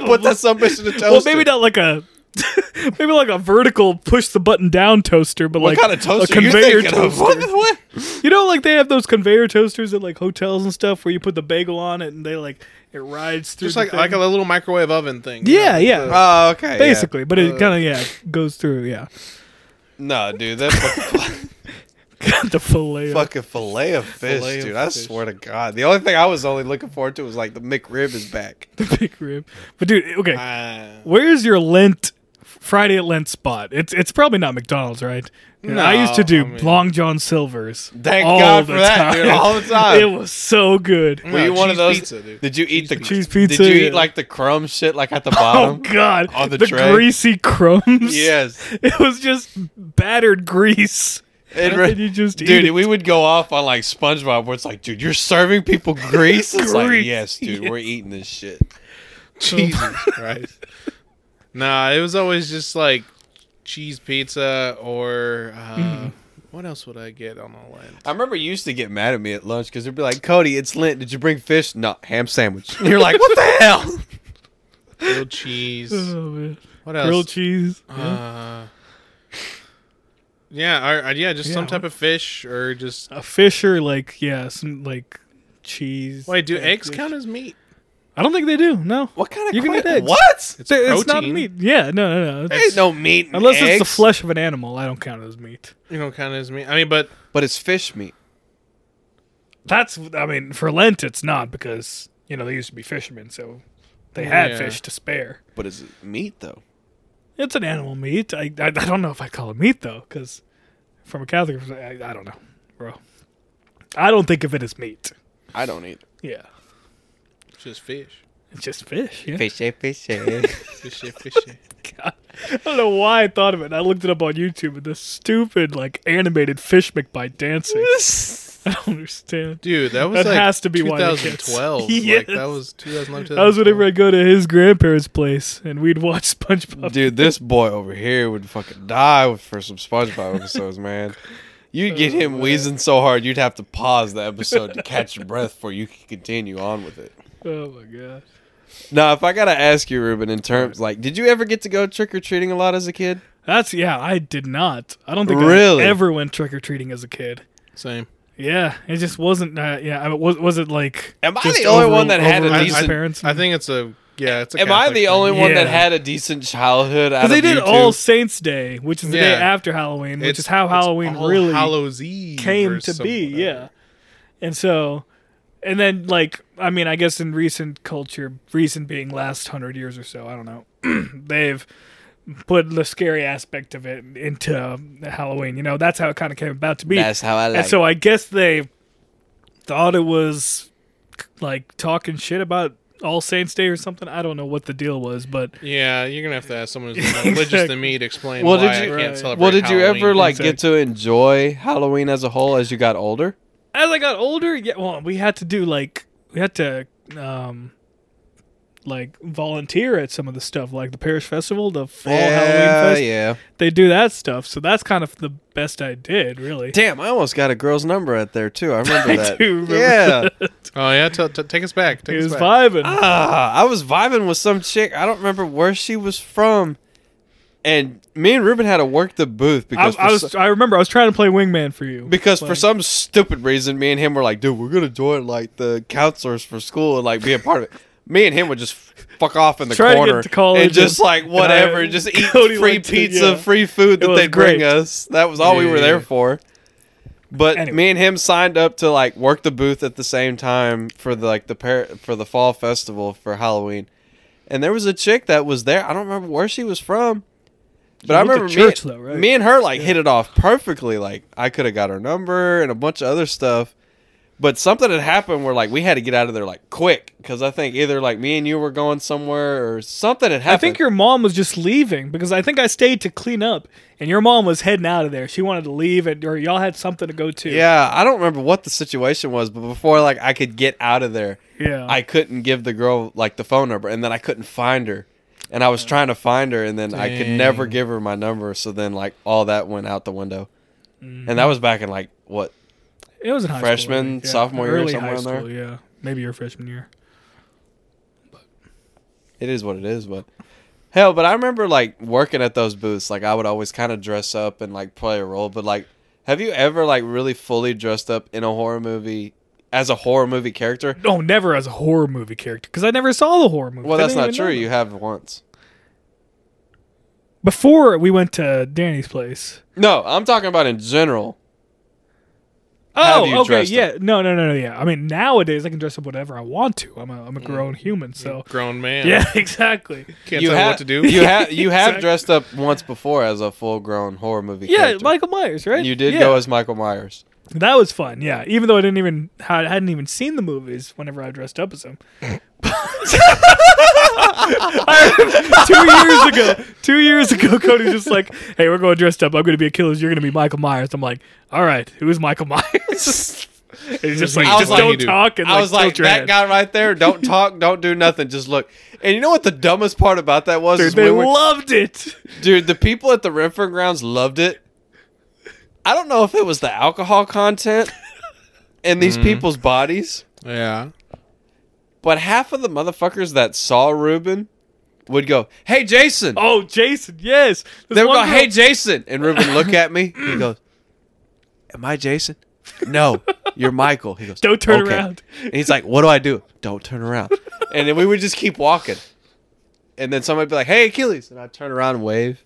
Speaker 3: put that sumbitch in the toaster.
Speaker 2: well, maybe not like a maybe like a vertical push the button down toaster, but
Speaker 3: What
Speaker 2: like
Speaker 3: kind of toaster
Speaker 2: a conveyor
Speaker 3: you thinking
Speaker 2: toaster.
Speaker 3: of? What, what?
Speaker 2: You know, like they have those conveyor toasters at like hotels and stuff where you put the bagel on it and they like it rides through.
Speaker 1: Just
Speaker 2: the
Speaker 1: like
Speaker 2: thing.
Speaker 1: like a little microwave oven thing.
Speaker 2: yeah, yeah,
Speaker 3: Oh, okay.
Speaker 2: basically. But it kind of yeah goes through. Yeah,
Speaker 3: No, dude, that fucking,
Speaker 2: got the fillet.
Speaker 3: fucking fillet of fish,
Speaker 1: Filet of
Speaker 3: dude. I
Speaker 1: fish.
Speaker 3: swear to God. The only thing I was only looking forward to was like the McRib is back.
Speaker 2: the big rib. But dude, okay,
Speaker 1: Uh,
Speaker 2: where's your Lent Friday at Lent spot? It's it's probably not McDonald's, right? You know, I used to
Speaker 1: No,
Speaker 2: do
Speaker 1: I mean-
Speaker 2: Long John Silver's.
Speaker 3: Thank
Speaker 2: all
Speaker 3: God
Speaker 2: the
Speaker 3: for that,
Speaker 2: time.
Speaker 3: dude. All the
Speaker 2: It
Speaker 3: time.
Speaker 2: was so good.
Speaker 3: Were you
Speaker 1: No,
Speaker 3: one
Speaker 1: cheese
Speaker 3: of those?
Speaker 1: pizza, dude.
Speaker 3: Did you eat the
Speaker 2: Cheese pizza,
Speaker 3: Did you
Speaker 2: yeah.
Speaker 3: eat like the crumb shit, like at the
Speaker 2: Oh
Speaker 3: bottom?
Speaker 2: God!
Speaker 3: on the
Speaker 2: the
Speaker 3: tray.
Speaker 2: greasy crumbs.
Speaker 3: yes.
Speaker 2: it was just battered grease.
Speaker 3: It
Speaker 2: And you just
Speaker 3: dude,
Speaker 2: eat it.
Speaker 3: we would go off on like SpongeBob, where it's like, dude, you're serving people grease. It's like,
Speaker 2: Grease,
Speaker 3: yes, dude,
Speaker 2: yes.
Speaker 3: we're eating this shit.
Speaker 1: Jesus Christ. Nah, it was always just like cheese pizza or uh,
Speaker 2: Mm-hmm.
Speaker 1: what else would I get on a Lent?
Speaker 3: I remember you used to get mad at me at lunch because they'd be like, Cody, it's Lent. Did you bring fish? No, ham sandwich. And you're like, what the hell?
Speaker 1: Grilled cheese.
Speaker 2: Oh, man.
Speaker 1: What else?
Speaker 2: Grilled cheese.
Speaker 1: Uh, yeah, or, or yeah, just
Speaker 2: Yeah,
Speaker 1: some type
Speaker 2: what-
Speaker 1: of fish or just.
Speaker 2: a fisher, like yeah, some like cheese.
Speaker 1: Wait, do
Speaker 2: and
Speaker 1: eggs
Speaker 2: fish.
Speaker 1: count as meat?
Speaker 2: I don't think they do. No,
Speaker 3: What kind of
Speaker 2: You can eat
Speaker 3: que-
Speaker 2: eggs.
Speaker 3: What?
Speaker 1: It's
Speaker 2: They- it's not
Speaker 1: protein.
Speaker 2: meat. Yeah, no, no, no.
Speaker 3: There ain't
Speaker 2: It's-
Speaker 3: no meat. in
Speaker 2: unless it's the
Speaker 3: eggs.
Speaker 2: flesh of an animal, I don't count it as meat.
Speaker 1: You know, count as meat. I mean, but
Speaker 3: But it's fish meat.
Speaker 2: That's I mean, for Lent, it's not because you know they used to be fishermen, so they had
Speaker 1: Yeah.
Speaker 2: fish to spare.
Speaker 3: But is it meat, though?
Speaker 2: It's an animal meat. I I, I don't know if I call it meat though, because from a Catholic, perspective, I, I don't know, bro. I don't think of it as meat.
Speaker 3: I don't eat
Speaker 2: Yeah,
Speaker 1: it's just fish.
Speaker 2: it's just fish. Yeah.
Speaker 3: fishy, fishy.
Speaker 1: Fishy, fishy.
Speaker 2: God. I don't know why I thought of it. I looked it up on YouTube and the stupid like animated fish McBite dancing.
Speaker 3: eh.
Speaker 2: I don't understand.
Speaker 1: Dude, that was
Speaker 2: That
Speaker 1: like
Speaker 2: has to be why they get-
Speaker 1: 2012.
Speaker 2: Yes.
Speaker 1: Like that was 2011.
Speaker 2: That was whenever I go to his grandparents' place and we'd watch SpongeBob.
Speaker 3: Dude, this boy over here would fucking die with- for some SpongeBob episodes, man. You'd get him wheezing so hard, you'd have to pause the episode to catch your breath before you could continue on with it.
Speaker 2: Oh my god.
Speaker 3: Now, if I gotta ask you, Ruben, in terms like, did you ever get to go trick or treating a lot as a kid?
Speaker 2: That's yeah, I did not. I don't think
Speaker 3: Really?
Speaker 2: I ever went trick or treating as a kid.
Speaker 1: Same.
Speaker 2: Yeah, it just wasn't uh, yeah, I mean, was was it like
Speaker 3: Am I
Speaker 2: just
Speaker 3: the only
Speaker 2: over-
Speaker 3: one that had a
Speaker 2: over my
Speaker 3: decent-
Speaker 2: parents?
Speaker 1: I think it's a yeah. It's a.
Speaker 3: Am I
Speaker 1: Catholic
Speaker 3: the
Speaker 1: thing.
Speaker 3: only one that
Speaker 2: Yeah.
Speaker 3: had a decent childhood? Out
Speaker 2: because they did
Speaker 3: of you two?
Speaker 2: All Saints Day, which is the day
Speaker 1: Yeah.
Speaker 2: after Halloween, which
Speaker 1: It's-
Speaker 2: is how
Speaker 1: it's
Speaker 2: Halloween
Speaker 1: All
Speaker 2: really
Speaker 1: Hallows Eve
Speaker 2: came
Speaker 1: or
Speaker 2: to
Speaker 1: some
Speaker 2: be,
Speaker 1: whatever.
Speaker 2: yeah. And so, and then like I mean, I guess in recent culture, recent being last hundred years or so, I don't know, they've put the scary aspect of it into Halloween. You know, that's how it kind of came about to be.
Speaker 3: That's how I like.
Speaker 2: and so I guess they thought it was like talking shit about All Saints Day or something. I don't know what the deal was, but
Speaker 1: Yeah, you're gonna have to ask someone who's more religious than me to explain
Speaker 3: Well,
Speaker 1: why
Speaker 3: did
Speaker 1: I
Speaker 3: you-
Speaker 1: can't
Speaker 2: Right.
Speaker 1: celebrate.
Speaker 3: Well, did you ever
Speaker 1: Halloween.
Speaker 3: like get to enjoy Halloween as a whole as you got older?
Speaker 2: as I got older, yeah, well, we had to do like we had to um like volunteer at some of the stuff, like the Parish Festival, the Fall Halloween Fest.
Speaker 3: yeah.
Speaker 2: They do that stuff, so that's kind of the best I did, really.
Speaker 3: Damn, I almost got a girl's number at there too. I remember
Speaker 2: I
Speaker 3: that.
Speaker 2: do remember
Speaker 3: yeah.
Speaker 1: Oh yeah, t- t- take us back.
Speaker 2: It
Speaker 1: Take us
Speaker 2: was
Speaker 1: back.
Speaker 2: vibing.
Speaker 3: Ah, I was vibing with some chick. I don't remember where she was from. And me and Ruben had to work the booth
Speaker 2: I,
Speaker 3: because
Speaker 2: I
Speaker 3: for
Speaker 2: was.
Speaker 3: so-
Speaker 2: I remember I was trying to play wingman for you
Speaker 3: because for
Speaker 2: Like,
Speaker 3: some stupid reason, me and him were like, dude, we're gonna join like the counselors for school and like be a part of it. Me and him would just fuck off in the
Speaker 2: Try to get
Speaker 3: corner
Speaker 2: to college
Speaker 3: and just
Speaker 2: and-
Speaker 3: like
Speaker 2: I-
Speaker 3: whatever, just eat
Speaker 2: Cody
Speaker 3: free
Speaker 2: went to-
Speaker 3: pizza,
Speaker 2: yeah.
Speaker 3: free food
Speaker 2: It
Speaker 3: that
Speaker 2: was
Speaker 3: they bring
Speaker 2: great.
Speaker 3: us. That was all we were
Speaker 1: Yeah.
Speaker 3: there for. But
Speaker 2: Anyway.
Speaker 3: me and him signed up to like work the booth at the same time for the, like the par- for the fall festival for Halloween, and there was a chick that was there. I don't remember where she was from, but I
Speaker 2: went to
Speaker 3: remember
Speaker 2: church,
Speaker 3: me,
Speaker 2: though, right?
Speaker 3: me and her like hit it off perfectly. Like I could have got her number and a bunch of other stuff, but something had happened where like we had to get out of there like quick because I think either like me and you were going somewhere or something had happened.
Speaker 2: I think your mom was just leaving because I think I stayed to clean up, and your mom was heading out of there. She wanted to leave, and or y'all had something to go to.
Speaker 3: Yeah, I don't remember what the situation was, but before like I could get out of there,
Speaker 2: yeah.
Speaker 3: I couldn't give the girl like the phone number, and then I couldn't find her, and I was trying to find her, and then I could never
Speaker 1: Dang.
Speaker 3: give her my number. So then like all that went out the window, and that was back in like what?
Speaker 2: It was in high school, I
Speaker 3: Freshman,
Speaker 2: think,
Speaker 3: sophomore year,
Speaker 2: Early
Speaker 3: somewhere
Speaker 2: high
Speaker 3: in there.
Speaker 2: school, Yeah, maybe your freshman year.
Speaker 3: It is what it is, but hell, but I remember like working at those booths. Like I would always kind of dress up and like play a role, but like. Have you ever like really fully dressed up in a horror movie as a horror movie character?
Speaker 2: No, never as a horror movie character because I never saw the horror movie.
Speaker 3: Well, that's not true. You have once.
Speaker 2: before we went to Danny's place.
Speaker 3: No, I'm talking about in general. Have
Speaker 2: Oh,
Speaker 3: you
Speaker 2: okay,
Speaker 3: dressed up?
Speaker 2: yeah, no, no, no, no, yeah. I mean, nowadays I can dress up whatever I want to. I'm a I'm a
Speaker 3: Mm.
Speaker 2: grown human, so
Speaker 1: grown man.
Speaker 2: yeah, exactly.
Speaker 1: can't
Speaker 3: you
Speaker 1: tell me
Speaker 3: ha-
Speaker 1: what to do.
Speaker 3: You have you have
Speaker 2: Exactly.
Speaker 3: dressed up once before as a full grown horror movie.
Speaker 2: Yeah,
Speaker 3: character.
Speaker 2: Michael Myers, right?
Speaker 3: You did
Speaker 2: yeah.
Speaker 3: go as Michael Myers.
Speaker 2: That was fun, yeah. Even though I didn't even I hadn't even seen the movies whenever I dressed up as him. I- two years ago, two years ago, Cody's just like, "Hey, we're going dressed up. I'm going to be a killer. You're going to be Michael Myers." I'm like, "All right, who's Michael Myers?" it's just like,
Speaker 3: I was
Speaker 2: just
Speaker 3: like-
Speaker 2: don't
Speaker 1: you do.
Speaker 2: talk and like,
Speaker 3: I was like
Speaker 2: tilt your
Speaker 3: that
Speaker 2: head.
Speaker 3: guy right there. Don't talk. Don't do nothing. Just look. And you know what the dumbest part about that was? is
Speaker 2: Dude, they
Speaker 3: we were-
Speaker 2: loved it.
Speaker 3: dude, the people at the Renfrew grounds loved it. I don't know if it was the alcohol content in these people's bodies.
Speaker 1: yeah.
Speaker 3: But half of the motherfuckers that saw Ruben would go, "Hey Jason."
Speaker 2: Oh, Jason, yes. This
Speaker 3: they would
Speaker 2: one
Speaker 3: go,
Speaker 2: girl-
Speaker 3: "Hey Jason." And Ruben look at me. He goes, "Am I Jason?" "No, you're Michael." He goes,
Speaker 2: Don't turn
Speaker 3: "Okay."
Speaker 2: around.
Speaker 3: And he's like, "What do I do?" "Don't turn around." And then we would just keep walking. And then somebody'd be like, "Hey Achilles." And I'd turn around and wave.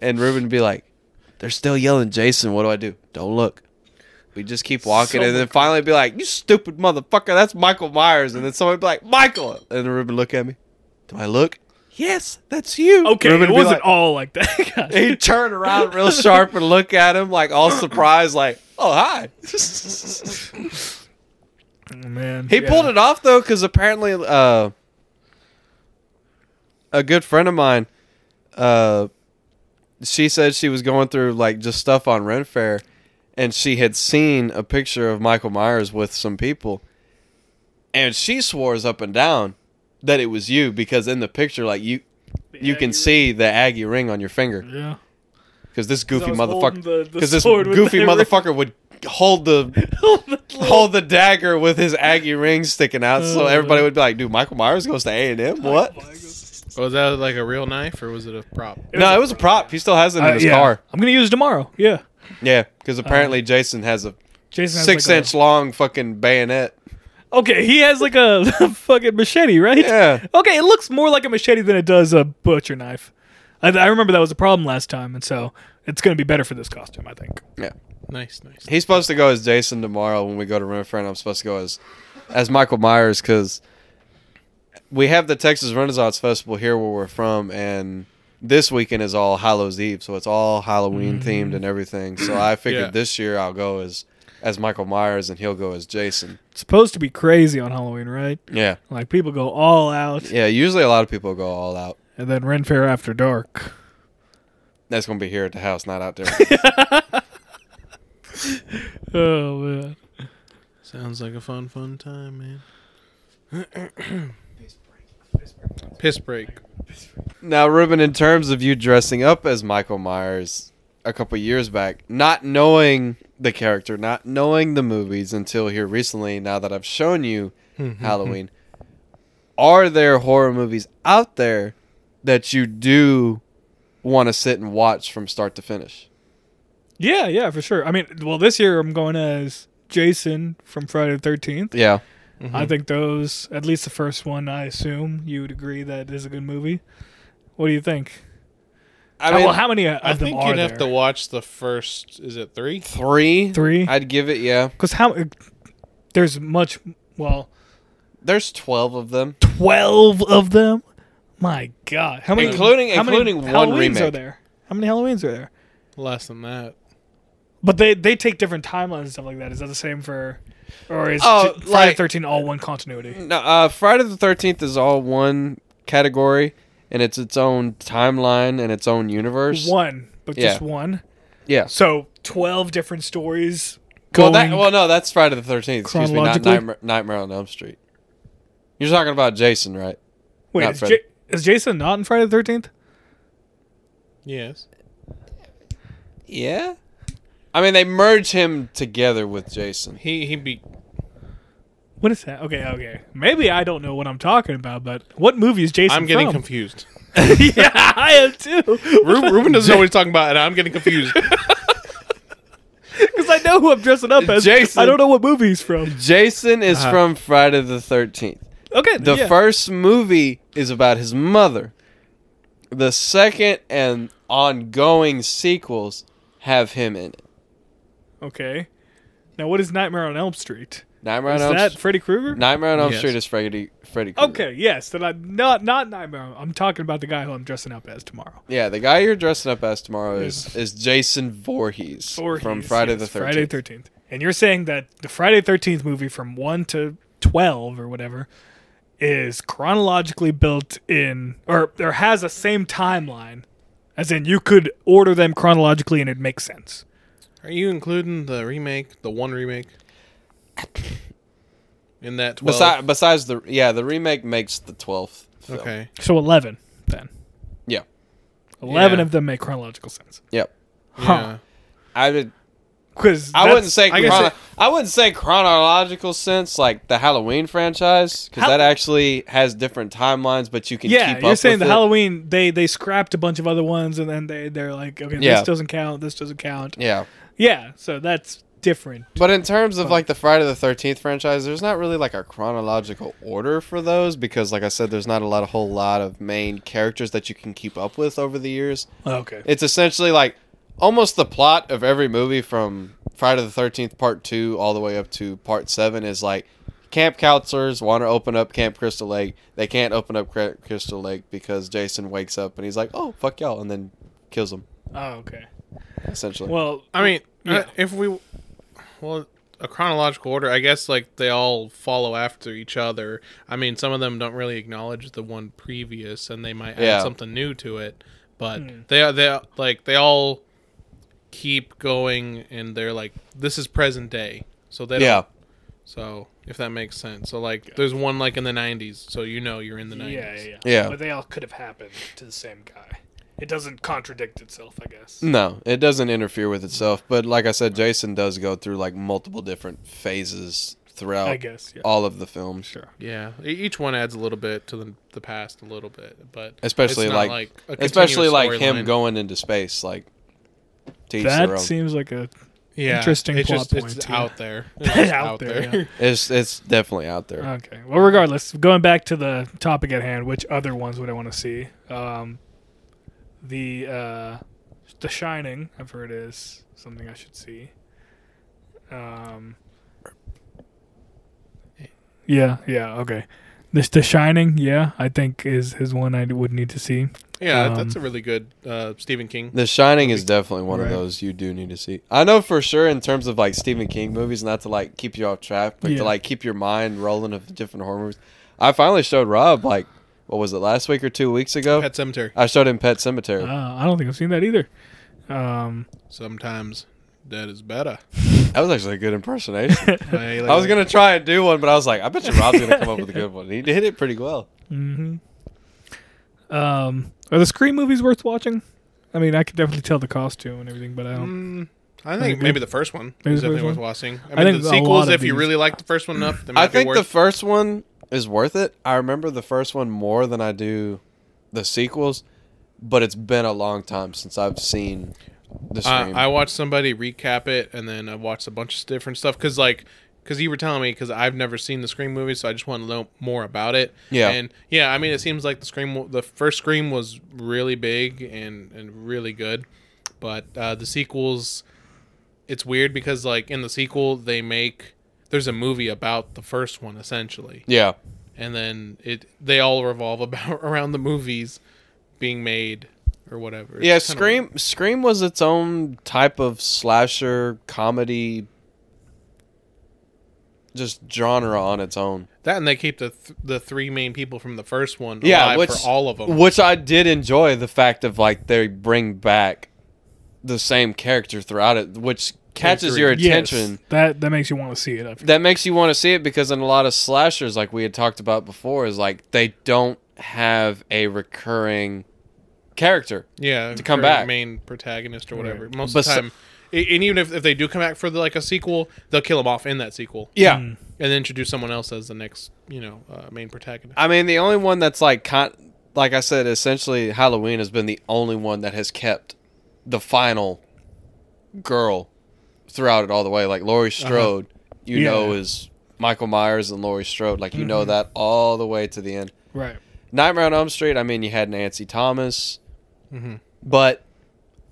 Speaker 3: And Ruben would be like, "They're still yelling Jason. What do I do?" "Don't look." We just keep walking,
Speaker 2: So
Speaker 3: and then finally be like, "You stupid motherfucker! That's Michael Myers." And then somebody be like, "Michael," and Ruben look at me. Do I look? Yes, that's you.
Speaker 2: Okay,
Speaker 3: Ruben
Speaker 2: it
Speaker 3: would be
Speaker 2: wasn't
Speaker 3: like-
Speaker 2: all like that. God.
Speaker 3: He'd turn around real sharp and look at him like all surprised, like, "Oh hi."
Speaker 2: Oh, man,
Speaker 3: He pulled it off though, because apparently, uh, a good friend of mine, uh, she said she was going through like just stuff on Ren Fair, and she had seen a picture of Michael Myers with some people, and she swores up and down that it was you because in the picture, like you, you can see the Aggie ring on your finger
Speaker 2: Yeah.
Speaker 3: because this goofy
Speaker 2: I was holding
Speaker 3: motherfucker,
Speaker 2: the- the
Speaker 3: because this
Speaker 2: sword with
Speaker 3: goofy
Speaker 2: the ring.
Speaker 3: motherfucker would hold the hold the dagger with his Aggie ring sticking out. So
Speaker 2: Uh.
Speaker 3: everybody would be like, "Dude, Michael Myers goes to A and M." What?
Speaker 1: Was that like a real knife or was it a prop?
Speaker 3: No, it was a prop. He still has it in
Speaker 2: Uh,
Speaker 3: his
Speaker 2: yeah.
Speaker 3: car.
Speaker 2: I'm gonna use it tomorrow. Yeah.
Speaker 3: Yeah, because apparently Jason has a
Speaker 2: Jason has
Speaker 3: six
Speaker 2: like
Speaker 3: inch long fucking bayonet.
Speaker 2: A, okay, he has like a fucking machete, right?
Speaker 3: Yeah.
Speaker 2: Okay, it looks more like a machete than it does a butcher knife. I, I remember that was a problem last time, and so it's gonna be better for this costume, I think.
Speaker 3: Yeah,
Speaker 1: Nice, nice.
Speaker 3: he's supposed to go as Jason tomorrow when we go to Renfrew. and I'm supposed to go as as Michael Myers because we have the Texas Renaissance Festival here where we're from, and this weekend is all Hallows Eve, so it's all Halloween themed and everything. So I figured
Speaker 1: Yeah.
Speaker 3: this year I'll go as as Michael Myers and he'll go as Jason.
Speaker 2: It's supposed to be crazy on Halloween, right?
Speaker 3: Yeah.
Speaker 2: Like people go all out,
Speaker 3: Yeah, usually a lot of people go all out.
Speaker 2: and then Ren Fair after dark.
Speaker 3: That's going to be here at the house, not out there.
Speaker 2: Oh man.
Speaker 1: Sounds like a fun, fun time, man. Piss break.
Speaker 3: now, Ruben, in terms of you dressing up as Michael Myers a couple years back, not knowing the character, not knowing the movies until here recently, now that I've shown you
Speaker 1: Mm-hmm.
Speaker 3: Halloween, are there horror movies out there that you do want to sit and watch from start to finish?
Speaker 2: Yeah, yeah, for sure. I mean, well, this year I'm going as Jason from Friday the 13th.
Speaker 3: Yeah.
Speaker 1: Mm-hmm.
Speaker 2: I think those, at least the first one, I assume you would agree that is a good movie. What do you think? Uh,
Speaker 3: I mean,
Speaker 2: well, how many of
Speaker 1: I
Speaker 2: them
Speaker 1: think
Speaker 2: are
Speaker 1: you'd
Speaker 2: there?
Speaker 1: have to watch the first. Is it three?
Speaker 3: three?
Speaker 2: Three?
Speaker 3: I'd give it, yeah.
Speaker 2: Because how? uh, There's much. Well,
Speaker 3: There's 12 of them.
Speaker 2: twelve of them. My God, how many?
Speaker 3: Including-
Speaker 2: how
Speaker 3: including
Speaker 2: many
Speaker 3: one
Speaker 2: Halloweens are
Speaker 3: remake.
Speaker 2: there? How many Halloweens are there?
Speaker 1: Less than that.
Speaker 2: But they they take different timelines and stuff like that. Is that the same for, or is
Speaker 3: Oh,
Speaker 2: J- Friday
Speaker 3: like-
Speaker 2: Thirteen all one continuity?
Speaker 3: No, uh, Friday the Thirteenth is all one category, and it's its own timeline and its own universe.
Speaker 2: One, but just
Speaker 3: Yeah.
Speaker 2: one.
Speaker 3: Yeah.
Speaker 2: So twelve different stories.
Speaker 3: Well,
Speaker 2: Going,
Speaker 3: that, well, no, that's Friday the Thirteenth. Excuse me, not
Speaker 2: Chronologically?
Speaker 3: Nightmare, Nightmare on Elm Street. You're talking about Jason, right?
Speaker 2: wait,
Speaker 3: not
Speaker 2: is,
Speaker 3: Freddy.
Speaker 2: J- is Jason not in Friday the Thirteenth?
Speaker 1: Yes.
Speaker 3: Yeah. I mean, they merge him together with Jason.
Speaker 1: He he be
Speaker 2: What is that? Okay, okay. Maybe I don't know what I'm talking about, but what movie is Jason?
Speaker 1: I'm getting
Speaker 2: from?
Speaker 1: confused.
Speaker 2: yeah, I am too.
Speaker 1: Ru- Ruben doesn't know what he's talking about, and I'm getting confused.
Speaker 2: Because I know who I'm dressing up as.
Speaker 3: Jason.
Speaker 2: I don't know what movie he's from.
Speaker 3: Jason is
Speaker 1: Uh-huh.
Speaker 3: from Friday the Thirteenth.
Speaker 2: Okay.
Speaker 3: The
Speaker 2: yeah.
Speaker 3: first movie is about his mother. The second and ongoing sequels have him in it.
Speaker 2: Okay. Now, what is Nightmare on Elm Street?
Speaker 3: Nightmare
Speaker 2: is
Speaker 3: on Elm
Speaker 2: that
Speaker 3: Street.
Speaker 2: Freddy Krueger?
Speaker 3: Nightmare on Elm
Speaker 1: Yes.
Speaker 3: Street is Freddy. Freddy. Krueger.
Speaker 2: okay. Yes. Then I not not Nightmare. on- I'm talking about the guy who I'm dressing up as tomorrow.
Speaker 3: Yeah, the guy you're dressing up as tomorrow is is Jason Voorhees, from
Speaker 2: Voorhees,
Speaker 3: Friday
Speaker 2: yes,
Speaker 3: the Thirteenth.
Speaker 2: Friday Thirteenth. And you're saying that the Friday Thirteenth movie from one to twelve or whatever is chronologically built in, or or has a same timeline, as in you could order them chronologically and it makes sense.
Speaker 1: Are you including the remake, the one remake, in that twelve?
Speaker 3: Besides, besides the yeah, the remake makes the twelfth.
Speaker 1: okay.
Speaker 2: So eleven then.
Speaker 3: Yeah.
Speaker 2: Eleven
Speaker 1: Yeah.
Speaker 2: of them make chronological sense.
Speaker 3: Yep.
Speaker 1: Yeah.
Speaker 3: I would.
Speaker 2: Because
Speaker 3: I wouldn't say.
Speaker 1: I
Speaker 3: I,
Speaker 1: guess
Speaker 3: chrono-
Speaker 1: it-
Speaker 3: I wouldn't say chronological sense like the Halloween franchise because
Speaker 2: Hal-
Speaker 3: that actually has different timelines, but you can
Speaker 2: Yeah,
Speaker 3: keep
Speaker 2: you're
Speaker 3: up
Speaker 2: saying
Speaker 3: with
Speaker 2: the
Speaker 3: it.
Speaker 2: Halloween they they scrapped a bunch of other ones and then they they're like okay
Speaker 3: Yeah.
Speaker 2: this doesn't count this doesn't count
Speaker 3: Yeah.
Speaker 2: yeah so that's different
Speaker 3: But in terms of like the Friday the Thirteenth franchise, there's not really like a chronological order for those because, like I said, there's not a lot, a whole lot of main characters that you can keep up with over the years.
Speaker 2: okay
Speaker 3: It's essentially like almost the plot of every movie from Friday the Thirteenth Part Two all the way up to Part Seven is like camp counselors want to open up Camp Crystal Lake. They can't open up Cra- Crystal Lake because Jason wakes up and he's like, "Oh fuck y'all," and then kills them.
Speaker 2: oh, okay
Speaker 3: Essentially,
Speaker 2: well
Speaker 1: I mean, uh,
Speaker 2: Yeah.
Speaker 1: if we, well, a chronological order, I guess like they all follow after each other. I mean, some of them don't really acknowledge the one previous, and they might add
Speaker 3: Yeah.
Speaker 1: something new to it. But
Speaker 2: Hmm.
Speaker 1: they are they are- like they all keep going, and they're like, this is present day. So they
Speaker 3: yeah,
Speaker 1: don't, so if that makes sense. So like, there's one like in the '90s, so you know you're in the
Speaker 2: yeah
Speaker 1: '90s.
Speaker 2: yeah, yeah
Speaker 3: Yeah.
Speaker 2: but they all could have happened to the same guy it doesn't contradict itself I guess
Speaker 3: no, it doesn't interfere with itself. But like I said, Jason does go through like multiple different phases throughout
Speaker 2: I guess yeah
Speaker 3: all of the films.
Speaker 2: sure
Speaker 1: Yeah, e- each one adds a little bit to the, the past, a little bit, but it's
Speaker 3: especially
Speaker 1: not,
Speaker 3: like,
Speaker 1: a
Speaker 3: especially
Speaker 1: continuous
Speaker 3: like him
Speaker 1: storyline.
Speaker 3: going into space like to each their
Speaker 2: that
Speaker 3: own.
Speaker 2: seems like a
Speaker 1: yeah,
Speaker 2: interesting
Speaker 1: it's
Speaker 2: plot
Speaker 1: just,
Speaker 2: point,
Speaker 1: It's
Speaker 2: yeah.
Speaker 1: out there. It's just
Speaker 2: Out
Speaker 1: out,
Speaker 2: there,
Speaker 1: there.
Speaker 2: yeah.
Speaker 3: it's it's definitely out there.
Speaker 2: Okay. Well, regardless, going back to the topic at hand, which other ones would I want to see? Um, the uh, The Shining, I've heard is something I should see. Um, yeah. Yeah. Okay. This The Shining, yeah, I think is is one I would need to see.
Speaker 1: Yeah,
Speaker 2: Um,
Speaker 1: that's a really good uh, Stephen King.
Speaker 3: The Shining is definitely one
Speaker 2: Right.
Speaker 3: of those you do need to see. I know for sure in terms of like Stephen King movies, not to like keep you off track, but
Speaker 2: Yeah.
Speaker 3: to like keep your mind rolling of different horror movies. I finally showed Rob like what was it last week or two weeks ago?
Speaker 1: Pet Cemetery.
Speaker 3: I showed him Pet Cemetery.
Speaker 2: Uh, I don't think I've seen that either. Um,
Speaker 1: Sometimes that is better.
Speaker 3: that was actually a good impersonation.
Speaker 1: I,
Speaker 3: I was gonna try and do one, but I was like, I bet you Rob's gonna come up with a good one. He hit it pretty well.
Speaker 2: hmm Um, are the Scream movies worth watching? I mean, I could definitely tell the costume and everything, but I don't.
Speaker 1: Mm, I
Speaker 2: Maybe.
Speaker 1: think maybe the first one
Speaker 2: Maybe
Speaker 1: is
Speaker 2: the first
Speaker 1: definitely worth
Speaker 2: one?
Speaker 1: watching. I
Speaker 2: I
Speaker 1: mean,
Speaker 2: think
Speaker 1: the
Speaker 2: a lot
Speaker 1: sequels,
Speaker 2: of
Speaker 1: if you
Speaker 2: these-
Speaker 1: really like the first one enough, they might
Speaker 3: I
Speaker 1: be
Speaker 3: think the
Speaker 1: worth.
Speaker 3: first one is worth it. I remember the first one more than I do the sequels, but it's been a long time since I've seen the
Speaker 1: uh,
Speaker 3: Scream.
Speaker 1: I watched somebody recap it, and then I watched a bunch of different stuff because, like, because you were telling me because I've never seen the Scream movie, so I just want to know more about it.
Speaker 3: Yeah.
Speaker 1: and yeah, I mean, it seems like the Scream, the first Scream was really big and and really good, but uh, the sequels, it's weird because like in the sequel they make there's a movie about the first one essentially.
Speaker 3: yeah,
Speaker 1: and then it they all revolve about around the movies being made or whatever. It's
Speaker 3: yeah.
Speaker 1: kinda
Speaker 3: Scream, Scream was its own type of slasher comedy, just genre on its own.
Speaker 1: weird. that, and they keep the th- the three main people from the first one
Speaker 3: Yeah,
Speaker 1: alive
Speaker 3: which-
Speaker 1: for all of them.
Speaker 3: Which I did enjoy the fact of like they bring back the same character throughout it, which catches
Speaker 1: three.
Speaker 3: your
Speaker 2: Yes,
Speaker 3: attention.
Speaker 2: that that makes you want to see it. I feel.
Speaker 3: that makes you want to see it because in a lot of slashers like we had talked about before is like they don't have a recurring character
Speaker 1: yeah,
Speaker 3: to come
Speaker 1: for
Speaker 3: back.
Speaker 1: main protagonist or whatever.
Speaker 2: Right.
Speaker 1: Most
Speaker 3: But
Speaker 1: of the
Speaker 3: so-
Speaker 1: time, a- and even if, if they do come back for the, like a sequel, they'll kill them off in that sequel
Speaker 3: yeah
Speaker 2: Mm.
Speaker 1: and then introduce someone else as the next you know uh, main protagonist.
Speaker 3: i mean the only one that's like con- like i said essentially halloween has been the only one that has kept the final girl throughout it all the way like laurie strode you
Speaker 2: Yeah.
Speaker 3: know is michael myers and laurie strode like you know that all the way to the end
Speaker 2: Right.
Speaker 3: Nightmare on Elm Street. I mean, you had Nancy Thomas,
Speaker 1: Mhm.
Speaker 3: but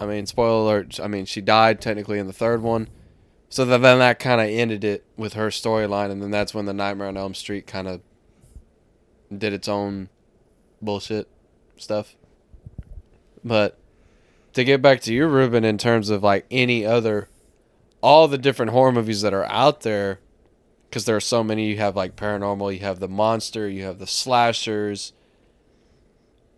Speaker 3: I mean, spoiler alert. I mean, she died technically in the third one, so that, then that kind of ended it with her storyline, and then that's when the Nightmare on Elm Street kind of did its own bullshit stuff. But to get back to you, Ruben, in terms of like any other, all the different horror movies that are out there, because there are so many. You have like paranormal, you have the monster, you have the slashers.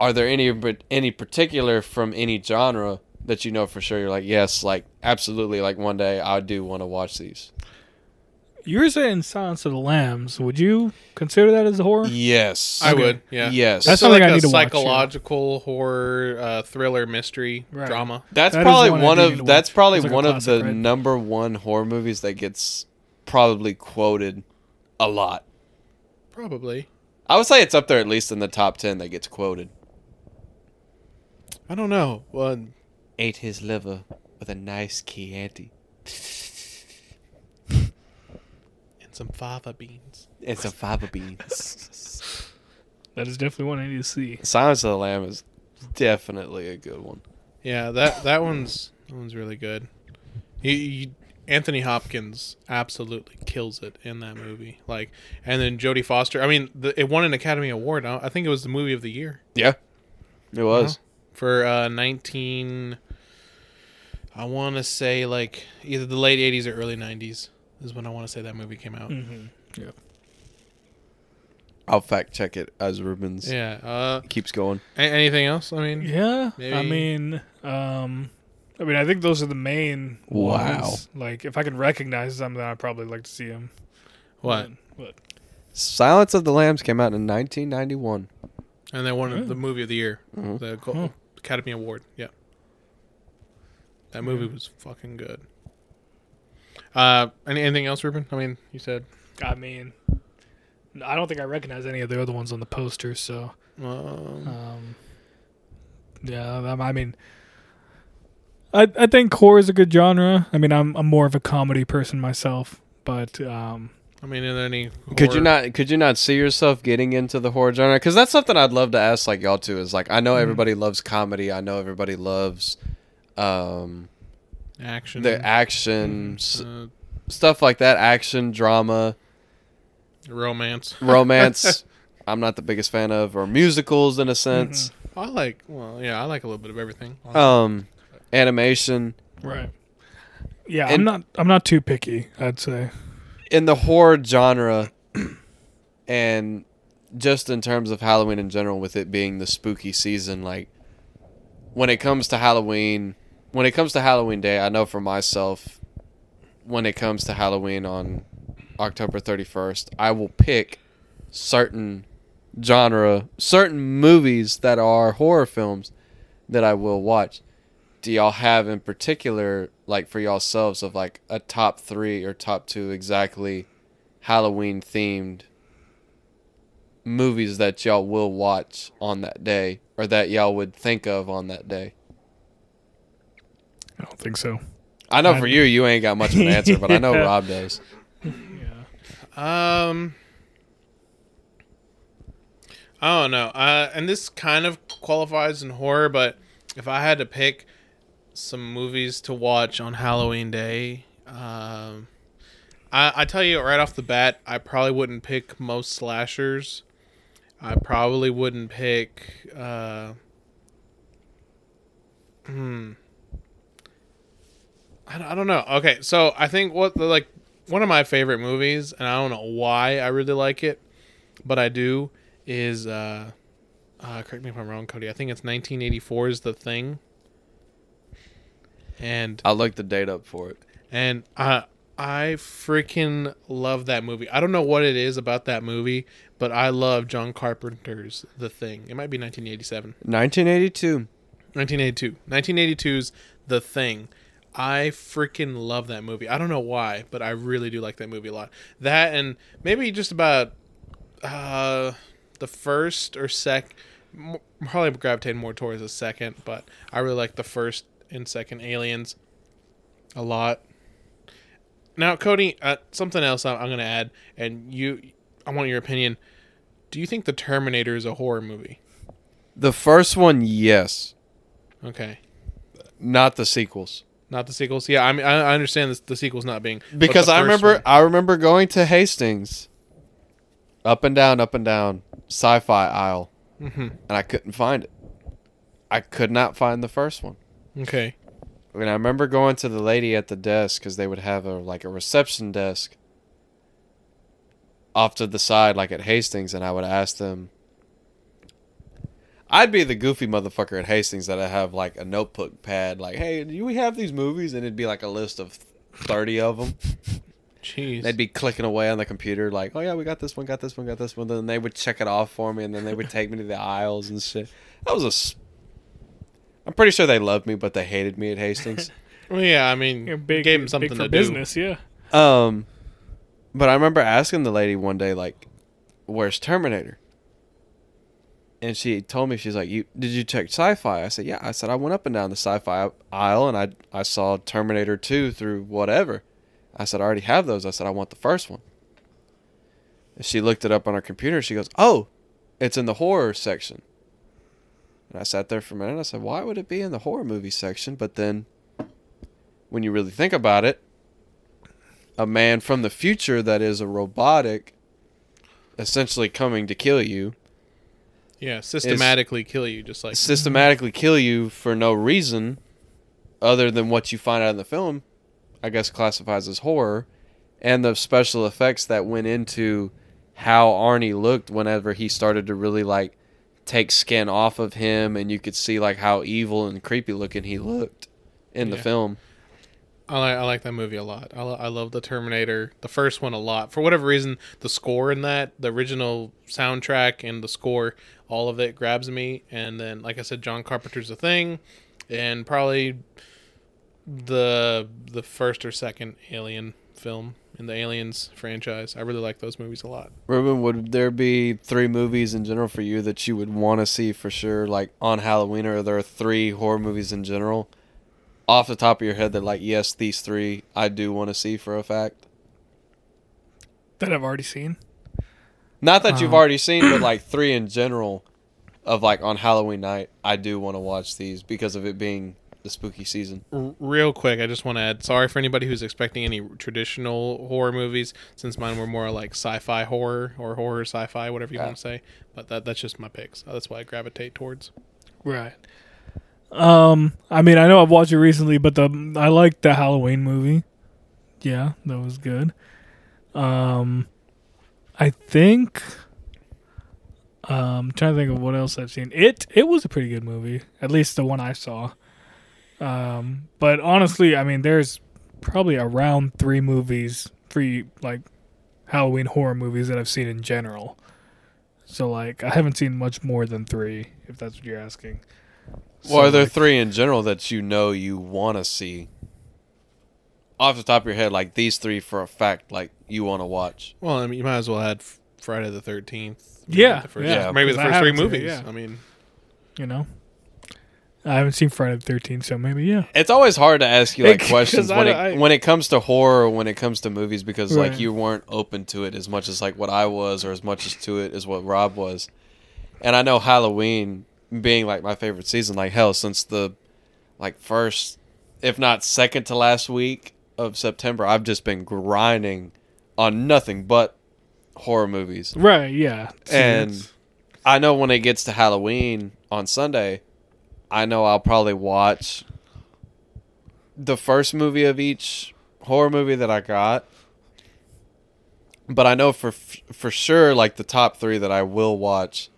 Speaker 3: Are there any but any particular from any genre that you know for sure? You're like, yes, like absolutely, like one day I do want to watch these.
Speaker 2: You were saying Silence of the Lambs. Would you consider that as a horror?
Speaker 3: Yes,
Speaker 1: I would, yeah,
Speaker 2: That's
Speaker 3: Yes, that's,
Speaker 1: So
Speaker 2: something
Speaker 1: like
Speaker 2: I
Speaker 1: a
Speaker 2: need to watch, yeah.
Speaker 1: psychological horror, uh, thriller, mystery,
Speaker 2: Right.
Speaker 1: drama.
Speaker 2: that is
Speaker 3: probably
Speaker 2: one
Speaker 3: one,
Speaker 2: I do need to
Speaker 3: of that's
Speaker 2: watch.
Speaker 3: probably
Speaker 2: It's like a
Speaker 3: one of
Speaker 2: classic,
Speaker 3: the
Speaker 2: right?
Speaker 3: number one horror movies that gets probably quoted a lot.
Speaker 1: Probably.
Speaker 3: I would say it's up there at least in the top ten that gets quoted.
Speaker 1: I don't know. Well,
Speaker 3: Ate his liver with a nice Chianti
Speaker 1: and some fava beans.
Speaker 3: and some fava beans.
Speaker 2: That is definitely one I need to see.
Speaker 3: Silence of the Lamb is definitely a good one.
Speaker 1: Yeah, that that one's that one's really good. He, he- Anthony Hopkins absolutely kills it in that movie. Like, and then Jodie Foster. I mean, the, it won an Academy Award. I I think it was the movie of the year
Speaker 3: Yeah, it was.
Speaker 1: for uh, nineteen. I want to say like either the late '80s or early '90s is when I want to say that movie came out.
Speaker 2: Mm. Mm-hmm.
Speaker 3: I'll fact check it as Rubens
Speaker 1: Yeah. Uh,
Speaker 3: keeps going.
Speaker 1: a- anything else? I mean,
Speaker 2: Yeah. I
Speaker 1: Maybe-
Speaker 2: mean, um, I mean, I think those are the main.
Speaker 3: Wow.
Speaker 2: ones. Like, if I can recognize them, then I'd probably like to see them.
Speaker 1: what?
Speaker 2: What?
Speaker 3: Silence of the Lambs came out in 1991.
Speaker 1: And they won
Speaker 2: Oh.
Speaker 1: the movie of the year,
Speaker 3: Mhm.
Speaker 1: the Go-
Speaker 2: Huh.
Speaker 1: Academy Award. Yeah, that movie was fucking good. Uh, any, anything else, Ruben? I mean, you said.
Speaker 2: I mean, I don't think I recognize any of the other ones on the poster. So,
Speaker 1: Um,
Speaker 2: um, yeah, I'm- I mean, I I think horror is a good genre. I mean, I'm I'm more of a comedy person myself, but um,
Speaker 1: I mean, are there any?
Speaker 3: Could you
Speaker 1: horror-
Speaker 3: not? Could you not see yourself getting into the horror genre? Because that's something I'd love to ask, like y'all too. Is like I know everybody loves comedy. I know everybody loves um,
Speaker 1: action?
Speaker 3: the action s-
Speaker 1: uh,
Speaker 3: stuff like that, action drama,
Speaker 1: romance.
Speaker 3: romance. I'm not the biggest fan of, or musicals in a sense,
Speaker 1: I like. Well, yeah, I like a little bit of everything.
Speaker 3: um, animation.
Speaker 2: Right. Yeah, I'm
Speaker 3: And-
Speaker 2: not. I'm not too picky. I'd say.
Speaker 3: in the horror genre and just in terms of Halloween in general with it being the spooky season like when it comes to Halloween when it comes to Halloween day I know for myself when it comes to Halloween on October 31st I will pick certain genre certain movies that are horror films that I will watch do y'all have in particular, like for yourselves, of like a top three or top two exactly Halloween themed movies that y'all will watch on that day or that y'all would think of on that day?
Speaker 2: I don't think so.
Speaker 3: I know for you, you ain't got much of an answer, but I know
Speaker 2: Yeah.
Speaker 3: Rob does.
Speaker 2: Yeah.
Speaker 1: Um. I don't know. Uh, and this kind of qualifies in horror, but if I had to pick some movies to watch on Halloween Day, um, I, I tell you right off the bat, I probably wouldn't pick most slashers. I probably wouldn't pick. Uh, hmm. I, don't- I don't know. Okay, so I think what the, like one of my favorite movies, and I don't know why I really like it, but I do, is uh, uh correct me if I'm wrong, Cody. I think it's 1984 is the thing, and
Speaker 3: I looked the date up for it.
Speaker 1: and I I freaking love that movie. I don't know what it is about that movie, but I love John Carpenter's The Thing. It might be 1987.
Speaker 3: 1982.
Speaker 1: 1982. 1982's The Thing. I freaking love that movie. I don't know why, but I really do like that movie a lot. That and maybe just about uh the first or sec mo- probably gravitated more towards the second, but I really like the first and second Aliens a lot. Now, Cody, uh, something else I'm, I'm going to add and you I want your opinion. Do you think The Terminator is a horror movie?
Speaker 3: The first one, yes.
Speaker 1: Okay.
Speaker 3: Not the sequels.
Speaker 1: Not the sequels. Yeah, I mean, I I understand this, the sequels not being but
Speaker 3: Because
Speaker 1: the
Speaker 3: I
Speaker 1: first
Speaker 3: remember
Speaker 1: one-
Speaker 3: I remember going to Hastings. Up and down, up and down, sci-fi aisle.
Speaker 1: Mm-hmm.
Speaker 3: And I couldn't find it. I could not find the first one.
Speaker 1: Okay.
Speaker 3: And I remember going to the lady at the desk cuz they would have a like a reception desk off to the side like at Hastings and I would ask them I'd be the goofy motherfucker at Hastings that I have like a notebook pad like, "Hey, do we have these movies?" and it'd be like a list of 30 of them.
Speaker 1: Jeez.
Speaker 3: They'd be clicking away on the computer, like, "Oh yeah, we got this one, got this one, got this one." Then they would check it off for me, and then they would take me to the aisles and shit. That was a. s- I'm pretty sure they loved me, but they hated me at Hastings.
Speaker 1: well, yeah, I mean,
Speaker 2: You're big,
Speaker 1: gave him something
Speaker 2: big for
Speaker 1: to
Speaker 2: business. Yeah.
Speaker 3: um, but I remember asking the lady one day, like, "Where's Terminator?" And she told me, she's like, "You did you check Sci-Fi?" I said, "Yeah." I said, "I went up and down the Sci-Fi aisle, and I I saw Terminator Two through whatever." I said, "I already have those." I said, "I want the first one." And she looked it up on her computer. She goes, "Oh, it's in the horror section." And I sat there for a minute. I said, "Why would it be in the horror movie section?" But then, when you really think about it, a man from the future that is a robotic essentially coming to kill you
Speaker 1: do. Yeah, systematically kill you just like
Speaker 3: systematically kill you for no reason other than what you find out in the film i guess classifies as horror and the special effects that went into how arnie looked whenever he started to really like take skin off of him and you could see like how evil and creepy looking he looked in the
Speaker 1: Yeah.
Speaker 3: film
Speaker 1: I like I like that movie a lot. I, lo- I love the Terminator, the first one a lot. For whatever reason, the score in that, the original soundtrack and the score, all of it grabs me. And then, like I said, John Carpenter's a thing, and probably the the first or second Alien film in the Aliens franchise. I really like those movies a lot.
Speaker 3: Ruben, would there be three movies in general for you that you would want to see for sure, like on Halloween, or are there three horror movies in general off the top of your head that, like, yes, these three I do want to see for a fact?
Speaker 2: That I've already seen.
Speaker 3: Not that you've
Speaker 2: Uh,
Speaker 3: already seen, but like three in general of like on Halloween night, I do want to watch these because of it being the the spooky season.
Speaker 1: R- real quick, I just want to add sorry for anybody who's expecting any traditional horror movies, since mine were more like sci fi horror or horror sci fi, whatever you
Speaker 3: Yeah.
Speaker 1: want to say. But that, that's just my picks. Uh, That's what I gravitate towards.
Speaker 2: Right. Um, I mean, I know I've watched it recently, but the I liked the Halloween movie. Yeah, that was good. Um, I think. Um, trying to think of what else I've seen. It it was a pretty good movie, at least the one I saw. Um, but honestly, I mean, there's probably around three movies, three like Halloween horror movies that I've seen in general. So like, I haven't seen much more than three, if that's what you're asking.
Speaker 3: well, are there
Speaker 2: like-
Speaker 3: three in general that you know you want to see? Off the top of your head, like these three for a fact, like you want to watch.
Speaker 1: Well, I mean, you might as well add F- Friday the 13th.
Speaker 2: Yeah,
Speaker 1: The first,
Speaker 3: yeah,
Speaker 1: Maybe
Speaker 2: 'cause
Speaker 1: the
Speaker 2: I
Speaker 1: first three
Speaker 2: haven't seen
Speaker 1: movies.
Speaker 2: it, yeah.
Speaker 1: I mean,
Speaker 2: you know. I haven't seen Friday the Thirteenth, so maybe yeah.
Speaker 3: It's always hard to ask you like
Speaker 2: 'Cause
Speaker 3: questions
Speaker 2: I-
Speaker 3: when it
Speaker 2: I-
Speaker 3: when it comes to horror, when it comes to movies, because
Speaker 2: Right.
Speaker 3: like you weren't open to it as much as like what I was, or as much as to it as what Rob was. And I know Halloween being like my favorite season, like hell, since the like first, if not second to last week of September, I've just been grinding on nothing but horror movies.
Speaker 2: Right, yeah.
Speaker 3: And I know when it gets to Halloween on Sunday, I know I'll probably watch the first movie of each horror movie that I got. But I know for for sure like the top 3 that I will watch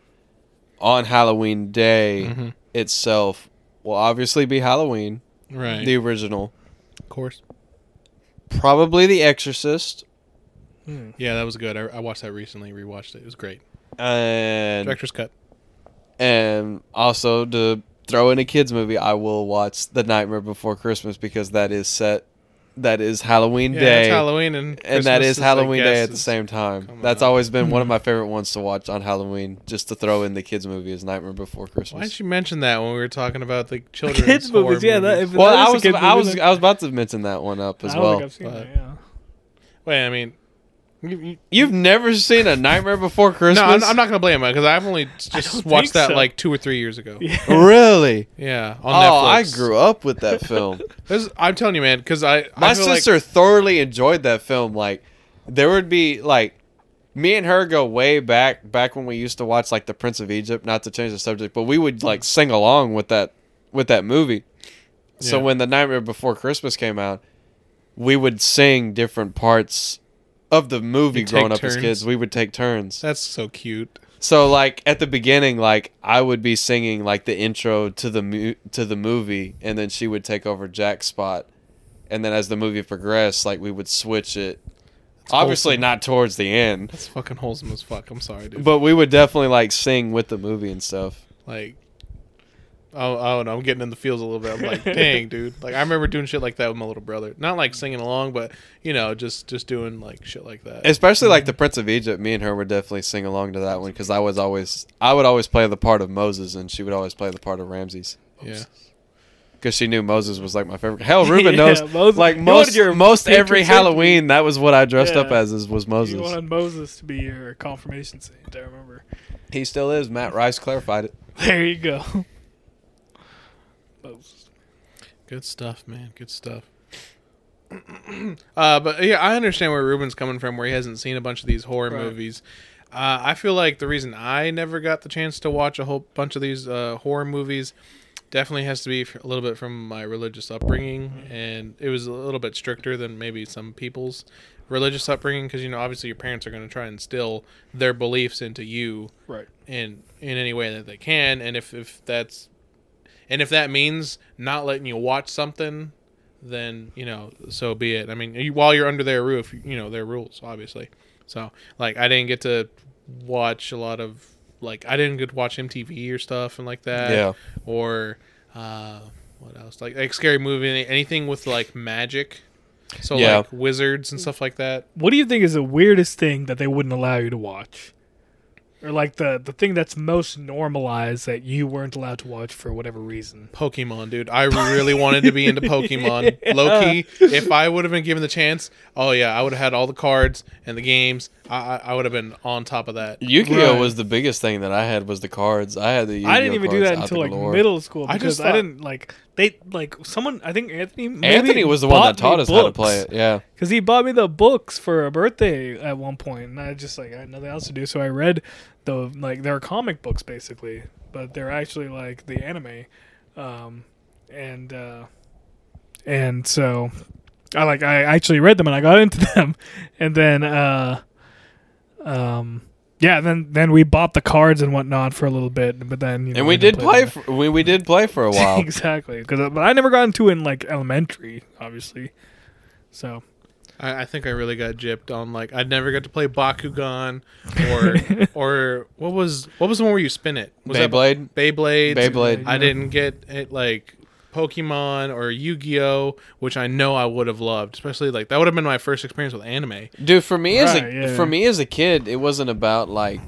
Speaker 3: on Halloween day
Speaker 1: Mhm.
Speaker 3: itself will obviously be Halloween,
Speaker 1: right.
Speaker 3: the original,
Speaker 1: of course.
Speaker 3: probably The Exorcist,
Speaker 2: Hmm.
Speaker 1: Yeah, that was good. I, I watched that recently, rewatched it. It was great.
Speaker 3: and
Speaker 1: Director's cut.
Speaker 3: And also to throw in a kids movie, I will watch The Nightmare Before Christmas because that is set that is Halloween
Speaker 1: Yeah,
Speaker 3: day.
Speaker 1: it's Halloween and
Speaker 3: and that
Speaker 1: Christmas
Speaker 3: is Halloween
Speaker 1: I
Speaker 3: day
Speaker 1: guess,
Speaker 3: at the
Speaker 1: is-
Speaker 3: same time.
Speaker 1: coming
Speaker 3: That's
Speaker 1: up.
Speaker 3: always been one of
Speaker 2: Mhm.
Speaker 3: my favorite ones to watch on Halloween just to throw in the kids movie is Nightmare Before
Speaker 1: Why did
Speaker 3: Christmas.
Speaker 1: you mention that when we were talking about the children's
Speaker 2: Kids
Speaker 1: horror
Speaker 2: movies, yeah. That,
Speaker 1: movies?
Speaker 2: if
Speaker 3: Well,
Speaker 2: that is
Speaker 3: I
Speaker 2: a
Speaker 3: was
Speaker 2: kid
Speaker 3: I
Speaker 2: movie,
Speaker 3: was
Speaker 2: then-
Speaker 3: I was about to mention that one up as
Speaker 2: I don't think
Speaker 3: well.
Speaker 2: I've seen
Speaker 1: but-
Speaker 2: that, yeah.
Speaker 1: Wait, I mean, you- you-
Speaker 3: You've never seen A Nightmare Before Christmas?
Speaker 1: no, I'm, I'm not gonna blame it because I've only
Speaker 2: don't
Speaker 1: just watched
Speaker 2: think
Speaker 1: that
Speaker 2: so.
Speaker 1: like two or three years ago. Yeah,
Speaker 2: Yeah.
Speaker 3: Really?
Speaker 1: on
Speaker 3: oh,
Speaker 1: Netflix.
Speaker 3: I grew up with that film.
Speaker 1: This, I'm telling you, man, because I
Speaker 3: my
Speaker 1: I feel like-
Speaker 3: sister thoroughly enjoyed that film like there would be like me and her go way back back when we used to watch like the prince of egypt not to change the subject but we would like sing along with that with that movie so
Speaker 1: Yeah.
Speaker 3: when the nightmare before christmas came out we would sing different parts of the movie
Speaker 1: You'd take
Speaker 3: growing up as
Speaker 1: turns.
Speaker 3: kids we would take turns
Speaker 1: that's so cute.
Speaker 3: so like at the beginning, like I would be singing like the intro to the mu- to the movie, and then she would take over Jack's spot, and then as the movie progressed, like we would switch it. Obviously
Speaker 1: wholesome.
Speaker 3: not towards the end,
Speaker 1: That's fucking wholesome as fuck. I'm sorry, dude.
Speaker 3: but we would definitely like sing with the movie and stuff.
Speaker 1: like, oh, oh, no, I'm getting in the feels a little bit. I'm like, dang, dude. Like, I remember doing shit like that with my little brother. Not like singing along, but you know, just just doing like shit like that.
Speaker 3: Especially like the Prince of Egypt, me and her would definitely sing along to that one because I was always I would always play the part of Moses, and she would always play the part of Ramses.
Speaker 1: yeah.
Speaker 3: because she knew Moses was like my favorite. Hell, Ruben
Speaker 2: Yeah,
Speaker 3: knows
Speaker 2: Moses-
Speaker 3: like
Speaker 2: you wanted
Speaker 3: most
Speaker 2: your
Speaker 3: most
Speaker 2: patron
Speaker 3: every
Speaker 2: saint to be-
Speaker 3: Halloween. That was what I dressed
Speaker 2: Yeah.
Speaker 3: up as is, was Moses.
Speaker 2: You wanted Moses to be your confirmation saint. I remember.
Speaker 3: He still is. Matt Rice clarified it.
Speaker 2: There you go. Moses.
Speaker 1: Good stuff, man. Good stuff. uh, but yeah, I understand where Ruben's coming from, where he hasn't seen a bunch of these horror
Speaker 2: Right.
Speaker 1: movies. Uh, I feel like the reason I never got the chance to watch a whole bunch of these uh, horror movies definitely has to be f- a little bit from my religious upbringing,
Speaker 2: Mm-hmm.
Speaker 1: and it was a little bit stricter than maybe some people's religious upbringing because you know obviously your parents are going to try and instill their beliefs into you
Speaker 2: Right.
Speaker 1: in in any way that they can and if if that's and if that means not letting you watch something then you know so be it i mean you, while you're under their roof you know their rules obviously so like i didn't get to watch a lot of like i didn't get to watch mtv or stuff and like that
Speaker 3: Yeah.
Speaker 1: or uh what else like, like scary movie any- anything with like magic so
Speaker 3: Yeah.
Speaker 1: like wizards and stuff like that
Speaker 2: What do you think is the weirdest thing that they wouldn't allow you to watch? Or like the the thing that's most normalized that you weren't allowed to watch for whatever reason.
Speaker 1: Pokemon, dude. I really wanted to be into Pokemon. Loki, if I would have been given the chance, oh yeah, I would have had all the cards and the games. I I, I would have been on top of that.
Speaker 3: Yu-Gi-Oh
Speaker 2: Right.
Speaker 3: was the biggest thing that I had was the cards. I had the. Yu-Gi-Oh
Speaker 2: I didn't even do
Speaker 3: cards
Speaker 2: that
Speaker 3: out
Speaker 2: until
Speaker 3: the
Speaker 2: like
Speaker 3: galore.
Speaker 2: middle school
Speaker 1: I
Speaker 2: because
Speaker 1: just
Speaker 2: I,
Speaker 1: thought-
Speaker 2: didn't like. They like someone. I think Anthony. maybe
Speaker 3: Anthony was the one that
Speaker 2: bought
Speaker 3: taught
Speaker 2: me
Speaker 3: us how to play
Speaker 2: books.
Speaker 3: it. Yeah.
Speaker 2: because he bought me the books for a birthday at one point, and I just like I had nothing else to do, so I read the like they're comic books basically, but they're actually like the anime, um, and uh, and so I like I actually read them and I got into them, and then uh, um. Yeah, then then we bought the cards and whatnot for a little bit, but then you know,
Speaker 3: And we
Speaker 2: didn't
Speaker 3: did play.
Speaker 2: them.
Speaker 3: For, we we did play for a while.
Speaker 2: exactly because but I never got into it in like elementary, obviously. So
Speaker 1: I, I think I really got gypped on like I'd never got to play Bakugan or or what was what was the one where you spin it? Was
Speaker 3: Beyblade.
Speaker 1: that Beyblade?
Speaker 3: Beyblade.
Speaker 1: I didn't get it like Pokemon or Yu-Gi-Oh, which I know I would have loved, especially like that would have been my first experience with anime.
Speaker 3: Dude, for me as
Speaker 2: Right,
Speaker 3: a
Speaker 2: yeah.
Speaker 3: for me as a kid, it wasn't about like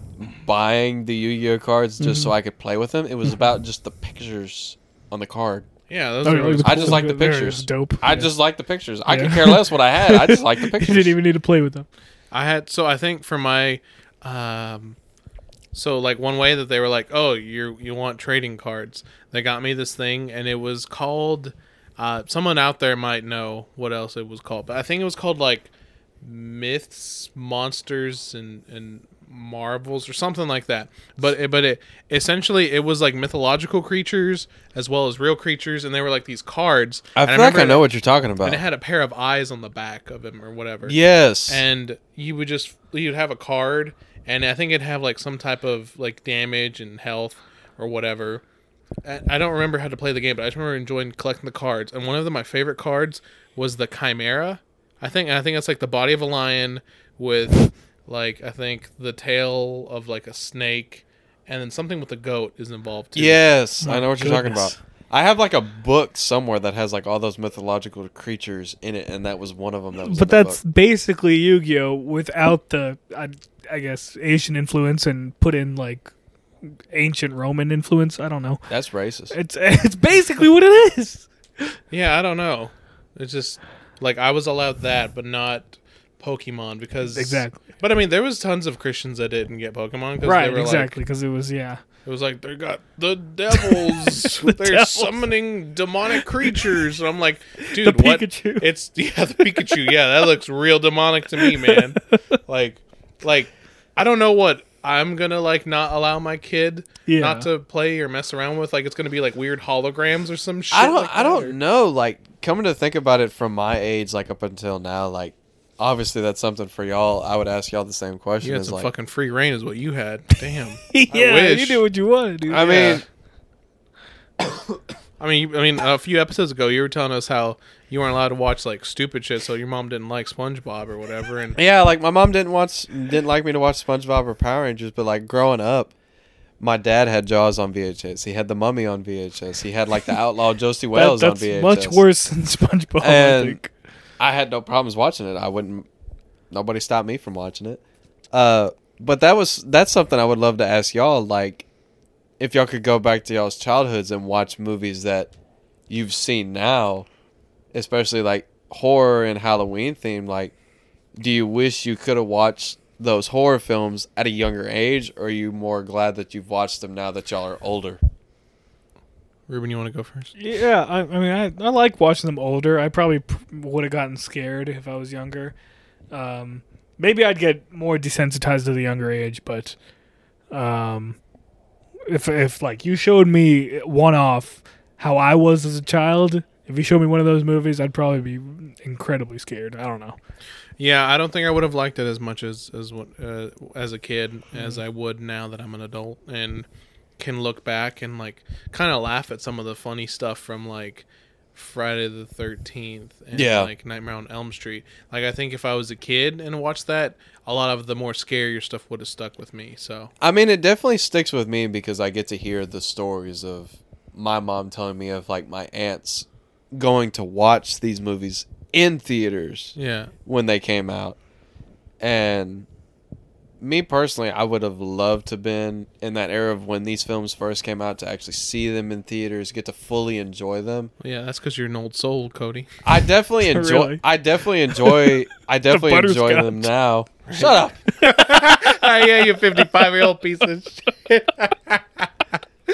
Speaker 3: buying the Yu-Gi-Oh cards just
Speaker 2: Mm-hmm.
Speaker 3: so I could play with them. It was about just the pictures on the card.
Speaker 1: Yeah, those
Speaker 2: Oh,
Speaker 1: were
Speaker 2: it
Speaker 1: always
Speaker 2: was
Speaker 3: I just like the
Speaker 2: They're
Speaker 3: pictures.
Speaker 2: just dope.
Speaker 3: I
Speaker 2: Yeah.
Speaker 3: just liked the pictures. I could
Speaker 2: Yeah.
Speaker 3: care less what I had. I just liked the pictures.
Speaker 2: you didn't even need to play with them.
Speaker 1: I had so I think for my um so like one way that they were like, "Oh, you you want trading cards." They got me this thing and it was called uh someone out there might know what else it was called, but I think it was called like myths, monsters and and marvels or something like that. But it, but it essentially it was like mythological creatures as well as real creatures and they were like these cards.
Speaker 3: I
Speaker 1: And
Speaker 3: feel like I
Speaker 1: remember
Speaker 3: know what you're talking about.
Speaker 1: and it had a pair of eyes on the back of him or whatever
Speaker 3: yes.
Speaker 1: and you would just you'd have a card and i think it'd have like some type of like damage and health or whatever I I don't remember how to play the game, but I just remember enjoying collecting the cards. And one of the, my favorite cards was the Chimera. I think I think it's like the body of a lion with like I think the tail of like a snake, and then something with a goat is involved too.
Speaker 3: yes, I know what you're talking
Speaker 2: goodness.
Speaker 3: about. I have like a book somewhere that has like all those mythological creatures in it, and that was one of them. That was
Speaker 2: But
Speaker 3: in the
Speaker 2: that's
Speaker 3: book.
Speaker 2: basically Yu-Gi-Oh without the I, I guess Asian influence and put in like ancient Roman influence. I don't know.
Speaker 3: that's racist.
Speaker 2: It's it's basically what it is.
Speaker 1: Yeah, I don't know. It's just like I was allowed that, but not Pokemon because
Speaker 2: Exactly.
Speaker 1: But I mean, there was tons of Christians that didn't get Pokemon because
Speaker 2: Right,
Speaker 1: they were
Speaker 2: exactly, because it was yeah.
Speaker 1: like it was like they got the devils.
Speaker 2: The
Speaker 1: They're
Speaker 2: devils.
Speaker 1: summoning demonic creatures, and I'm like, dude,
Speaker 2: The
Speaker 1: what?
Speaker 2: Pikachu.
Speaker 1: It's yeah, the Pikachu. Yeah, that looks real demonic to me, man. Like, like I don't know what I'm gonna like not allow my kid
Speaker 2: Yeah.
Speaker 1: not to play or mess around with. Like, it's gonna be like weird holograms or some shit.
Speaker 3: I don't
Speaker 1: like
Speaker 3: I
Speaker 1: that,
Speaker 3: don't
Speaker 1: or-
Speaker 3: know. Like coming to think about it from my age, like up until now, like obviously that's something for y'all. I would ask y'all the same question.
Speaker 1: You had
Speaker 3: is
Speaker 1: some
Speaker 3: like
Speaker 1: fucking free reign, is what you had. Damn.
Speaker 2: yeah, you
Speaker 1: wish.
Speaker 2: did what you wanted, dude.
Speaker 3: I mean
Speaker 1: Yeah. I mean, you- I mean, a few episodes ago, you were telling us how you weren't allowed to watch like stupid shit, so your mom didn't like SpongeBob or whatever. And
Speaker 3: Yeah, like my mom didn't watch didn't like me to watch SpongeBob or Power Rangers, but like growing up, my dad had Jaws on VHS. He had the Mummy on VHS. He had like the Outlaw Josie
Speaker 2: That-
Speaker 3: Wales
Speaker 2: that's
Speaker 3: on VHS.
Speaker 2: much worse than SpongeBob. I
Speaker 3: And-
Speaker 2: think.
Speaker 3: I had no problems watching it. I wouldn't. Nobody stopped me from watching it. Uh, but that was that's something I would love to ask y'all. Like, if y'all could go back to y'all's childhoods and watch movies that you've seen now, especially like horror and Halloween theme. Like, do you wish you could have watched those horror films at a younger age, or are you more glad that you've watched them now that y'all are older?
Speaker 1: Ruben, you want to go first?
Speaker 2: Yeah, I, I mean, I, I like watching them older. I probably p- would have gotten scared if I was younger. Um, maybe I'd get more desensitized to the younger age, but um, if if like you showed me one off how I was as a child, if you showed me one of those movies, I'd probably be incredibly scared. I don't know.
Speaker 1: Yeah, I don't think I would have liked it as much as as what uh, as a kid as I would now that I'm an adult and can look back and like kind of laugh at some of the funny stuff from like Friday the 13th and
Speaker 3: Yeah.
Speaker 1: like Nightmare on Elm Street. Like I think if I was a kid and watched that, a lot of the more scarier stuff would have stuck with me. So
Speaker 3: I mean, it definitely sticks with me because I get to hear the stories of my mom telling me of like my aunts going to watch these movies in theaters
Speaker 1: yeah,
Speaker 3: when they came out. And me personally, I would have loved to been in that era of when these films first came out to actually see them in theaters, get to fully enjoy them.
Speaker 1: yeah, that's because you're an old soul, Cody.
Speaker 3: I definitely enjoy.
Speaker 2: Really?
Speaker 3: I definitely enjoy. I definitely enjoy
Speaker 2: butterscotch.
Speaker 3: them now. Shut up.
Speaker 1: Ah, yeah, you 55 year old piece of shit.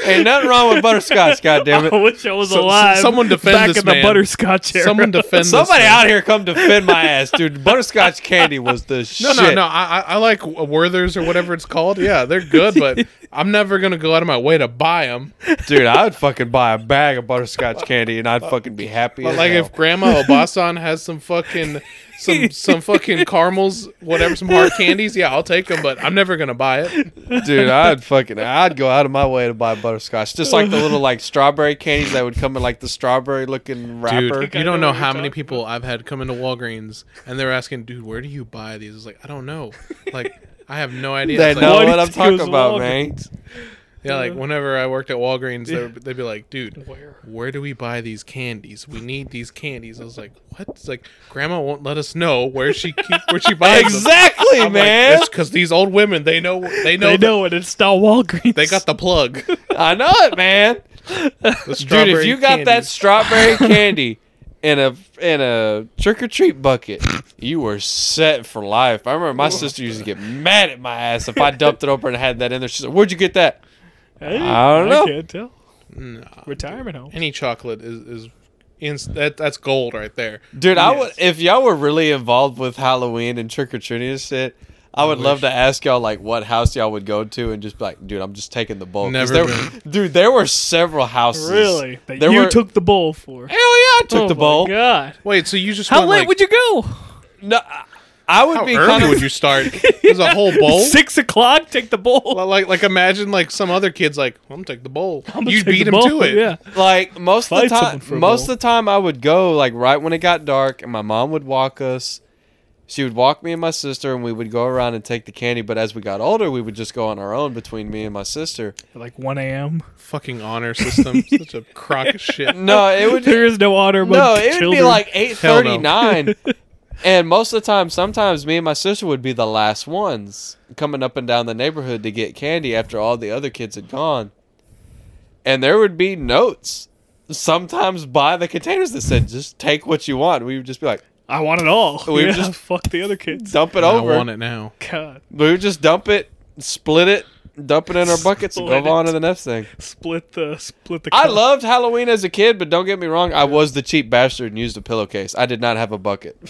Speaker 3: Ain't nothing wrong with butterscotch, goddammit.
Speaker 2: I wish I was
Speaker 1: So- so-
Speaker 2: alive.
Speaker 1: someone defend
Speaker 2: back
Speaker 1: this
Speaker 2: in the
Speaker 1: man.
Speaker 2: butterscotch era.
Speaker 1: Someone defend this
Speaker 3: Somebody
Speaker 1: man.
Speaker 3: out here come defend my ass, dude. Butterscotch candy was the
Speaker 1: No,
Speaker 3: shit.
Speaker 1: no, no. I, I- I like Werthers or whatever it's called. Yeah, they're good, but I'm never gonna go out of my way to buy them.
Speaker 3: Dude, I would fucking buy a bag of butterscotch candy and I'd fucking be happy.
Speaker 1: But
Speaker 3: as
Speaker 1: like,
Speaker 3: hell.
Speaker 1: if Grandma Obasan has some fucking some some fucking caramels, whatever, some hard candies, yeah, I'll take them. But I'm never gonna buy it.
Speaker 3: Dude, I'd fucking I'd go out of my way to buy butterscotch. Just like the little like strawberry candies that would come in like the strawberry looking wrapper.
Speaker 1: Dude,
Speaker 2: I
Speaker 1: you don't know
Speaker 2: know what
Speaker 1: how
Speaker 2: you're
Speaker 1: many
Speaker 2: talking
Speaker 1: people I've had come into Walgreens and they're asking, "Dude, where do you buy these?" It's like I don't know. Like I have no idea.
Speaker 3: they
Speaker 1: It's
Speaker 3: know
Speaker 1: like,
Speaker 2: Why
Speaker 3: what
Speaker 2: did
Speaker 3: I'm
Speaker 2: you
Speaker 3: talking
Speaker 2: use
Speaker 3: about,
Speaker 2: Walgreens?
Speaker 3: man.
Speaker 1: yeah, like whenever I worked at Walgreens, they would they'd be like, "Dude,
Speaker 2: Where?
Speaker 1: where do we buy these candies? We need these candies." I was like, "What?" It's like Grandma won't let us know where she keep where she buys them.
Speaker 3: Exactly,
Speaker 1: I'm like,
Speaker 3: man.
Speaker 1: it's because these old women they know they know they,
Speaker 2: They know it. It's not Walgreens.
Speaker 1: they got the plug.
Speaker 3: I know it, man.
Speaker 1: The
Speaker 3: Dude, if
Speaker 1: strawberry
Speaker 3: you got that
Speaker 1: candies.
Speaker 3: strawberry candy in a in a trick or treat bucket, you were set for life. I remember my sister used to get mad at my ass if I dumped it over and had that in there. She's like, "Where'd you get that?"
Speaker 2: Hey,
Speaker 3: I don't know.
Speaker 2: can't tell. Retirement home.
Speaker 1: any chocolate is is. Inst- that, that's gold right there.
Speaker 3: Dude, I would
Speaker 1: Yes.
Speaker 3: if y'all were really involved with Halloween and trick or treating and shit. I would love to ask y'all like what house y'all would go to and just be like, dude, I'm just taking the bowl. 'Cause
Speaker 1: Never
Speaker 3: there,
Speaker 1: been.
Speaker 3: dude, there were several houses.
Speaker 2: Really? That
Speaker 3: There
Speaker 2: you
Speaker 3: were-
Speaker 2: took the bowl for.
Speaker 3: Hell yeah, I took
Speaker 2: oh
Speaker 3: the
Speaker 2: my
Speaker 3: bowl.
Speaker 2: God.
Speaker 1: Wait, so you just
Speaker 2: How
Speaker 1: went,
Speaker 2: late
Speaker 1: like,
Speaker 2: would you go?
Speaker 3: No, I- I would
Speaker 1: How
Speaker 3: be
Speaker 1: early
Speaker 3: kind of
Speaker 1: would you start? There's a whole bowl.
Speaker 2: Six o'clock. Take the bowl.
Speaker 1: Well, Like, like, imagine like some other kids like, I'm gonna take the bowl.
Speaker 2: I'm gonna
Speaker 1: You
Speaker 2: take
Speaker 1: beat
Speaker 2: the
Speaker 1: him
Speaker 2: bowl.
Speaker 1: to it.
Speaker 2: Yeah.
Speaker 3: like most of
Speaker 2: Fight
Speaker 3: the
Speaker 2: someone
Speaker 3: time
Speaker 2: for a
Speaker 3: most of
Speaker 2: bowl.
Speaker 3: the time I would go like right when it got dark and my mom would walk us she would walk me and my sister and we would go around and take the candy but as we got older we would just go on our own between me and my sister
Speaker 2: Like 1 a.m.
Speaker 1: Fucking honor system, such a crock of shit.
Speaker 3: no it would
Speaker 2: There is no honor among
Speaker 3: no it would
Speaker 2: children.
Speaker 3: be like 839
Speaker 2: Hell
Speaker 3: and most of the time sometimes me and my sister would be the last ones coming up and down the neighborhood to get candy after all the other kids had gone and there would be notes sometimes by the containers that said just take what you want we would just be like
Speaker 2: I want it all.
Speaker 3: We
Speaker 2: yeah,
Speaker 3: just-
Speaker 2: fuck the other kids.
Speaker 3: dump it
Speaker 1: I
Speaker 3: over.
Speaker 1: want it now.
Speaker 2: God,
Speaker 3: We would just dump it, split it, dump it in our buckets, and
Speaker 2: Split
Speaker 3: go on
Speaker 2: it.
Speaker 3: to the next thing.
Speaker 2: split the split the.
Speaker 3: I
Speaker 2: cup.
Speaker 3: loved Halloween as a kid, but don't get me wrong, I was the cheap bastard and used a pillowcase. I did not have a bucket.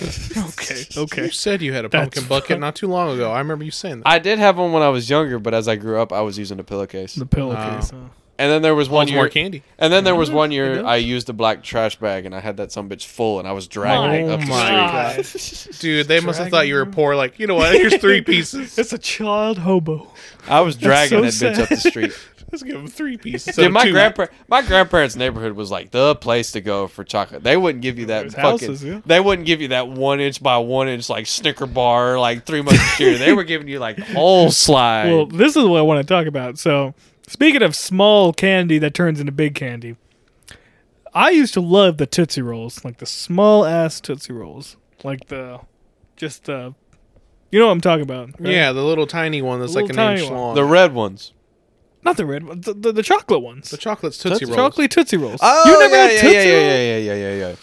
Speaker 2: Okay, okay.
Speaker 1: You said you had a
Speaker 2: That's
Speaker 1: pumpkin bucket
Speaker 2: fun.
Speaker 1: not too long ago. I remember you saying that.
Speaker 3: I did have one when I was younger, but as I grew up, I was using a pillowcase.
Speaker 2: The pillowcase.
Speaker 3: Oh.
Speaker 2: huh?
Speaker 3: And then there was one
Speaker 1: Want more
Speaker 3: year,
Speaker 1: candy?
Speaker 3: and then there was one year
Speaker 2: does.
Speaker 3: I used a black trash bag, and I had that some bitch full, and I was dragging
Speaker 1: My
Speaker 2: Oh
Speaker 3: it up the
Speaker 1: God.
Speaker 3: street.
Speaker 1: Dude, they must have thought you were
Speaker 2: Dragon.
Speaker 1: poor. Like, you know what? Here's three pieces.
Speaker 2: It's a child hobo.
Speaker 3: I was dragging
Speaker 2: so
Speaker 3: that bitch up the
Speaker 2: sad.
Speaker 3: street.
Speaker 1: Let's give them three pieces.
Speaker 3: Dude, my
Speaker 1: two.
Speaker 3: grandpa, my grandparents' neighborhood was like the place to go for chocolate. They wouldn't give you that
Speaker 2: There's
Speaker 3: fucking.
Speaker 2: houses, yeah.
Speaker 3: They wouldn't give you that one inch by one inch like Snicker bar, like three musketeer. they were giving you like whole slide.
Speaker 2: Well, this is what I want to talk about. So, speaking of small candy that turns into big candy, I used to love the Tootsie Rolls, like the small ass Tootsie Rolls, like the just the, you know what I'm talking about? right?
Speaker 1: Yeah, the little tiny one that's
Speaker 2: The
Speaker 1: like an
Speaker 2: little
Speaker 1: inch
Speaker 2: tiny one.
Speaker 1: long.
Speaker 3: the red ones.
Speaker 2: not the red ones, the, the, the chocolate ones,
Speaker 1: The chocolate's Tootsie
Speaker 3: Tootsie
Speaker 1: Rolls.
Speaker 2: chocolate Tootsie Rolls.
Speaker 3: Oh,
Speaker 2: you never
Speaker 3: yeah,
Speaker 2: had
Speaker 3: yeah,
Speaker 2: Tootsie
Speaker 3: yeah,
Speaker 2: Rolls?
Speaker 3: yeah, yeah, yeah, yeah, yeah,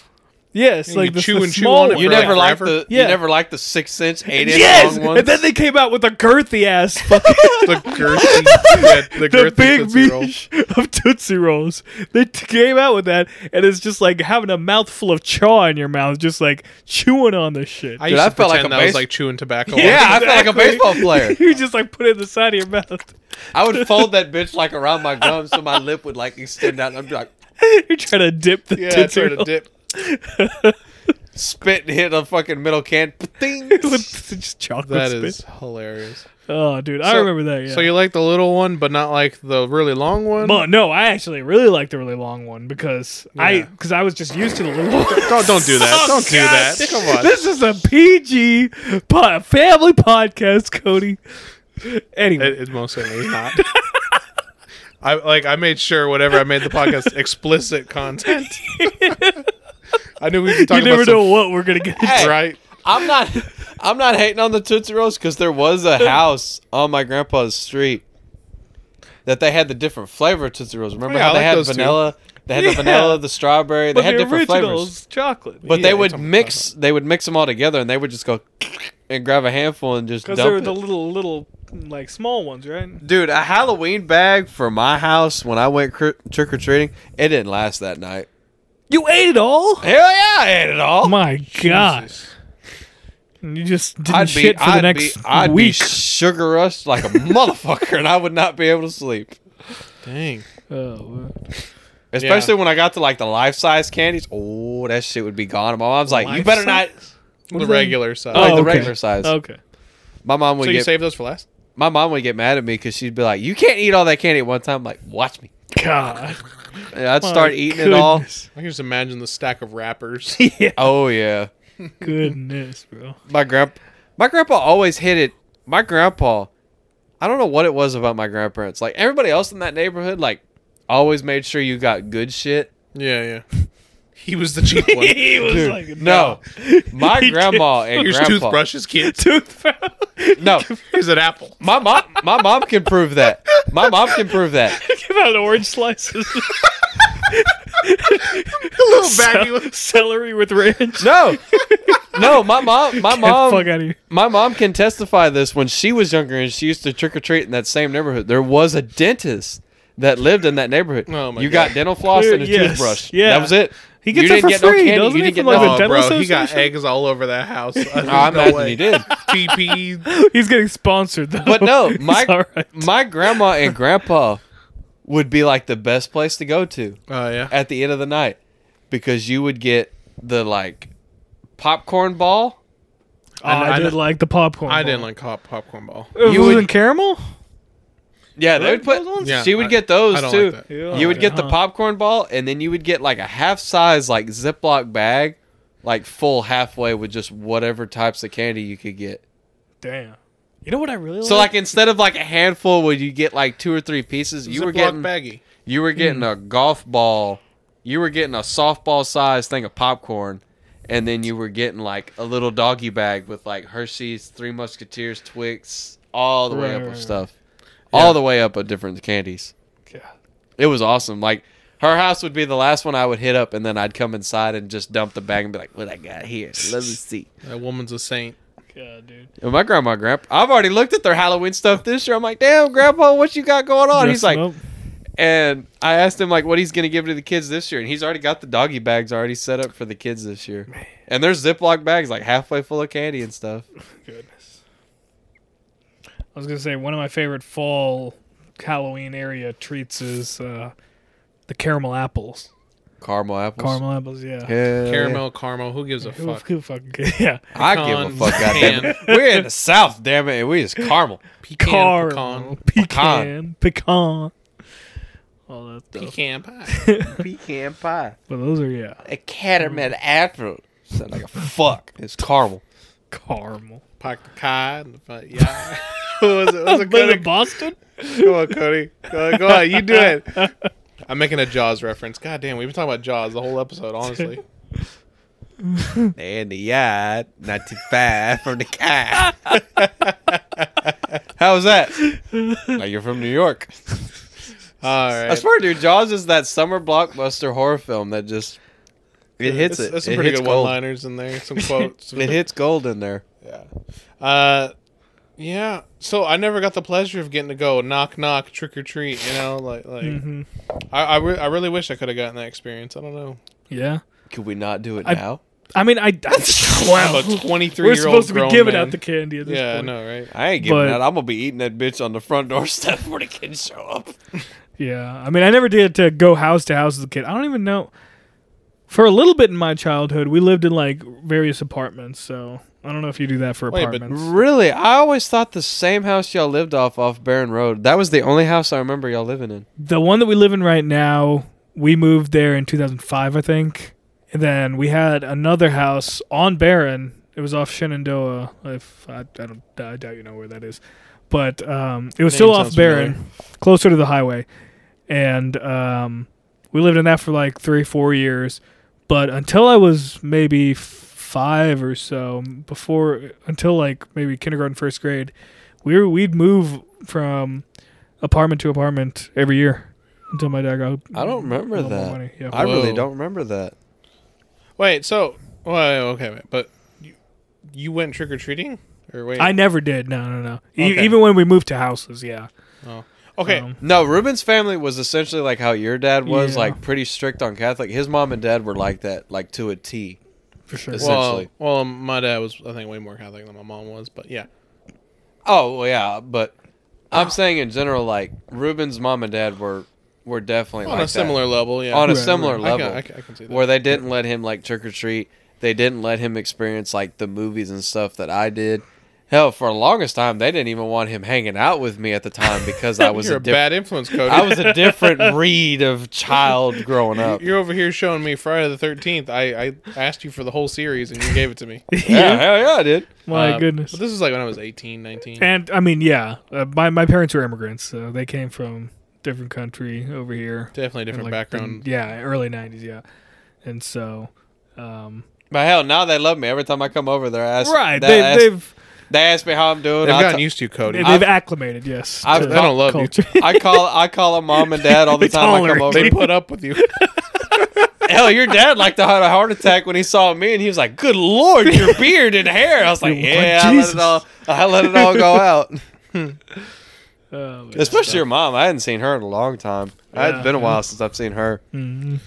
Speaker 2: Yes,
Speaker 1: And
Speaker 2: like
Speaker 1: you
Speaker 2: the,
Speaker 1: chew
Speaker 2: the
Speaker 1: and chew
Speaker 2: small
Speaker 1: on it
Speaker 3: You
Speaker 1: For,
Speaker 2: ones.
Speaker 1: like,
Speaker 3: never liked
Speaker 1: forever?
Speaker 3: the
Speaker 2: Yeah.
Speaker 3: you never liked the six inch, eight inch
Speaker 2: Yes,
Speaker 3: long ones.
Speaker 2: and then they came out with a girthy ass fucking
Speaker 1: the girthy, yeah, the,
Speaker 2: the
Speaker 1: girthy
Speaker 2: big
Speaker 1: Tootsie Roll.
Speaker 2: meat of Tootsie Rolls. They t- came out with that, and it's just like having a mouthful of chaw in your mouth, just like chewing on this shit.
Speaker 1: I
Speaker 3: Dude,
Speaker 1: used
Speaker 3: I
Speaker 1: to
Speaker 3: felt like
Speaker 1: pretend
Speaker 3: a
Speaker 1: that was
Speaker 3: base-
Speaker 1: like chewing tobacco.
Speaker 3: yeah, I felt like a
Speaker 2: Exactly.
Speaker 3: baseball player.
Speaker 2: you just like put it in the side of your mouth.
Speaker 3: I would fold that bitch like around my gum so my lip would like extend out, and I'd be like
Speaker 2: You're trying to dip the
Speaker 1: Yeah, I
Speaker 2: Tootsie
Speaker 1: tried to
Speaker 2: Roll.
Speaker 1: dip.
Speaker 3: spit and hit a fucking middle can. Ding.
Speaker 2: with just chocolate
Speaker 1: That
Speaker 2: spit.
Speaker 1: is hilarious.
Speaker 2: Oh, dude, I
Speaker 3: So-
Speaker 2: remember that. Yeah.
Speaker 1: So you like the little one, but not like the really long one.
Speaker 2: But no, I actually really like the really long one because I
Speaker 1: Yeah.
Speaker 2: because I was just used to the little one.
Speaker 1: Don't don't do that. don't do that. Come on.
Speaker 2: This is a PG po- family podcast, Cody. Anyway,
Speaker 1: It, it most certainly is not. I like I made sure whatever I made the podcast explicit content. I knew we could talk
Speaker 2: you never
Speaker 1: about
Speaker 2: know
Speaker 1: some
Speaker 2: what we're gonna get.
Speaker 3: Hey,
Speaker 1: right.
Speaker 3: I'm not I'm not hating on the Tootsie Rolls because there was a house on my grandpa's street that they had the different flavor Tootsie Rolls. Remember
Speaker 1: yeah, I
Speaker 3: how they
Speaker 1: like those
Speaker 3: had
Speaker 1: too.
Speaker 3: vanilla? They had
Speaker 2: Yeah.
Speaker 3: the vanilla, the strawberry. They
Speaker 2: But
Speaker 3: had
Speaker 2: the
Speaker 3: different flavors.
Speaker 2: originals, chocolate.
Speaker 1: Yeah,
Speaker 3: But they
Speaker 1: that's
Speaker 3: would
Speaker 1: what I'm
Speaker 3: mix they would mix them all together and they would just go and grab a handful and just
Speaker 2: because they were
Speaker 3: dump
Speaker 2: the
Speaker 3: it.
Speaker 2: little little like small ones, right?
Speaker 3: Dude, a Halloween bag for my house when I went cr- trick or treating, it didn't last that night.
Speaker 2: You ate it all?
Speaker 3: Hell yeah, I ate it all.
Speaker 2: Oh My God! You just didn't
Speaker 3: I'd be,
Speaker 2: shit for
Speaker 3: I'd
Speaker 2: the next
Speaker 3: be, I'd be
Speaker 2: week.
Speaker 3: sugar rushed like a motherfucker, and I would not be able to sleep.
Speaker 1: Dang.
Speaker 2: oh, man.
Speaker 3: Especially when I got to like the life size candies. Oh, that shit would be gone. And My mom's like, you better not.
Speaker 1: the
Speaker 2: What is that?
Speaker 1: regular size.
Speaker 3: Like
Speaker 2: Oh,
Speaker 3: the
Speaker 2: okay.
Speaker 3: regular size.
Speaker 2: Okay.
Speaker 3: My mom would
Speaker 1: so you
Speaker 3: get
Speaker 1: save those for last?
Speaker 3: my mom would get mad at me because she'd be like, "You can't eat all that candy at one time." I'm like, watch me.
Speaker 2: God.
Speaker 3: And I'd
Speaker 2: My
Speaker 3: start eating it all.
Speaker 2: goodness.
Speaker 1: I can just imagine the stack of wrappers.
Speaker 2: yeah.
Speaker 3: Oh yeah.
Speaker 2: Goodness, bro.
Speaker 3: my grandpa my grandpa always hit it my grandpa i don't know what it was about my grandparents like everybody else in that neighborhood like always made sure you got good shit
Speaker 1: yeah, yeah. He was the cheap one.
Speaker 2: he was like,
Speaker 3: no my
Speaker 2: He
Speaker 3: grandma and
Speaker 1: Here's
Speaker 3: grandpa
Speaker 1: toothbrushes, kid.
Speaker 2: Toothbrush.
Speaker 3: no
Speaker 1: Here's an apple.
Speaker 3: my mom my mom can prove that my mom can prove that
Speaker 2: Give out orange slices.
Speaker 1: A little baggy.
Speaker 2: Cel- celery with ranch.
Speaker 3: no no my mom my
Speaker 2: fuck
Speaker 3: mom
Speaker 2: out of here.
Speaker 3: my mom can testify this when she was younger and she used to trick-or-treat in that same neighborhood there was a dentist that lived in that neighborhood
Speaker 1: Oh my
Speaker 3: you
Speaker 1: God.
Speaker 3: got dental floss
Speaker 2: Clear-
Speaker 3: and a
Speaker 2: yes,
Speaker 3: toothbrush
Speaker 2: yeah.
Speaker 3: that was it
Speaker 2: He gets
Speaker 3: You
Speaker 2: it
Speaker 3: didn't
Speaker 2: for
Speaker 3: get no
Speaker 2: free,
Speaker 3: candy,
Speaker 2: doesn't
Speaker 3: you
Speaker 2: he?
Speaker 3: didn't
Speaker 2: From like
Speaker 3: get no-
Speaker 1: Oh,
Speaker 2: the dental
Speaker 1: bro, he got
Speaker 2: association?
Speaker 1: eggs all over that house.
Speaker 3: I
Speaker 1: no
Speaker 3: imagine
Speaker 1: way.
Speaker 3: he did.
Speaker 1: TP.
Speaker 2: He's getting sponsored though.
Speaker 3: But no, my
Speaker 2: He's all right.
Speaker 3: my grandma and grandpa would be like the best place to go to
Speaker 1: Oh yeah.
Speaker 3: at the end of the night because you would get the like popcorn ball.
Speaker 2: Oh, I,
Speaker 1: I
Speaker 2: did
Speaker 1: kn-
Speaker 2: like the popcorn.
Speaker 1: I
Speaker 2: ball.
Speaker 1: didn't like hot popcorn ball.
Speaker 2: It
Speaker 3: You
Speaker 2: was
Speaker 3: would-
Speaker 2: in caramel.
Speaker 3: Yeah, they would
Speaker 2: Those
Speaker 3: put.
Speaker 2: ones?
Speaker 1: Yeah,
Speaker 3: she would
Speaker 1: I-
Speaker 3: get those
Speaker 1: I don't
Speaker 3: too.
Speaker 1: like that.
Speaker 2: Yeah.
Speaker 3: You would get the
Speaker 2: Uh-huh.
Speaker 3: popcorn ball, and then you would get like a half size like Ziploc bag, like full halfway with just whatever types of candy you could get.
Speaker 2: Damn. You know what I really
Speaker 3: So like instead of like a handful, would you get like two or three pieces? You were
Speaker 1: Ziploc
Speaker 3: getting
Speaker 1: baggy.
Speaker 3: You were getting
Speaker 2: Mm.
Speaker 3: a golf ball. You were getting a softball sized thing of popcorn. And then you were getting like a little doggy bag with like Hershey's, Three Musketeers, Twix, all the
Speaker 2: Right,
Speaker 3: way up
Speaker 2: right,
Speaker 3: of
Speaker 2: right.
Speaker 3: stuff.
Speaker 1: Yeah.
Speaker 3: All the way up of different candies.
Speaker 2: God.
Speaker 3: It was awesome. Like her house would be the last one I would hit up, and then I'd come inside and just dump the bag and be like, "What I got here? Let me see."
Speaker 1: That woman's a saint.
Speaker 2: God, dude.
Speaker 3: And my grandma, and grandpa, I've already looked at their Halloween stuff this year. I'm like, "Damn, grandpa, what you got going on?" Oh, He's
Speaker 2: Dress him
Speaker 3: like,
Speaker 2: up.
Speaker 3: and I asked him like what he's gonna give to the kids this year, and he's already got the doggy bags already set up for the kids this year. And there's Ziploc bags like halfway full of candy and stuff.
Speaker 2: Goodness. I was gonna say one of my favorite fall Halloween area treats is uh, the caramel apples.
Speaker 3: Caramel apples.
Speaker 2: Caramel apples, yeah.
Speaker 3: Hell
Speaker 1: Caramel, caramel. Who gives a
Speaker 2: Who,
Speaker 1: fuck?
Speaker 2: who fucking ca- yeah?
Speaker 3: yeah. I give a
Speaker 1: Pecan,
Speaker 3: fuck out
Speaker 1: pecan.
Speaker 3: there. We're in the South, damn it, and we just caramel.
Speaker 1: Pecan,
Speaker 2: Car
Speaker 1: pecan,
Speaker 2: pecan, pecan, all that stuff.
Speaker 1: pecan pie.
Speaker 3: Pecan pie.
Speaker 2: But those are yeah,
Speaker 3: A caramel apple. Sound like a fuck. It's caramel.
Speaker 2: caramel.
Speaker 1: Pack the pie. and the fu- Yeah. what was it? What was it?
Speaker 2: But
Speaker 1: Cody?
Speaker 2: in Boston,
Speaker 1: Go on, Cody. Go on, go on. You do it. I'm making a Jaws reference. God damn, we've been talking about Jaws the whole episode, honestly.
Speaker 3: And the yard, ninety five from the car. How's that? Like you're from New York.
Speaker 1: All right.
Speaker 3: I swear, dude, Jaws is that summer blockbuster horror film that just it hits
Speaker 1: That's-
Speaker 3: it.
Speaker 1: That's
Speaker 3: it
Speaker 1: some pretty
Speaker 3: hits
Speaker 1: good
Speaker 3: gold.
Speaker 1: one-liners in there. Some quotes.
Speaker 3: It hits gold in there.
Speaker 1: yeah. Uh, yeah. So I never got the pleasure of getting to go knock knock trick or treat. You know, like like
Speaker 2: Mhm.
Speaker 1: I I, re- I really wish I could have gotten that experience. I don't know.
Speaker 2: yeah.
Speaker 3: Could we not do it
Speaker 2: I-
Speaker 3: now?
Speaker 2: I mean, I, I
Speaker 1: I'm
Speaker 2: wow.
Speaker 1: a 23
Speaker 2: We're
Speaker 1: year old
Speaker 2: supposed to be giving
Speaker 1: man.
Speaker 2: out the candy at this
Speaker 1: Yeah, I
Speaker 2: point.
Speaker 1: know, right?
Speaker 3: I ain't giving
Speaker 2: but-
Speaker 3: that. I'm gonna be eating that bitch on the front doorstep when the kids show up.
Speaker 2: Yeah, I mean, I never did to go house to house as a kid. I don't even know. For a little bit in my childhood, we lived in like various apartments, so I don't know if you do that for
Speaker 1: Wait, but-
Speaker 2: apartments.
Speaker 3: Really? I always thought the same house y'all lived off off Barron Road. That was the only house I remember y'all living in.
Speaker 2: the one that we live in right now, we moved there in 2005, I think. And then we had another house on Barron. It was off Shenandoah. If I, I don't, I doubt you know where that is, but um, it was
Speaker 1: Name
Speaker 2: still off
Speaker 1: sounds
Speaker 2: Barron, closer to the highway. And um, we lived in that for like three, four years. But until I was maybe f- five or so, before until like maybe kindergarten, first grade, we were, we'd move from apartment to apartment every year until my dad got.
Speaker 3: I don't remember
Speaker 2: a little Mm, more
Speaker 3: that.
Speaker 2: money. Yeah.
Speaker 3: I really
Speaker 1: Whoa.
Speaker 3: don't remember that.
Speaker 1: Wait, so wait, okay, wait, but you, you went trick or treating, Or wait.
Speaker 2: I never did. No, no, no. E-
Speaker 1: Okay.
Speaker 2: Even when we moved to houses, yeah.
Speaker 1: okay.
Speaker 2: Um,
Speaker 3: No, Ruben's family was essentially like how your dad was,
Speaker 2: Yeah.
Speaker 3: like pretty strict on Catholic. His mom and dad were like that, like to a T.
Speaker 2: for sure.
Speaker 3: Well-
Speaker 1: well,
Speaker 3: essentially.
Speaker 1: well, um, my dad was I think way more Catholic than my mom was, but yeah.
Speaker 3: Oh well, yeah, but I'm saying in general, like Ruben's mom and dad were were definitely
Speaker 1: on
Speaker 3: like
Speaker 1: a
Speaker 3: that.
Speaker 1: similar level, yeah.
Speaker 3: on a
Speaker 2: Right,
Speaker 3: similar
Speaker 2: right.
Speaker 1: I
Speaker 3: level
Speaker 1: can, I can- I can see that.
Speaker 3: where they didn't let him like trick or treat. They didn't let him experience like the movies and stuff that I did. Hell, for the longest time, they didn't even want him hanging out with me at the time because I was
Speaker 1: You're
Speaker 3: a
Speaker 1: a
Speaker 3: different.
Speaker 1: bad influence, Cody.
Speaker 3: I was a different breed of child growing up.
Speaker 1: You're over here showing me Friday the Thirteenth. I, I asked you for the whole series and you gave it to me.
Speaker 3: Yeah, hell yeah, I did.
Speaker 2: My
Speaker 1: Uh,
Speaker 2: goodness.
Speaker 1: But this was like when I was 18, 19.
Speaker 2: And I mean, yeah, uh, my my parents were immigrants, so they came from different country over here.
Speaker 1: Definitely a
Speaker 2: in,
Speaker 1: different
Speaker 2: like,
Speaker 1: background.
Speaker 2: the- yeah, early '90s. Yeah, and so, um,
Speaker 3: But hell, now they love me. Every time I come over, they're asking.
Speaker 2: right,
Speaker 3: they,
Speaker 2: they,
Speaker 3: ask,
Speaker 2: they've
Speaker 3: they ask me how I'm doing.
Speaker 1: They've
Speaker 3: I
Speaker 1: gotten
Speaker 3: t-
Speaker 1: used to you, Cody.
Speaker 2: they've acclimated. Yes,
Speaker 3: I've-
Speaker 2: to
Speaker 3: they don't
Speaker 1: love you.
Speaker 3: I call I call them mom and dad all the
Speaker 2: They
Speaker 3: time. I come
Speaker 2: tolerate
Speaker 3: over.
Speaker 1: they put up with you.
Speaker 3: Hell, your dad like to had a heart attack when he saw me, and he was like, "Good lord, your beard and hair." I was like,
Speaker 2: Like,
Speaker 3: "Yeah, I let
Speaker 2: Jesus.
Speaker 3: it all, I let it all go out."
Speaker 2: Oh, yeah.
Speaker 3: Especially your mom. I hadn't seen her in a long time. It's
Speaker 2: Yeah.
Speaker 3: been a while since I've seen her.
Speaker 2: Mhm.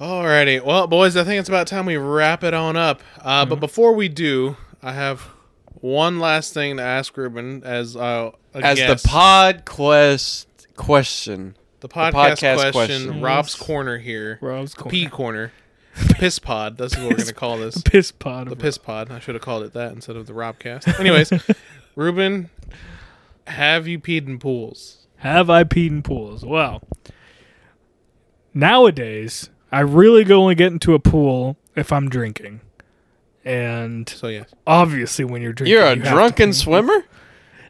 Speaker 1: Alrighty. Well, boys, I think it's about time we wrap it on up. Uh,
Speaker 2: Mm-hmm.
Speaker 1: But before we do, I have one last thing to ask Ruben as uh, a
Speaker 3: As
Speaker 1: guest.
Speaker 3: the pod quest question,
Speaker 1: the podcast,
Speaker 3: podcast
Speaker 1: question,
Speaker 3: question.
Speaker 1: Rob's corner here,
Speaker 2: Rob's corner.
Speaker 1: P corner, piss pod. That's what we're gonna call this.
Speaker 2: piss pod.
Speaker 1: The
Speaker 2: of
Speaker 1: piss pod. I should have called it that instead of the Robcast. Anyways, Ruben, have you peed in pools?
Speaker 2: Have I peed in pools? Well, nowadays I really go only get into a pool if I'm drinking, and
Speaker 1: So yes,
Speaker 2: obviously when you're drinking,
Speaker 3: you're a
Speaker 2: you have to
Speaker 3: drunken
Speaker 2: pee.
Speaker 3: swimmer.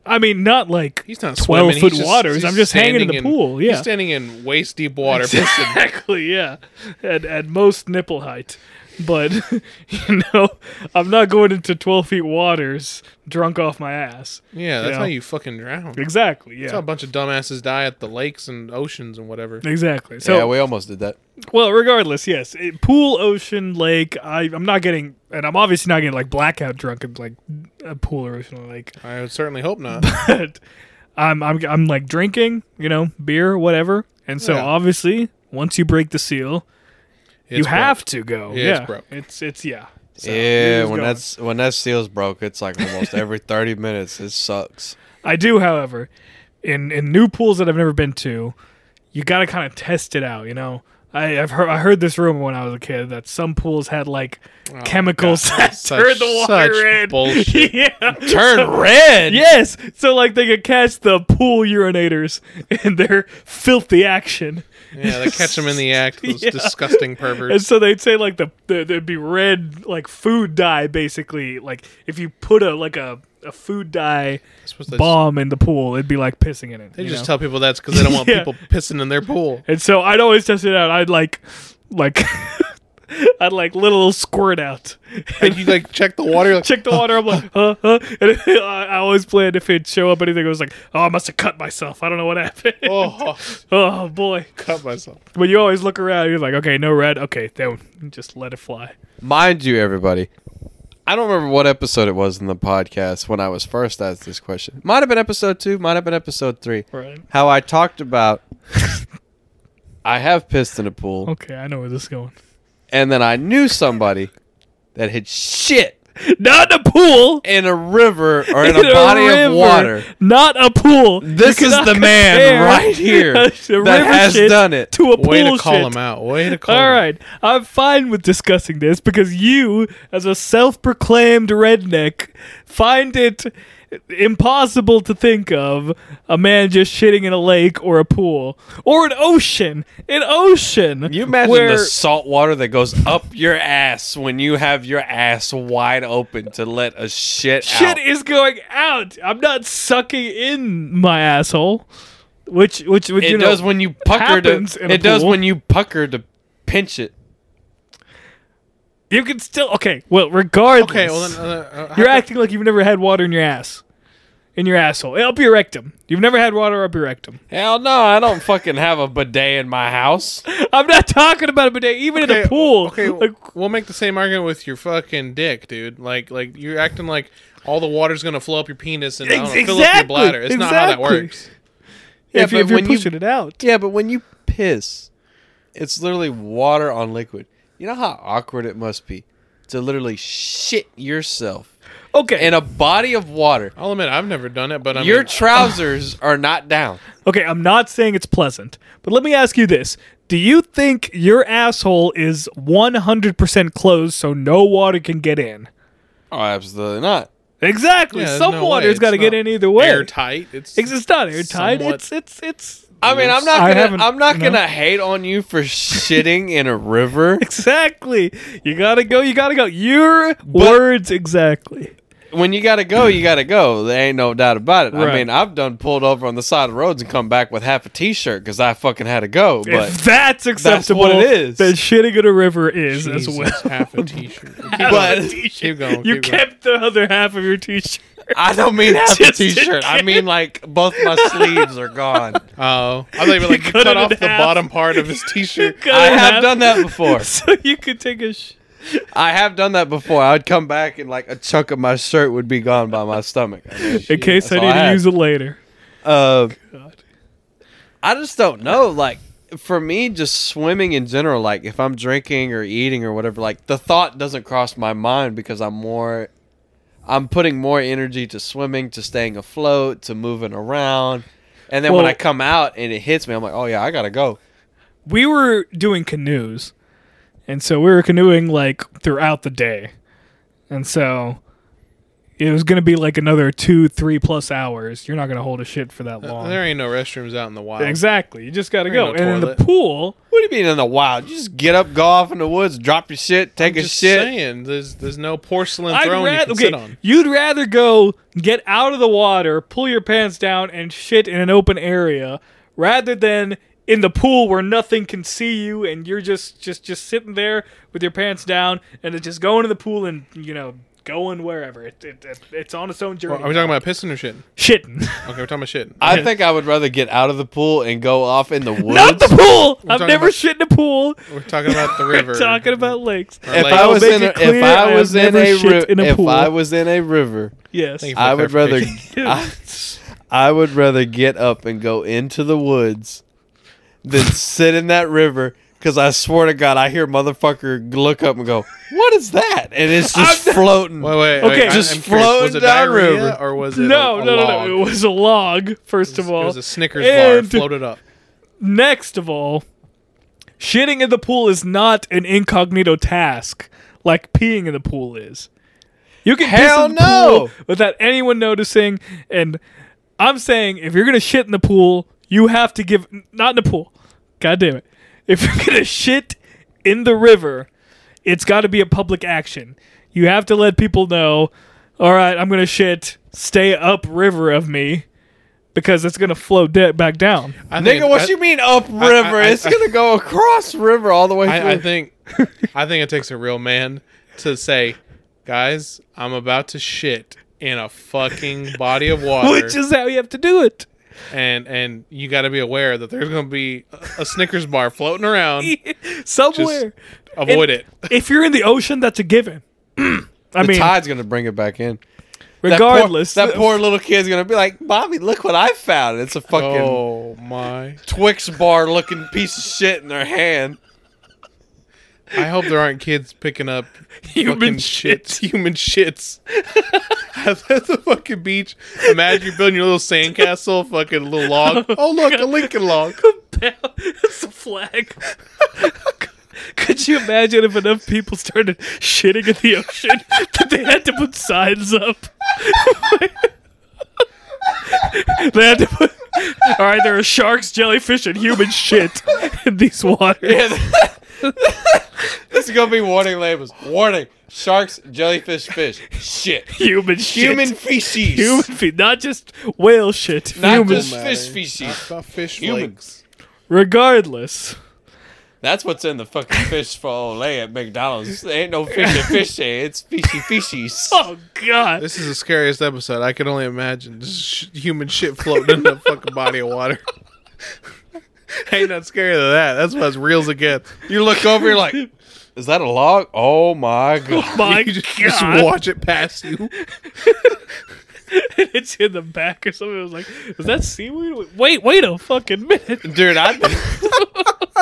Speaker 2: I mean, not like
Speaker 1: he's not
Speaker 2: twelve
Speaker 1: swimming,
Speaker 2: foot
Speaker 1: he's just-
Speaker 2: waters.
Speaker 1: he's
Speaker 2: I'm just hanging in the
Speaker 1: standing
Speaker 2: pool.
Speaker 1: He's
Speaker 2: Yeah,
Speaker 1: standing in waist deep water. pissing.
Speaker 2: exactly. Yeah, at at most nipple height, but you know, I'm not going into twelve feet waters drunk off my ass.
Speaker 1: Yeah, that's
Speaker 2: Yeah.
Speaker 1: how you fucking drown. That's
Speaker 2: Exactly.
Speaker 1: how a
Speaker 2: Yeah.
Speaker 1: bunch of dumbasses die at the lakes and oceans and whatever.
Speaker 2: Exactly. So
Speaker 3: yeah, we almost did that.
Speaker 2: Well, regardless, yes, It- pool, ocean, lake. I, I'm not getting, and I'm obviously not getting like blackout drunk in like a pool or ocean or lake.
Speaker 1: I would certainly hope not.
Speaker 2: But I'm, I'm, I'm like drinking, you know, beer, whatever. And so
Speaker 1: Yeah.
Speaker 2: obviously, once you break the seal,
Speaker 1: It's
Speaker 2: you
Speaker 1: broke.
Speaker 2: have to go.
Speaker 1: Yeah,
Speaker 2: Yeah,
Speaker 1: it's
Speaker 2: it's
Speaker 1: broke.
Speaker 2: It's, it's yeah. So, you're
Speaker 3: yeah,
Speaker 2: just
Speaker 3: when
Speaker 2: going.
Speaker 3: that's when that seal's broke, it's like almost every thirty minutes. It sucks.
Speaker 2: I do, however, in in new pools that I've never been to, you got to kind of test it out. You know, I, I've heard I heard this rumor when I was a kid that some pools had like chemicals
Speaker 1: Oh God.
Speaker 2: that
Speaker 1: Such-
Speaker 2: turned the water
Speaker 1: such
Speaker 2: red.
Speaker 1: bullshit.
Speaker 2: yeah.
Speaker 3: Turn red.
Speaker 2: Yes, so like they could catch the pool urinators in their filthy action,
Speaker 1: Yeah, they catch them in the act. Those
Speaker 2: Yeah.
Speaker 1: disgusting perverts.
Speaker 2: and so they'd say like the, the there'd be red like food dye basically like if you put a like a, a food dye
Speaker 1: That's what they-
Speaker 2: bomb in the pool it'd be like pissing in it.
Speaker 1: They
Speaker 2: you
Speaker 1: just
Speaker 2: know?
Speaker 1: tell people that's because they don't want
Speaker 2: Yeah.
Speaker 1: people pissing in their pool.
Speaker 2: And so I'd always test it out. I'd like, like, I'd like little, little squirt out.
Speaker 1: And you like check the water. Like,
Speaker 2: Check the water. I'm like, huh, huh. And I I always planned if it'd show up anything, it was like, oh, I must have cut myself. I don't know what happened. Oh,
Speaker 1: oh,
Speaker 2: boy.
Speaker 1: cut myself.
Speaker 2: But you always look around. You're like, okay, no red. Okay, then just let it fly.
Speaker 3: Mind you, everybody, I don't remember what episode it was in the podcast when I was first asked this question. Might have been episode two, might have been episode three.
Speaker 2: Right.
Speaker 3: How I talked about I have pissed in a pool,
Speaker 2: Okay, I know where this is going.
Speaker 3: and then I knew somebody that had shit
Speaker 2: Not a pool.
Speaker 3: in a river or in,
Speaker 2: In
Speaker 3: a,
Speaker 2: a
Speaker 3: body of
Speaker 2: river.
Speaker 3: water.
Speaker 2: Not a pool.
Speaker 3: This
Speaker 2: You
Speaker 3: is
Speaker 2: cannot
Speaker 3: the man
Speaker 2: compare
Speaker 3: right here
Speaker 2: a
Speaker 3: that
Speaker 2: river
Speaker 3: has
Speaker 2: shit
Speaker 3: done it.
Speaker 2: to a pool
Speaker 1: Way to call
Speaker 2: shit.
Speaker 1: them out. Way to call.
Speaker 2: All
Speaker 1: 'em out.
Speaker 2: right, I'm fine with discussing this because you, as a self-proclaimed redneck, find it impossible to think of a man just shitting in a lake or a pool or an ocean. An ocean.
Speaker 3: You imagine
Speaker 2: where-
Speaker 3: the salt water that goes up your ass when you have your ass wide open to let a shit,
Speaker 2: shit
Speaker 3: out.
Speaker 2: is going out. I'm not sucking in my asshole, which which which
Speaker 3: It
Speaker 2: you know,
Speaker 3: does when you pucker
Speaker 2: happens
Speaker 3: to.
Speaker 2: in a
Speaker 3: It does
Speaker 2: pool.
Speaker 3: when you pucker to pinch it.
Speaker 2: you can still okay. Well, regardless,
Speaker 1: Okay. Well, then, uh, uh, how
Speaker 2: you're
Speaker 1: come-
Speaker 2: acting like you've never had water in your ass. in your asshole, up your rectum. You've never had water up your rectum.
Speaker 4: Hell no, I don't fucking have a bidet in my house.
Speaker 2: I'm not talking about a bidet, even in
Speaker 1: Okay,
Speaker 2: a pool.
Speaker 1: Okay,
Speaker 2: like,
Speaker 1: we'll make the same argument with your fucking dick, dude. Like, like you're acting like all the water's gonna flow up your penis and I don't know, fill up your
Speaker 2: Exactly,
Speaker 1: bladder. It's not how that
Speaker 2: exactly.
Speaker 1: works.
Speaker 2: yeah,
Speaker 3: Yeah,
Speaker 2: if, you-
Speaker 3: but
Speaker 2: if you're
Speaker 3: when you-
Speaker 2: pushing it out,
Speaker 3: Yeah, but when you piss, it's literally water on liquid. You know how awkward it must be to literally shit yourself
Speaker 2: okay,
Speaker 3: in a body of water.
Speaker 1: I'll admit I've never done it, but I'm
Speaker 3: Your trousers are not down.
Speaker 2: okay. I'm not saying it's pleasant, but let me ask you this: Do you think your asshole is 100% closed so no water can get in?
Speaker 3: Oh, absolutely not.
Speaker 2: Exactly.
Speaker 1: Yeah,
Speaker 2: Some
Speaker 1: there's no
Speaker 2: water's
Speaker 1: way.
Speaker 2: got to
Speaker 1: It's
Speaker 2: get
Speaker 1: not
Speaker 2: in either way.
Speaker 1: airtight. It's
Speaker 2: It's, it's not airtight.
Speaker 1: Somewhat-
Speaker 2: It's it's it's
Speaker 3: I mean, I'm not
Speaker 2: I
Speaker 3: gonna.
Speaker 2: haven't-
Speaker 3: I'm not
Speaker 2: no.
Speaker 3: gonna hate on you for shitting in a river.
Speaker 2: exactly. You gotta go. You gotta go. Your words exactly.
Speaker 3: When you gotta go, you gotta go. There ain't no doubt about it.
Speaker 2: Right.
Speaker 3: I mean, I've done pulled over on the side of the roads and come back with half a t-shirt because I fucking had to go. But
Speaker 2: if that's acceptable,
Speaker 3: it is.
Speaker 2: Then shitting in a river is as
Speaker 1: Jesus,
Speaker 2: well.
Speaker 1: half a t-shirt. Keep
Speaker 3: But-
Speaker 1: going, keep going.
Speaker 2: You
Speaker 1: keep going.
Speaker 2: kept the other half of your t-shirt.
Speaker 3: I don't mean half a
Speaker 2: Just in
Speaker 3: t-shirt. I
Speaker 2: case.
Speaker 3: mean like both my sleeves are gone.
Speaker 1: Oh, I thought you were like you
Speaker 2: cut
Speaker 1: cut
Speaker 2: it
Speaker 1: off
Speaker 2: in
Speaker 1: the
Speaker 2: half.
Speaker 1: bottom part of his t-shirt.
Speaker 2: Cut
Speaker 3: I
Speaker 2: in
Speaker 3: have
Speaker 2: half
Speaker 3: done that before.
Speaker 2: So you could take a. Sh-
Speaker 3: I have done that before. I'd come back and like a chunk of my shirt would be gone by my stomach. I mean,
Speaker 2: in case I
Speaker 3: that's
Speaker 2: need
Speaker 3: all
Speaker 2: to
Speaker 3: I had.
Speaker 2: use it later.
Speaker 3: uh,
Speaker 2: God.
Speaker 3: I just don't know. Like for me, just swimming in general. Like if I'm drinking or eating or whatever, like the thought doesn't cross my mind because I'm more, I'm putting more energy to swimming, to staying afloat, to moving around, and then when
Speaker 2: Well-
Speaker 3: I come out and it hits me, I'm like, oh yeah, I gotta go.
Speaker 2: we were doing canoes and so we were canoeing like throughout the day and so it was going to be like another two three plus hours you're not going to hold a shit for that long
Speaker 1: Uh, There ain't no restrooms out in the wild.
Speaker 2: exactly you just got to
Speaker 1: There
Speaker 2: go
Speaker 1: ain't
Speaker 2: and
Speaker 1: no
Speaker 2: in the
Speaker 1: toilet.
Speaker 2: pool
Speaker 3: What do you mean in the wild? You just get up, go off in the woods, drop your shit, take a
Speaker 1: Just
Speaker 3: shit.
Speaker 1: saying, there's there's no porcelain
Speaker 2: I'd
Speaker 1: throne you
Speaker 2: rather
Speaker 1: can sit on.
Speaker 2: okay, you'd rather go get out of the water pull your pants down and shit in an open area rather than in the pool where nothing can see you and you're just just just sitting there with your pants down and it's just going to the pool and you know going wherever it, it, it it's on its own journey
Speaker 1: Are we talking about pissing or shitting?
Speaker 2: shitting
Speaker 1: Okay, we're talking about shitting.
Speaker 3: I think I would rather get out of the pool and go off in the woods.
Speaker 2: not the pool i've
Speaker 1: talking
Speaker 2: never
Speaker 1: about-
Speaker 2: shit in a pool
Speaker 1: We're talking about the river.
Speaker 2: we're talking about lakes
Speaker 1: Or
Speaker 3: if
Speaker 1: lake.
Speaker 3: I was
Speaker 2: Make
Speaker 3: in a,
Speaker 2: it clear,
Speaker 3: if
Speaker 2: I
Speaker 3: I
Speaker 2: have
Speaker 3: was in
Speaker 2: never
Speaker 3: a,
Speaker 2: shit
Speaker 3: ri-
Speaker 2: in a
Speaker 3: if
Speaker 2: pool.
Speaker 3: I was in a river,
Speaker 2: yes
Speaker 1: Thank you for
Speaker 3: I would rather
Speaker 1: clarification.
Speaker 3: I, I would rather get up and go into the woods than sit in that river because I swear to God I hear motherfucker look up and go, "What is that?at?" And it's just floating.
Speaker 1: Wait, wait,
Speaker 2: Okay.
Speaker 1: wait. I-
Speaker 3: Just
Speaker 1: I'm curious,
Speaker 3: floating
Speaker 1: was it
Speaker 3: down
Speaker 1: diarrhea
Speaker 3: river.
Speaker 1: or was it
Speaker 2: no,
Speaker 1: a- a
Speaker 2: no, no,
Speaker 1: log?
Speaker 2: no! It was a log. First of all,
Speaker 1: It was a Snickers
Speaker 2: And-
Speaker 1: bar floated up.
Speaker 2: Next of all, shitting in the pool is not an incognito task like peeing in the pool is. You can
Speaker 3: Hell
Speaker 2: piss in the
Speaker 3: no!
Speaker 2: pool without anyone noticing. And I'm saying if you're gonna shit in the pool, you have to give not in the pool. God damn it! If you're gonna shit in the river, it's got to be a public action. You have to let people know. All right, I'm gonna shit. Stay up river of me, because it's gonna flow de- back down.
Speaker 1: I think
Speaker 3: Nigga,
Speaker 1: it-
Speaker 3: what
Speaker 1: I-
Speaker 3: you mean up river?
Speaker 1: I-
Speaker 3: it's
Speaker 1: I-
Speaker 3: gonna go across river all the way through.
Speaker 1: I, I think I think it takes a real man to say, guys, I'm about to shit in a fucking body of water,
Speaker 2: which is how you have to do it.
Speaker 1: and and you got to be aware that there's gonna be a- a Snickers bar floating around.
Speaker 2: Somewhere.
Speaker 1: Avoid
Speaker 2: And-
Speaker 1: it.
Speaker 2: if you're in the ocean, that's a given. I
Speaker 3: the
Speaker 2: mean,
Speaker 3: tide's gonna bring it back in. That poor-
Speaker 2: regardless,
Speaker 3: that poor, little kid's gonna be like, "Mommy, look what I found!" It's a fucking
Speaker 1: Oh my!
Speaker 3: Twix bar looking piece of shit in their hand.
Speaker 1: I hope there aren't kids picking up
Speaker 2: human
Speaker 1: fucking
Speaker 2: shit.
Speaker 1: shits. Human shits. At the fucking beach. Imagine you're building your little sandcastle, fucking little log. Oh look, a Lincoln log.
Speaker 2: it's a flag. Could you imagine if enough people started shitting in the ocean that they had to put signs up? they had to put. All right, there are sharks, jellyfish, and human shit in these waters.
Speaker 3: This is gonna be warning labels. Warning: sharks, jellyfish, fish, shit,
Speaker 2: Human shit.
Speaker 3: human feces,
Speaker 2: Human feet, not just whale shit.
Speaker 3: not
Speaker 2: human.
Speaker 3: just fish feces.
Speaker 1: Not fish
Speaker 3: Human.
Speaker 1: flakes.
Speaker 2: Regardless,
Speaker 4: That's what's in the fucking fish for Olay at McDonald's. There ain't no fish in fish
Speaker 3: eh?
Speaker 4: there. It's fishy fishies.
Speaker 2: Oh God!
Speaker 1: This is the scariest episode. I can only imagine just sh- human shit floating in the fucking body of water. Ain't not scarier than that. That's what as real as it gets.
Speaker 3: You look over, you're like, is that a log? Oh my god!
Speaker 2: My
Speaker 1: You just,
Speaker 2: God!
Speaker 1: just watch it pass you.
Speaker 2: it's in the back or something. I was like, "Was that seaweed?" Wait, wait a fucking minute!
Speaker 4: Dude, I'd,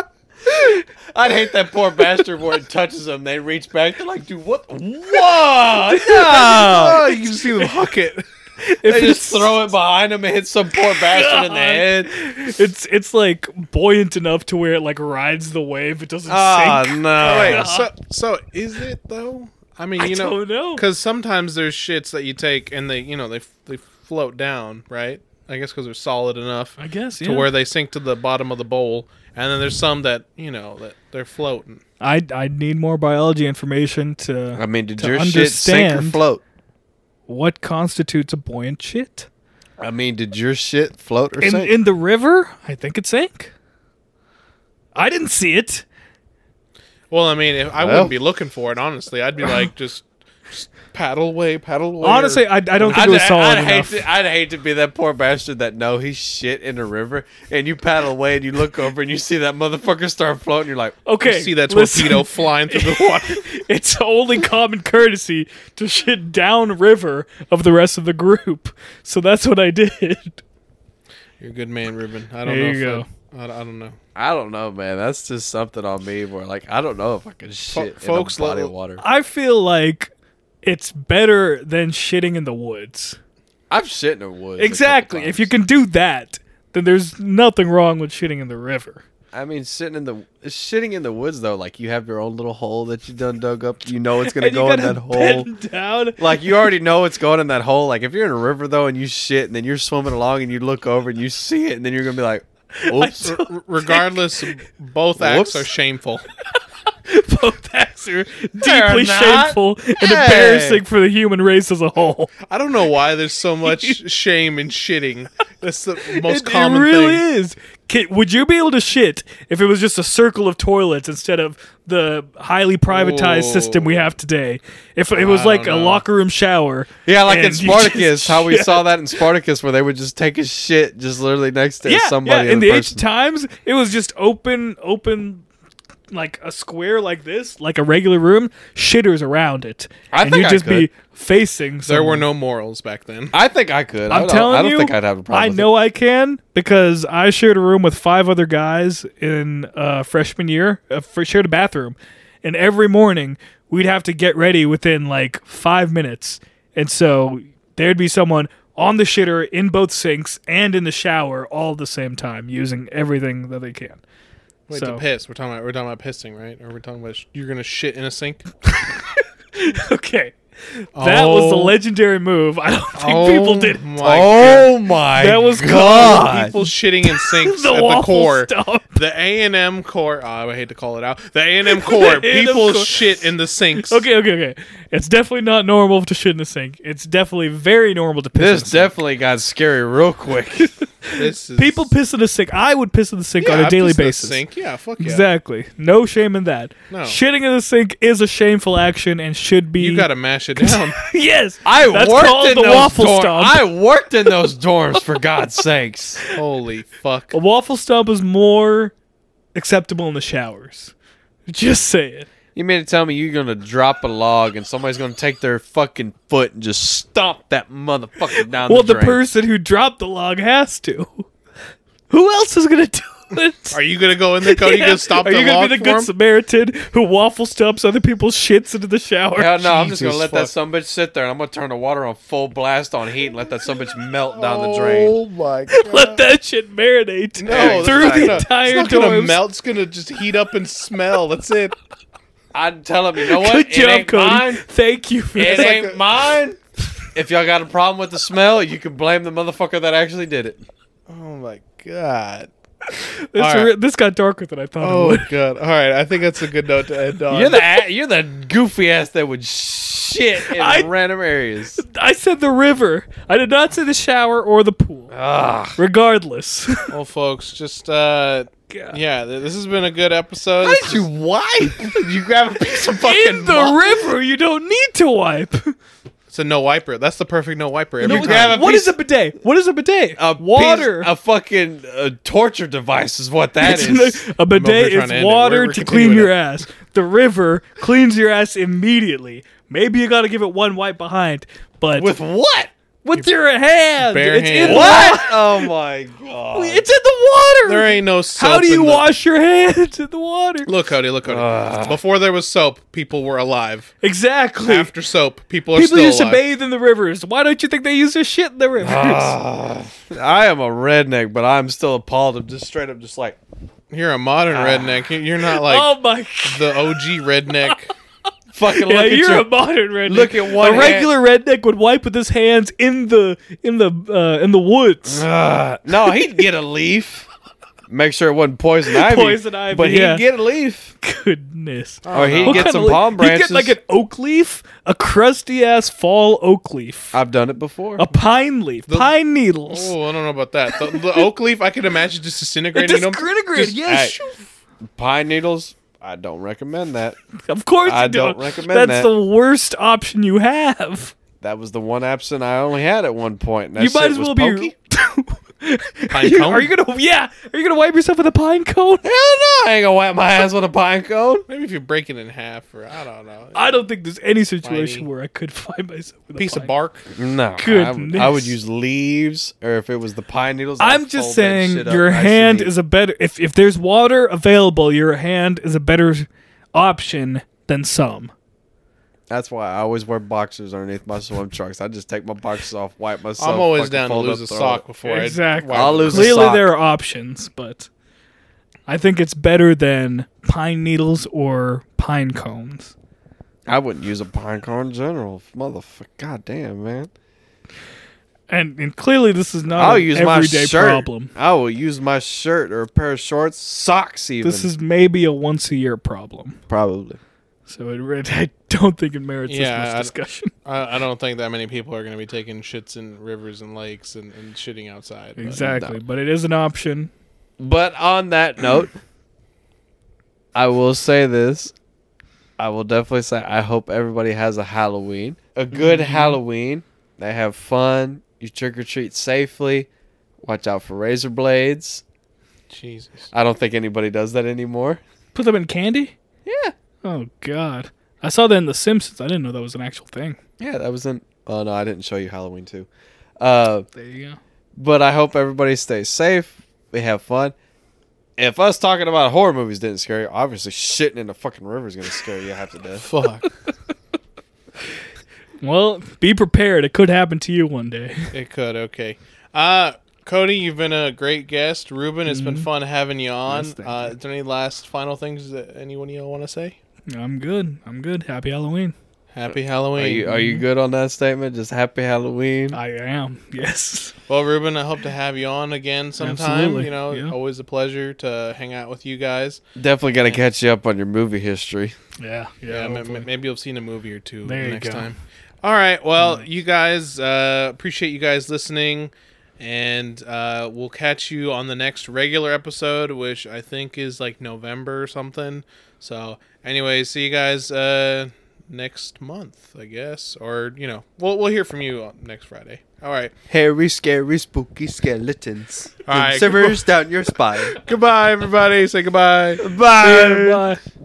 Speaker 4: I'd hate that poor bastard where it touches them. They reach back. They're like, dude, what? What?
Speaker 1: oh, you can see them huck it.
Speaker 4: They just throw it behind them and hit some poor bastard in the head.
Speaker 2: It's it's like buoyant enough to where it like rides the wave. It doesn't
Speaker 3: Ah
Speaker 2: sink.
Speaker 1: Oh,
Speaker 3: no!
Speaker 1: wait, so so is it though? I mean,
Speaker 2: I
Speaker 1: you know,
Speaker 2: don't know.
Speaker 1: because sometimes there's shits that you take and they, you know, they they float down, right? I guess because they're solid enough
Speaker 2: I guess yeah.
Speaker 1: to where they sink to the bottom of the bowl, and then there's some that you know that they're floating.
Speaker 2: I I need more biology information to
Speaker 3: I mean, did
Speaker 2: To
Speaker 3: your shit sink or
Speaker 2: understand-
Speaker 3: float?
Speaker 2: what constitutes a buoyant shit
Speaker 3: I mean, did your shit float or
Speaker 2: in
Speaker 3: sink?
Speaker 2: in the river. I think it sank. I didn't see it.
Speaker 1: Well, I mean, if, I
Speaker 3: Well.
Speaker 1: wouldn't be looking for it honestly. I'd be like just, just paddle away, paddle away. or-
Speaker 2: Honestly, I, I don't think
Speaker 4: I'd,
Speaker 2: it was solid
Speaker 4: I'd hate
Speaker 2: enough.
Speaker 4: to, I'd hate to be that poor bastard that know he's shit in a river and you paddle away and you look over and you see that motherfucker start floating. You're like,
Speaker 2: okay,
Speaker 1: you see that
Speaker 2: listen.
Speaker 1: torpedo flying through the water.
Speaker 2: it's only common courtesy to shit downriver of the rest of the group. So that's what I did.
Speaker 1: You're a good man, Ruben. I don't
Speaker 2: There
Speaker 1: know.
Speaker 2: you
Speaker 1: if I, I, I don't know.
Speaker 3: I don't know, man. That's just something on me where, like, I don't know if I can shit
Speaker 1: folks,
Speaker 3: in a body
Speaker 1: let-
Speaker 3: of water.
Speaker 2: I feel like it's better than shitting in the woods.
Speaker 3: I've shit in a woods. a couple
Speaker 2: Exactly. If you
Speaker 3: times.
Speaker 2: can do that, then there's nothing wrong with shitting in the river.
Speaker 3: I mean, sitting in the shitting in the woods though, like you have your own little hole that you done dug up. You know it's gonna
Speaker 2: And you
Speaker 3: go in
Speaker 2: gotta
Speaker 3: that hole.
Speaker 2: bend down.
Speaker 3: Like you already know it's going in that hole. Like if you're in a river though, and you shit, and then you're swimming along, and you look over, and you see it, and then you're gonna be like, "Oops."
Speaker 1: R- r- regardless, both acts
Speaker 3: Whoops.
Speaker 1: are shameful.
Speaker 2: Both acts are deeply
Speaker 4: They're not.
Speaker 2: shameful and embarrassing for the human race as a whole.
Speaker 1: I don't know why there's so much shame in shitting. That's the most
Speaker 2: It- it,
Speaker 1: common
Speaker 2: really
Speaker 1: thing.
Speaker 2: is. Ki- would you be able to shit if it was just a circle of toilets instead of the highly privatized
Speaker 1: Ooh.
Speaker 2: system we have today? If it was
Speaker 1: I
Speaker 2: like a
Speaker 1: don't know.
Speaker 2: locker room shower.
Speaker 3: Yeah, like
Speaker 2: and
Speaker 3: in
Speaker 2: you
Speaker 3: Spartacus,
Speaker 2: just
Speaker 3: how we
Speaker 2: shit.
Speaker 3: saw that in Spartacus, where they would just take a shit just literally next to
Speaker 2: Yeah,
Speaker 3: somebody.
Speaker 2: yeah. In
Speaker 3: other
Speaker 2: the
Speaker 3: person.
Speaker 2: ancient times, it was just open, open, like a square like this, like a regular room. Shitters around it,
Speaker 3: I
Speaker 2: and
Speaker 3: think
Speaker 2: you'd
Speaker 3: I
Speaker 2: just be
Speaker 3: could.
Speaker 2: facing.
Speaker 1: There
Speaker 2: Someone.
Speaker 1: were no morals back then.
Speaker 3: I think I could. I
Speaker 2: I'm
Speaker 3: don't-
Speaker 2: telling
Speaker 3: I don't
Speaker 2: you,
Speaker 3: think I'd have a problem.
Speaker 2: I
Speaker 3: with it.
Speaker 2: know I can because I shared a room with five other guys in uh, freshman year. Uh, fr- shared a bathroom, and every morning we'd have to get ready within like five minutes, and so there'd be someone on the shitter in both sinks and in the shower all at the same time, using everything that they can.
Speaker 1: Wait,
Speaker 2: so-
Speaker 1: to piss. We're talking about we're talking about pissing, right? Or we're talking about sh- you're gonna shit in a sink.
Speaker 2: Okay, that was the
Speaker 1: Oh.
Speaker 2: legendary move. I don't think people did. it.
Speaker 1: My
Speaker 3: oh my!
Speaker 2: That was
Speaker 1: God.
Speaker 3: God.
Speaker 1: People shitting in sinks
Speaker 2: The
Speaker 1: at the
Speaker 2: waffle
Speaker 1: core.
Speaker 2: stop.
Speaker 1: The A and M core. Oh, I hate to call it out. The A and M core.
Speaker 2: A&M
Speaker 1: People
Speaker 2: core.
Speaker 1: shit in the sinks.
Speaker 2: Okay, okay, okay. It's definitely not normal to shit in the sink. It's definitely very normal to piss. in
Speaker 3: This
Speaker 2: the sink.
Speaker 3: definitely got scary real quick.
Speaker 1: This is,
Speaker 2: People piss in the sink. I would piss in the sink
Speaker 1: Yeah,
Speaker 2: on
Speaker 1: I
Speaker 2: a daily
Speaker 1: piss in the
Speaker 2: basis.
Speaker 1: Sink. Yeah, fuck yeah.
Speaker 2: Exactly. No shame in that.
Speaker 1: No.
Speaker 2: Shitting in the sink is a shameful action and should be.
Speaker 1: You gotta mash it down.
Speaker 2: yes.
Speaker 3: I
Speaker 2: That's
Speaker 3: worked
Speaker 2: called
Speaker 3: in
Speaker 2: the
Speaker 3: those
Speaker 2: waffle
Speaker 3: dorm-
Speaker 2: stomp.
Speaker 3: I worked in those dorms for God's sakes.
Speaker 1: Holy fuck.
Speaker 2: A waffle stomp is more acceptable in the showers. Just say it.
Speaker 3: You mean to tell me you're gonna drop a log and somebody's gonna take their fucking foot and just stomp that motherfucker down?
Speaker 2: well,
Speaker 3: the,
Speaker 2: the
Speaker 3: drain?
Speaker 2: person who dropped the log has to. Who else is gonna do it?
Speaker 1: Are you gonna go in there, Cody? You
Speaker 2: Yeah.
Speaker 1: gonna stop
Speaker 2: Are
Speaker 1: the
Speaker 2: you gonna
Speaker 1: log
Speaker 2: be the
Speaker 1: for
Speaker 2: good
Speaker 1: him?
Speaker 2: Samaritan who waffle stomps other people's shits into the shower?
Speaker 3: Hell no! I'm just
Speaker 1: Jesus
Speaker 3: gonna let
Speaker 1: fuck.
Speaker 3: that some bitch sit there, and I'm gonna turn the water on full blast on heat and let that some bitch melt down
Speaker 2: Oh.
Speaker 3: the drain.
Speaker 1: my god.
Speaker 2: Let that shit marinate
Speaker 1: No,
Speaker 2: through
Speaker 1: that's not
Speaker 2: the
Speaker 1: gonna-
Speaker 2: entire
Speaker 1: it's not gonna
Speaker 2: dorms.
Speaker 1: melt. It's gonna just heat up and smell. That's it.
Speaker 3: I'd tell him, you know what?
Speaker 2: Good
Speaker 3: it
Speaker 2: job,
Speaker 3: ain't
Speaker 2: Cody.
Speaker 3: mine.
Speaker 2: Thank you for
Speaker 3: It
Speaker 2: that.
Speaker 3: ain't mine. If y'all got a problem with the smell, you can blame the motherfucker that actually did it.
Speaker 1: Oh my god. All
Speaker 2: This,
Speaker 1: right.
Speaker 2: re- this got darker than I thought it
Speaker 1: Oh
Speaker 2: would.
Speaker 1: god. All right. I think that's a good note to end on.
Speaker 3: You're the a- you're the goofy ass that would
Speaker 5: shit in
Speaker 2: I-
Speaker 5: random areas.
Speaker 2: I said the river. I did not say the shower or the pool.
Speaker 5: Ugh.
Speaker 2: Regardless.
Speaker 1: Well, folks, just uh,
Speaker 2: God.
Speaker 1: yeah, th- this has been a good episode.
Speaker 3: How
Speaker 1: This
Speaker 3: did
Speaker 1: is-
Speaker 3: you wipe? Did you grab a piece of fucking
Speaker 2: In the
Speaker 3: mop?
Speaker 2: river, you don't need to wipe.
Speaker 1: It's a no wiper. That's the perfect no wiper. Every
Speaker 2: No,
Speaker 1: time.
Speaker 3: grab a
Speaker 2: what
Speaker 3: piece-
Speaker 2: is a bidet? What is a bidet?
Speaker 1: Oh,
Speaker 3: a piece-
Speaker 2: water.
Speaker 3: a fucking uh, torture device is what that
Speaker 2: It's
Speaker 3: is.
Speaker 2: no- a
Speaker 1: over
Speaker 2: bidet
Speaker 1: here trying to end
Speaker 2: is
Speaker 1: it.
Speaker 2: water
Speaker 1: We're- we're
Speaker 2: to clean
Speaker 1: continuing
Speaker 2: your
Speaker 1: it.
Speaker 2: ass. The river cleans your ass immediately. Maybe you got to give it one wipe behind, but with,
Speaker 3: With what?
Speaker 2: your hand,
Speaker 1: bare
Speaker 2: it's
Speaker 1: hand.
Speaker 2: in
Speaker 3: What?
Speaker 2: the
Speaker 3: oh my god.
Speaker 2: wa- It's in the water.
Speaker 1: There ain't no soap.
Speaker 2: How do you
Speaker 1: in the-
Speaker 2: wash Ah. your hands in the water?
Speaker 1: Look, Cody. Look, Cody. Before there was soap, people were alive.
Speaker 2: Exactly.
Speaker 1: After soap, people are
Speaker 2: People
Speaker 1: still
Speaker 2: used to
Speaker 1: alive.
Speaker 2: bathe in the rivers. Why don't you think they use their shit in the rivers?
Speaker 1: Ah,
Speaker 3: I am a redneck, but I'm still appalled. I'm just straight up just like
Speaker 1: You're a modern redneck. You- You're not like
Speaker 2: Ah. oh my god!
Speaker 1: the OG redneck.
Speaker 3: fucking
Speaker 2: Yeah,
Speaker 3: look at
Speaker 2: you're
Speaker 3: your
Speaker 2: a modern redneck.
Speaker 3: look at one
Speaker 2: A regular redneck would wipe with his hands in the in the uh, in the woods.
Speaker 1: Ah.
Speaker 3: Uh, no, he'd get a leaf. Make sure it wasn't poison ivy.
Speaker 2: Poison ivy,
Speaker 3: But
Speaker 2: yeah.
Speaker 3: he'd get a leaf.
Speaker 2: Goodness.
Speaker 3: Or he'd
Speaker 2: What
Speaker 3: get
Speaker 2: kind
Speaker 3: some
Speaker 2: of leaf-
Speaker 3: palm
Speaker 2: you
Speaker 3: branches.
Speaker 2: get like an oak leaf, a crusty ass fall oak leaf,
Speaker 3: I've done it before.
Speaker 2: a pine leaf, pine needles.
Speaker 1: Oh, I don't know about that. The, the oak leaf, I could imagine just disintegrating. them.
Speaker 2: Disintegrate,
Speaker 1: Just-
Speaker 2: yes.
Speaker 3: Pine needles, I don't recommend that.
Speaker 2: Of course,
Speaker 3: I
Speaker 2: you
Speaker 3: don't
Speaker 2: don't.
Speaker 3: recommend
Speaker 2: That's
Speaker 3: that.
Speaker 2: the worst option you have.
Speaker 3: That was the one absent I only had at one point. and that
Speaker 2: you might
Speaker 3: shit
Speaker 2: as
Speaker 3: was
Speaker 2: well
Speaker 3: pokey.
Speaker 2: be. Are you-
Speaker 1: cone?
Speaker 2: Are you gonna? Yeah. Are you gonna wipe yourself with a pine cone?
Speaker 3: Hell no, I ain't gonna wipe my ass with a pine cone.
Speaker 1: Maybe if you break it in half, or I don't know.
Speaker 2: I don't think there's any situation
Speaker 1: Piney.
Speaker 2: where I could find myself with a
Speaker 1: piece
Speaker 2: pine
Speaker 1: of bark.
Speaker 3: No, I would, I
Speaker 2: Goodness.
Speaker 3: would use leaves, or if it was the pine needles. I'd
Speaker 2: I'm just
Speaker 3: fold that
Speaker 2: saying
Speaker 3: shit up
Speaker 2: your
Speaker 3: nicely.
Speaker 2: hand is a better if if there's water available, your hand is a better option than some.
Speaker 3: That's why I always wear boxers underneath my swim trunks. I just take my boxers off, wipe myself.
Speaker 1: I'm always
Speaker 3: fucking
Speaker 1: down to
Speaker 3: fold
Speaker 1: lose
Speaker 3: up,
Speaker 1: a
Speaker 3: throw
Speaker 1: sock
Speaker 3: it.
Speaker 1: before I-
Speaker 2: Exactly.
Speaker 1: Wow.
Speaker 3: I'll lose a
Speaker 2: Clearly
Speaker 3: sock.
Speaker 2: there are options, but I think it's better than pine needles or pine cones.
Speaker 3: I wouldn't use a pine cone in general. Motherfucker, goddamn man.
Speaker 2: And and clearly this is not
Speaker 3: I'll
Speaker 2: an
Speaker 3: use my
Speaker 2: Oh, everyday
Speaker 3: shirt.
Speaker 2: problem.
Speaker 3: I will use my shirt or a pair of shorts, socks even.
Speaker 2: This is maybe a once a year problem.
Speaker 3: probably.
Speaker 2: So it, re- I don't think it merits
Speaker 1: Yeah,
Speaker 2: this
Speaker 1: I
Speaker 2: much
Speaker 1: don't-
Speaker 2: discussion.
Speaker 1: I, I don't think that many people are going to be taking shits in rivers and lakes and, and shitting outside. but-
Speaker 2: Exactly, but it is an option.
Speaker 3: But on that note, I will say this. I will definitely say I hope everybody has a Halloween, a good
Speaker 2: Mm-hmm.
Speaker 3: Halloween. They have fun. You trick or treat safely. Watch out for razor blades.
Speaker 1: Jesus.
Speaker 3: I don't think anybody does that anymore.
Speaker 2: Put them in candy?
Speaker 3: Yeah.
Speaker 2: Oh God! I saw that in The Simpsons. I didn't know that was an actual thing.
Speaker 3: Yeah, that was in. Oh no, I didn't show you Halloween too. Uh,
Speaker 2: There you go.
Speaker 3: but I hope everybody stays safe. We have fun. If us talking about horror movies didn't scare you, obviously shitting in the fucking river is gonna scare you half to death.
Speaker 1: Fuck.
Speaker 2: Well, be prepared. It could happen to you one day.
Speaker 1: it could. Okay. Uh, Cody, you've been a great guest. Ruben, it's been fun having you on.
Speaker 2: Mm-hmm. Yes, thank
Speaker 1: uh, Is there any last final things that anyone of y'all want to say?
Speaker 2: I'm good. I'm good. Happy Halloween.
Speaker 1: Happy
Speaker 3: Uh, Are
Speaker 1: Halloween.
Speaker 3: you are you good on that statement? Just happy Halloween.
Speaker 2: I am. Yes.
Speaker 1: well, Ruben, I hope to have you on again sometime.
Speaker 2: Absolutely,
Speaker 1: You know,
Speaker 2: yeah.
Speaker 1: always a pleasure to hang out with you guys.
Speaker 3: Definitely gotta catch you up on your movie history.
Speaker 2: Yeah.
Speaker 1: Yeah, m- m-
Speaker 2: hopefully.
Speaker 1: maybe you've seen a movie or two
Speaker 2: There you
Speaker 1: next
Speaker 2: go.
Speaker 1: time. All right. Well, you guys, uh, appreciate you guys listening, and uh, we'll catch you on the next regular episode, which I think is like November or something. So, anyways, see you guys uh, next month, I guess, or you know, we'll we'll hear from you on next Friday. All right.
Speaker 3: Hairy, scary, spooky skeletons.
Speaker 1: All right.
Speaker 3: Shivers down your spine.
Speaker 1: Goodbye, everybody. Say goodbye.
Speaker 3: Bye.
Speaker 2: Bye.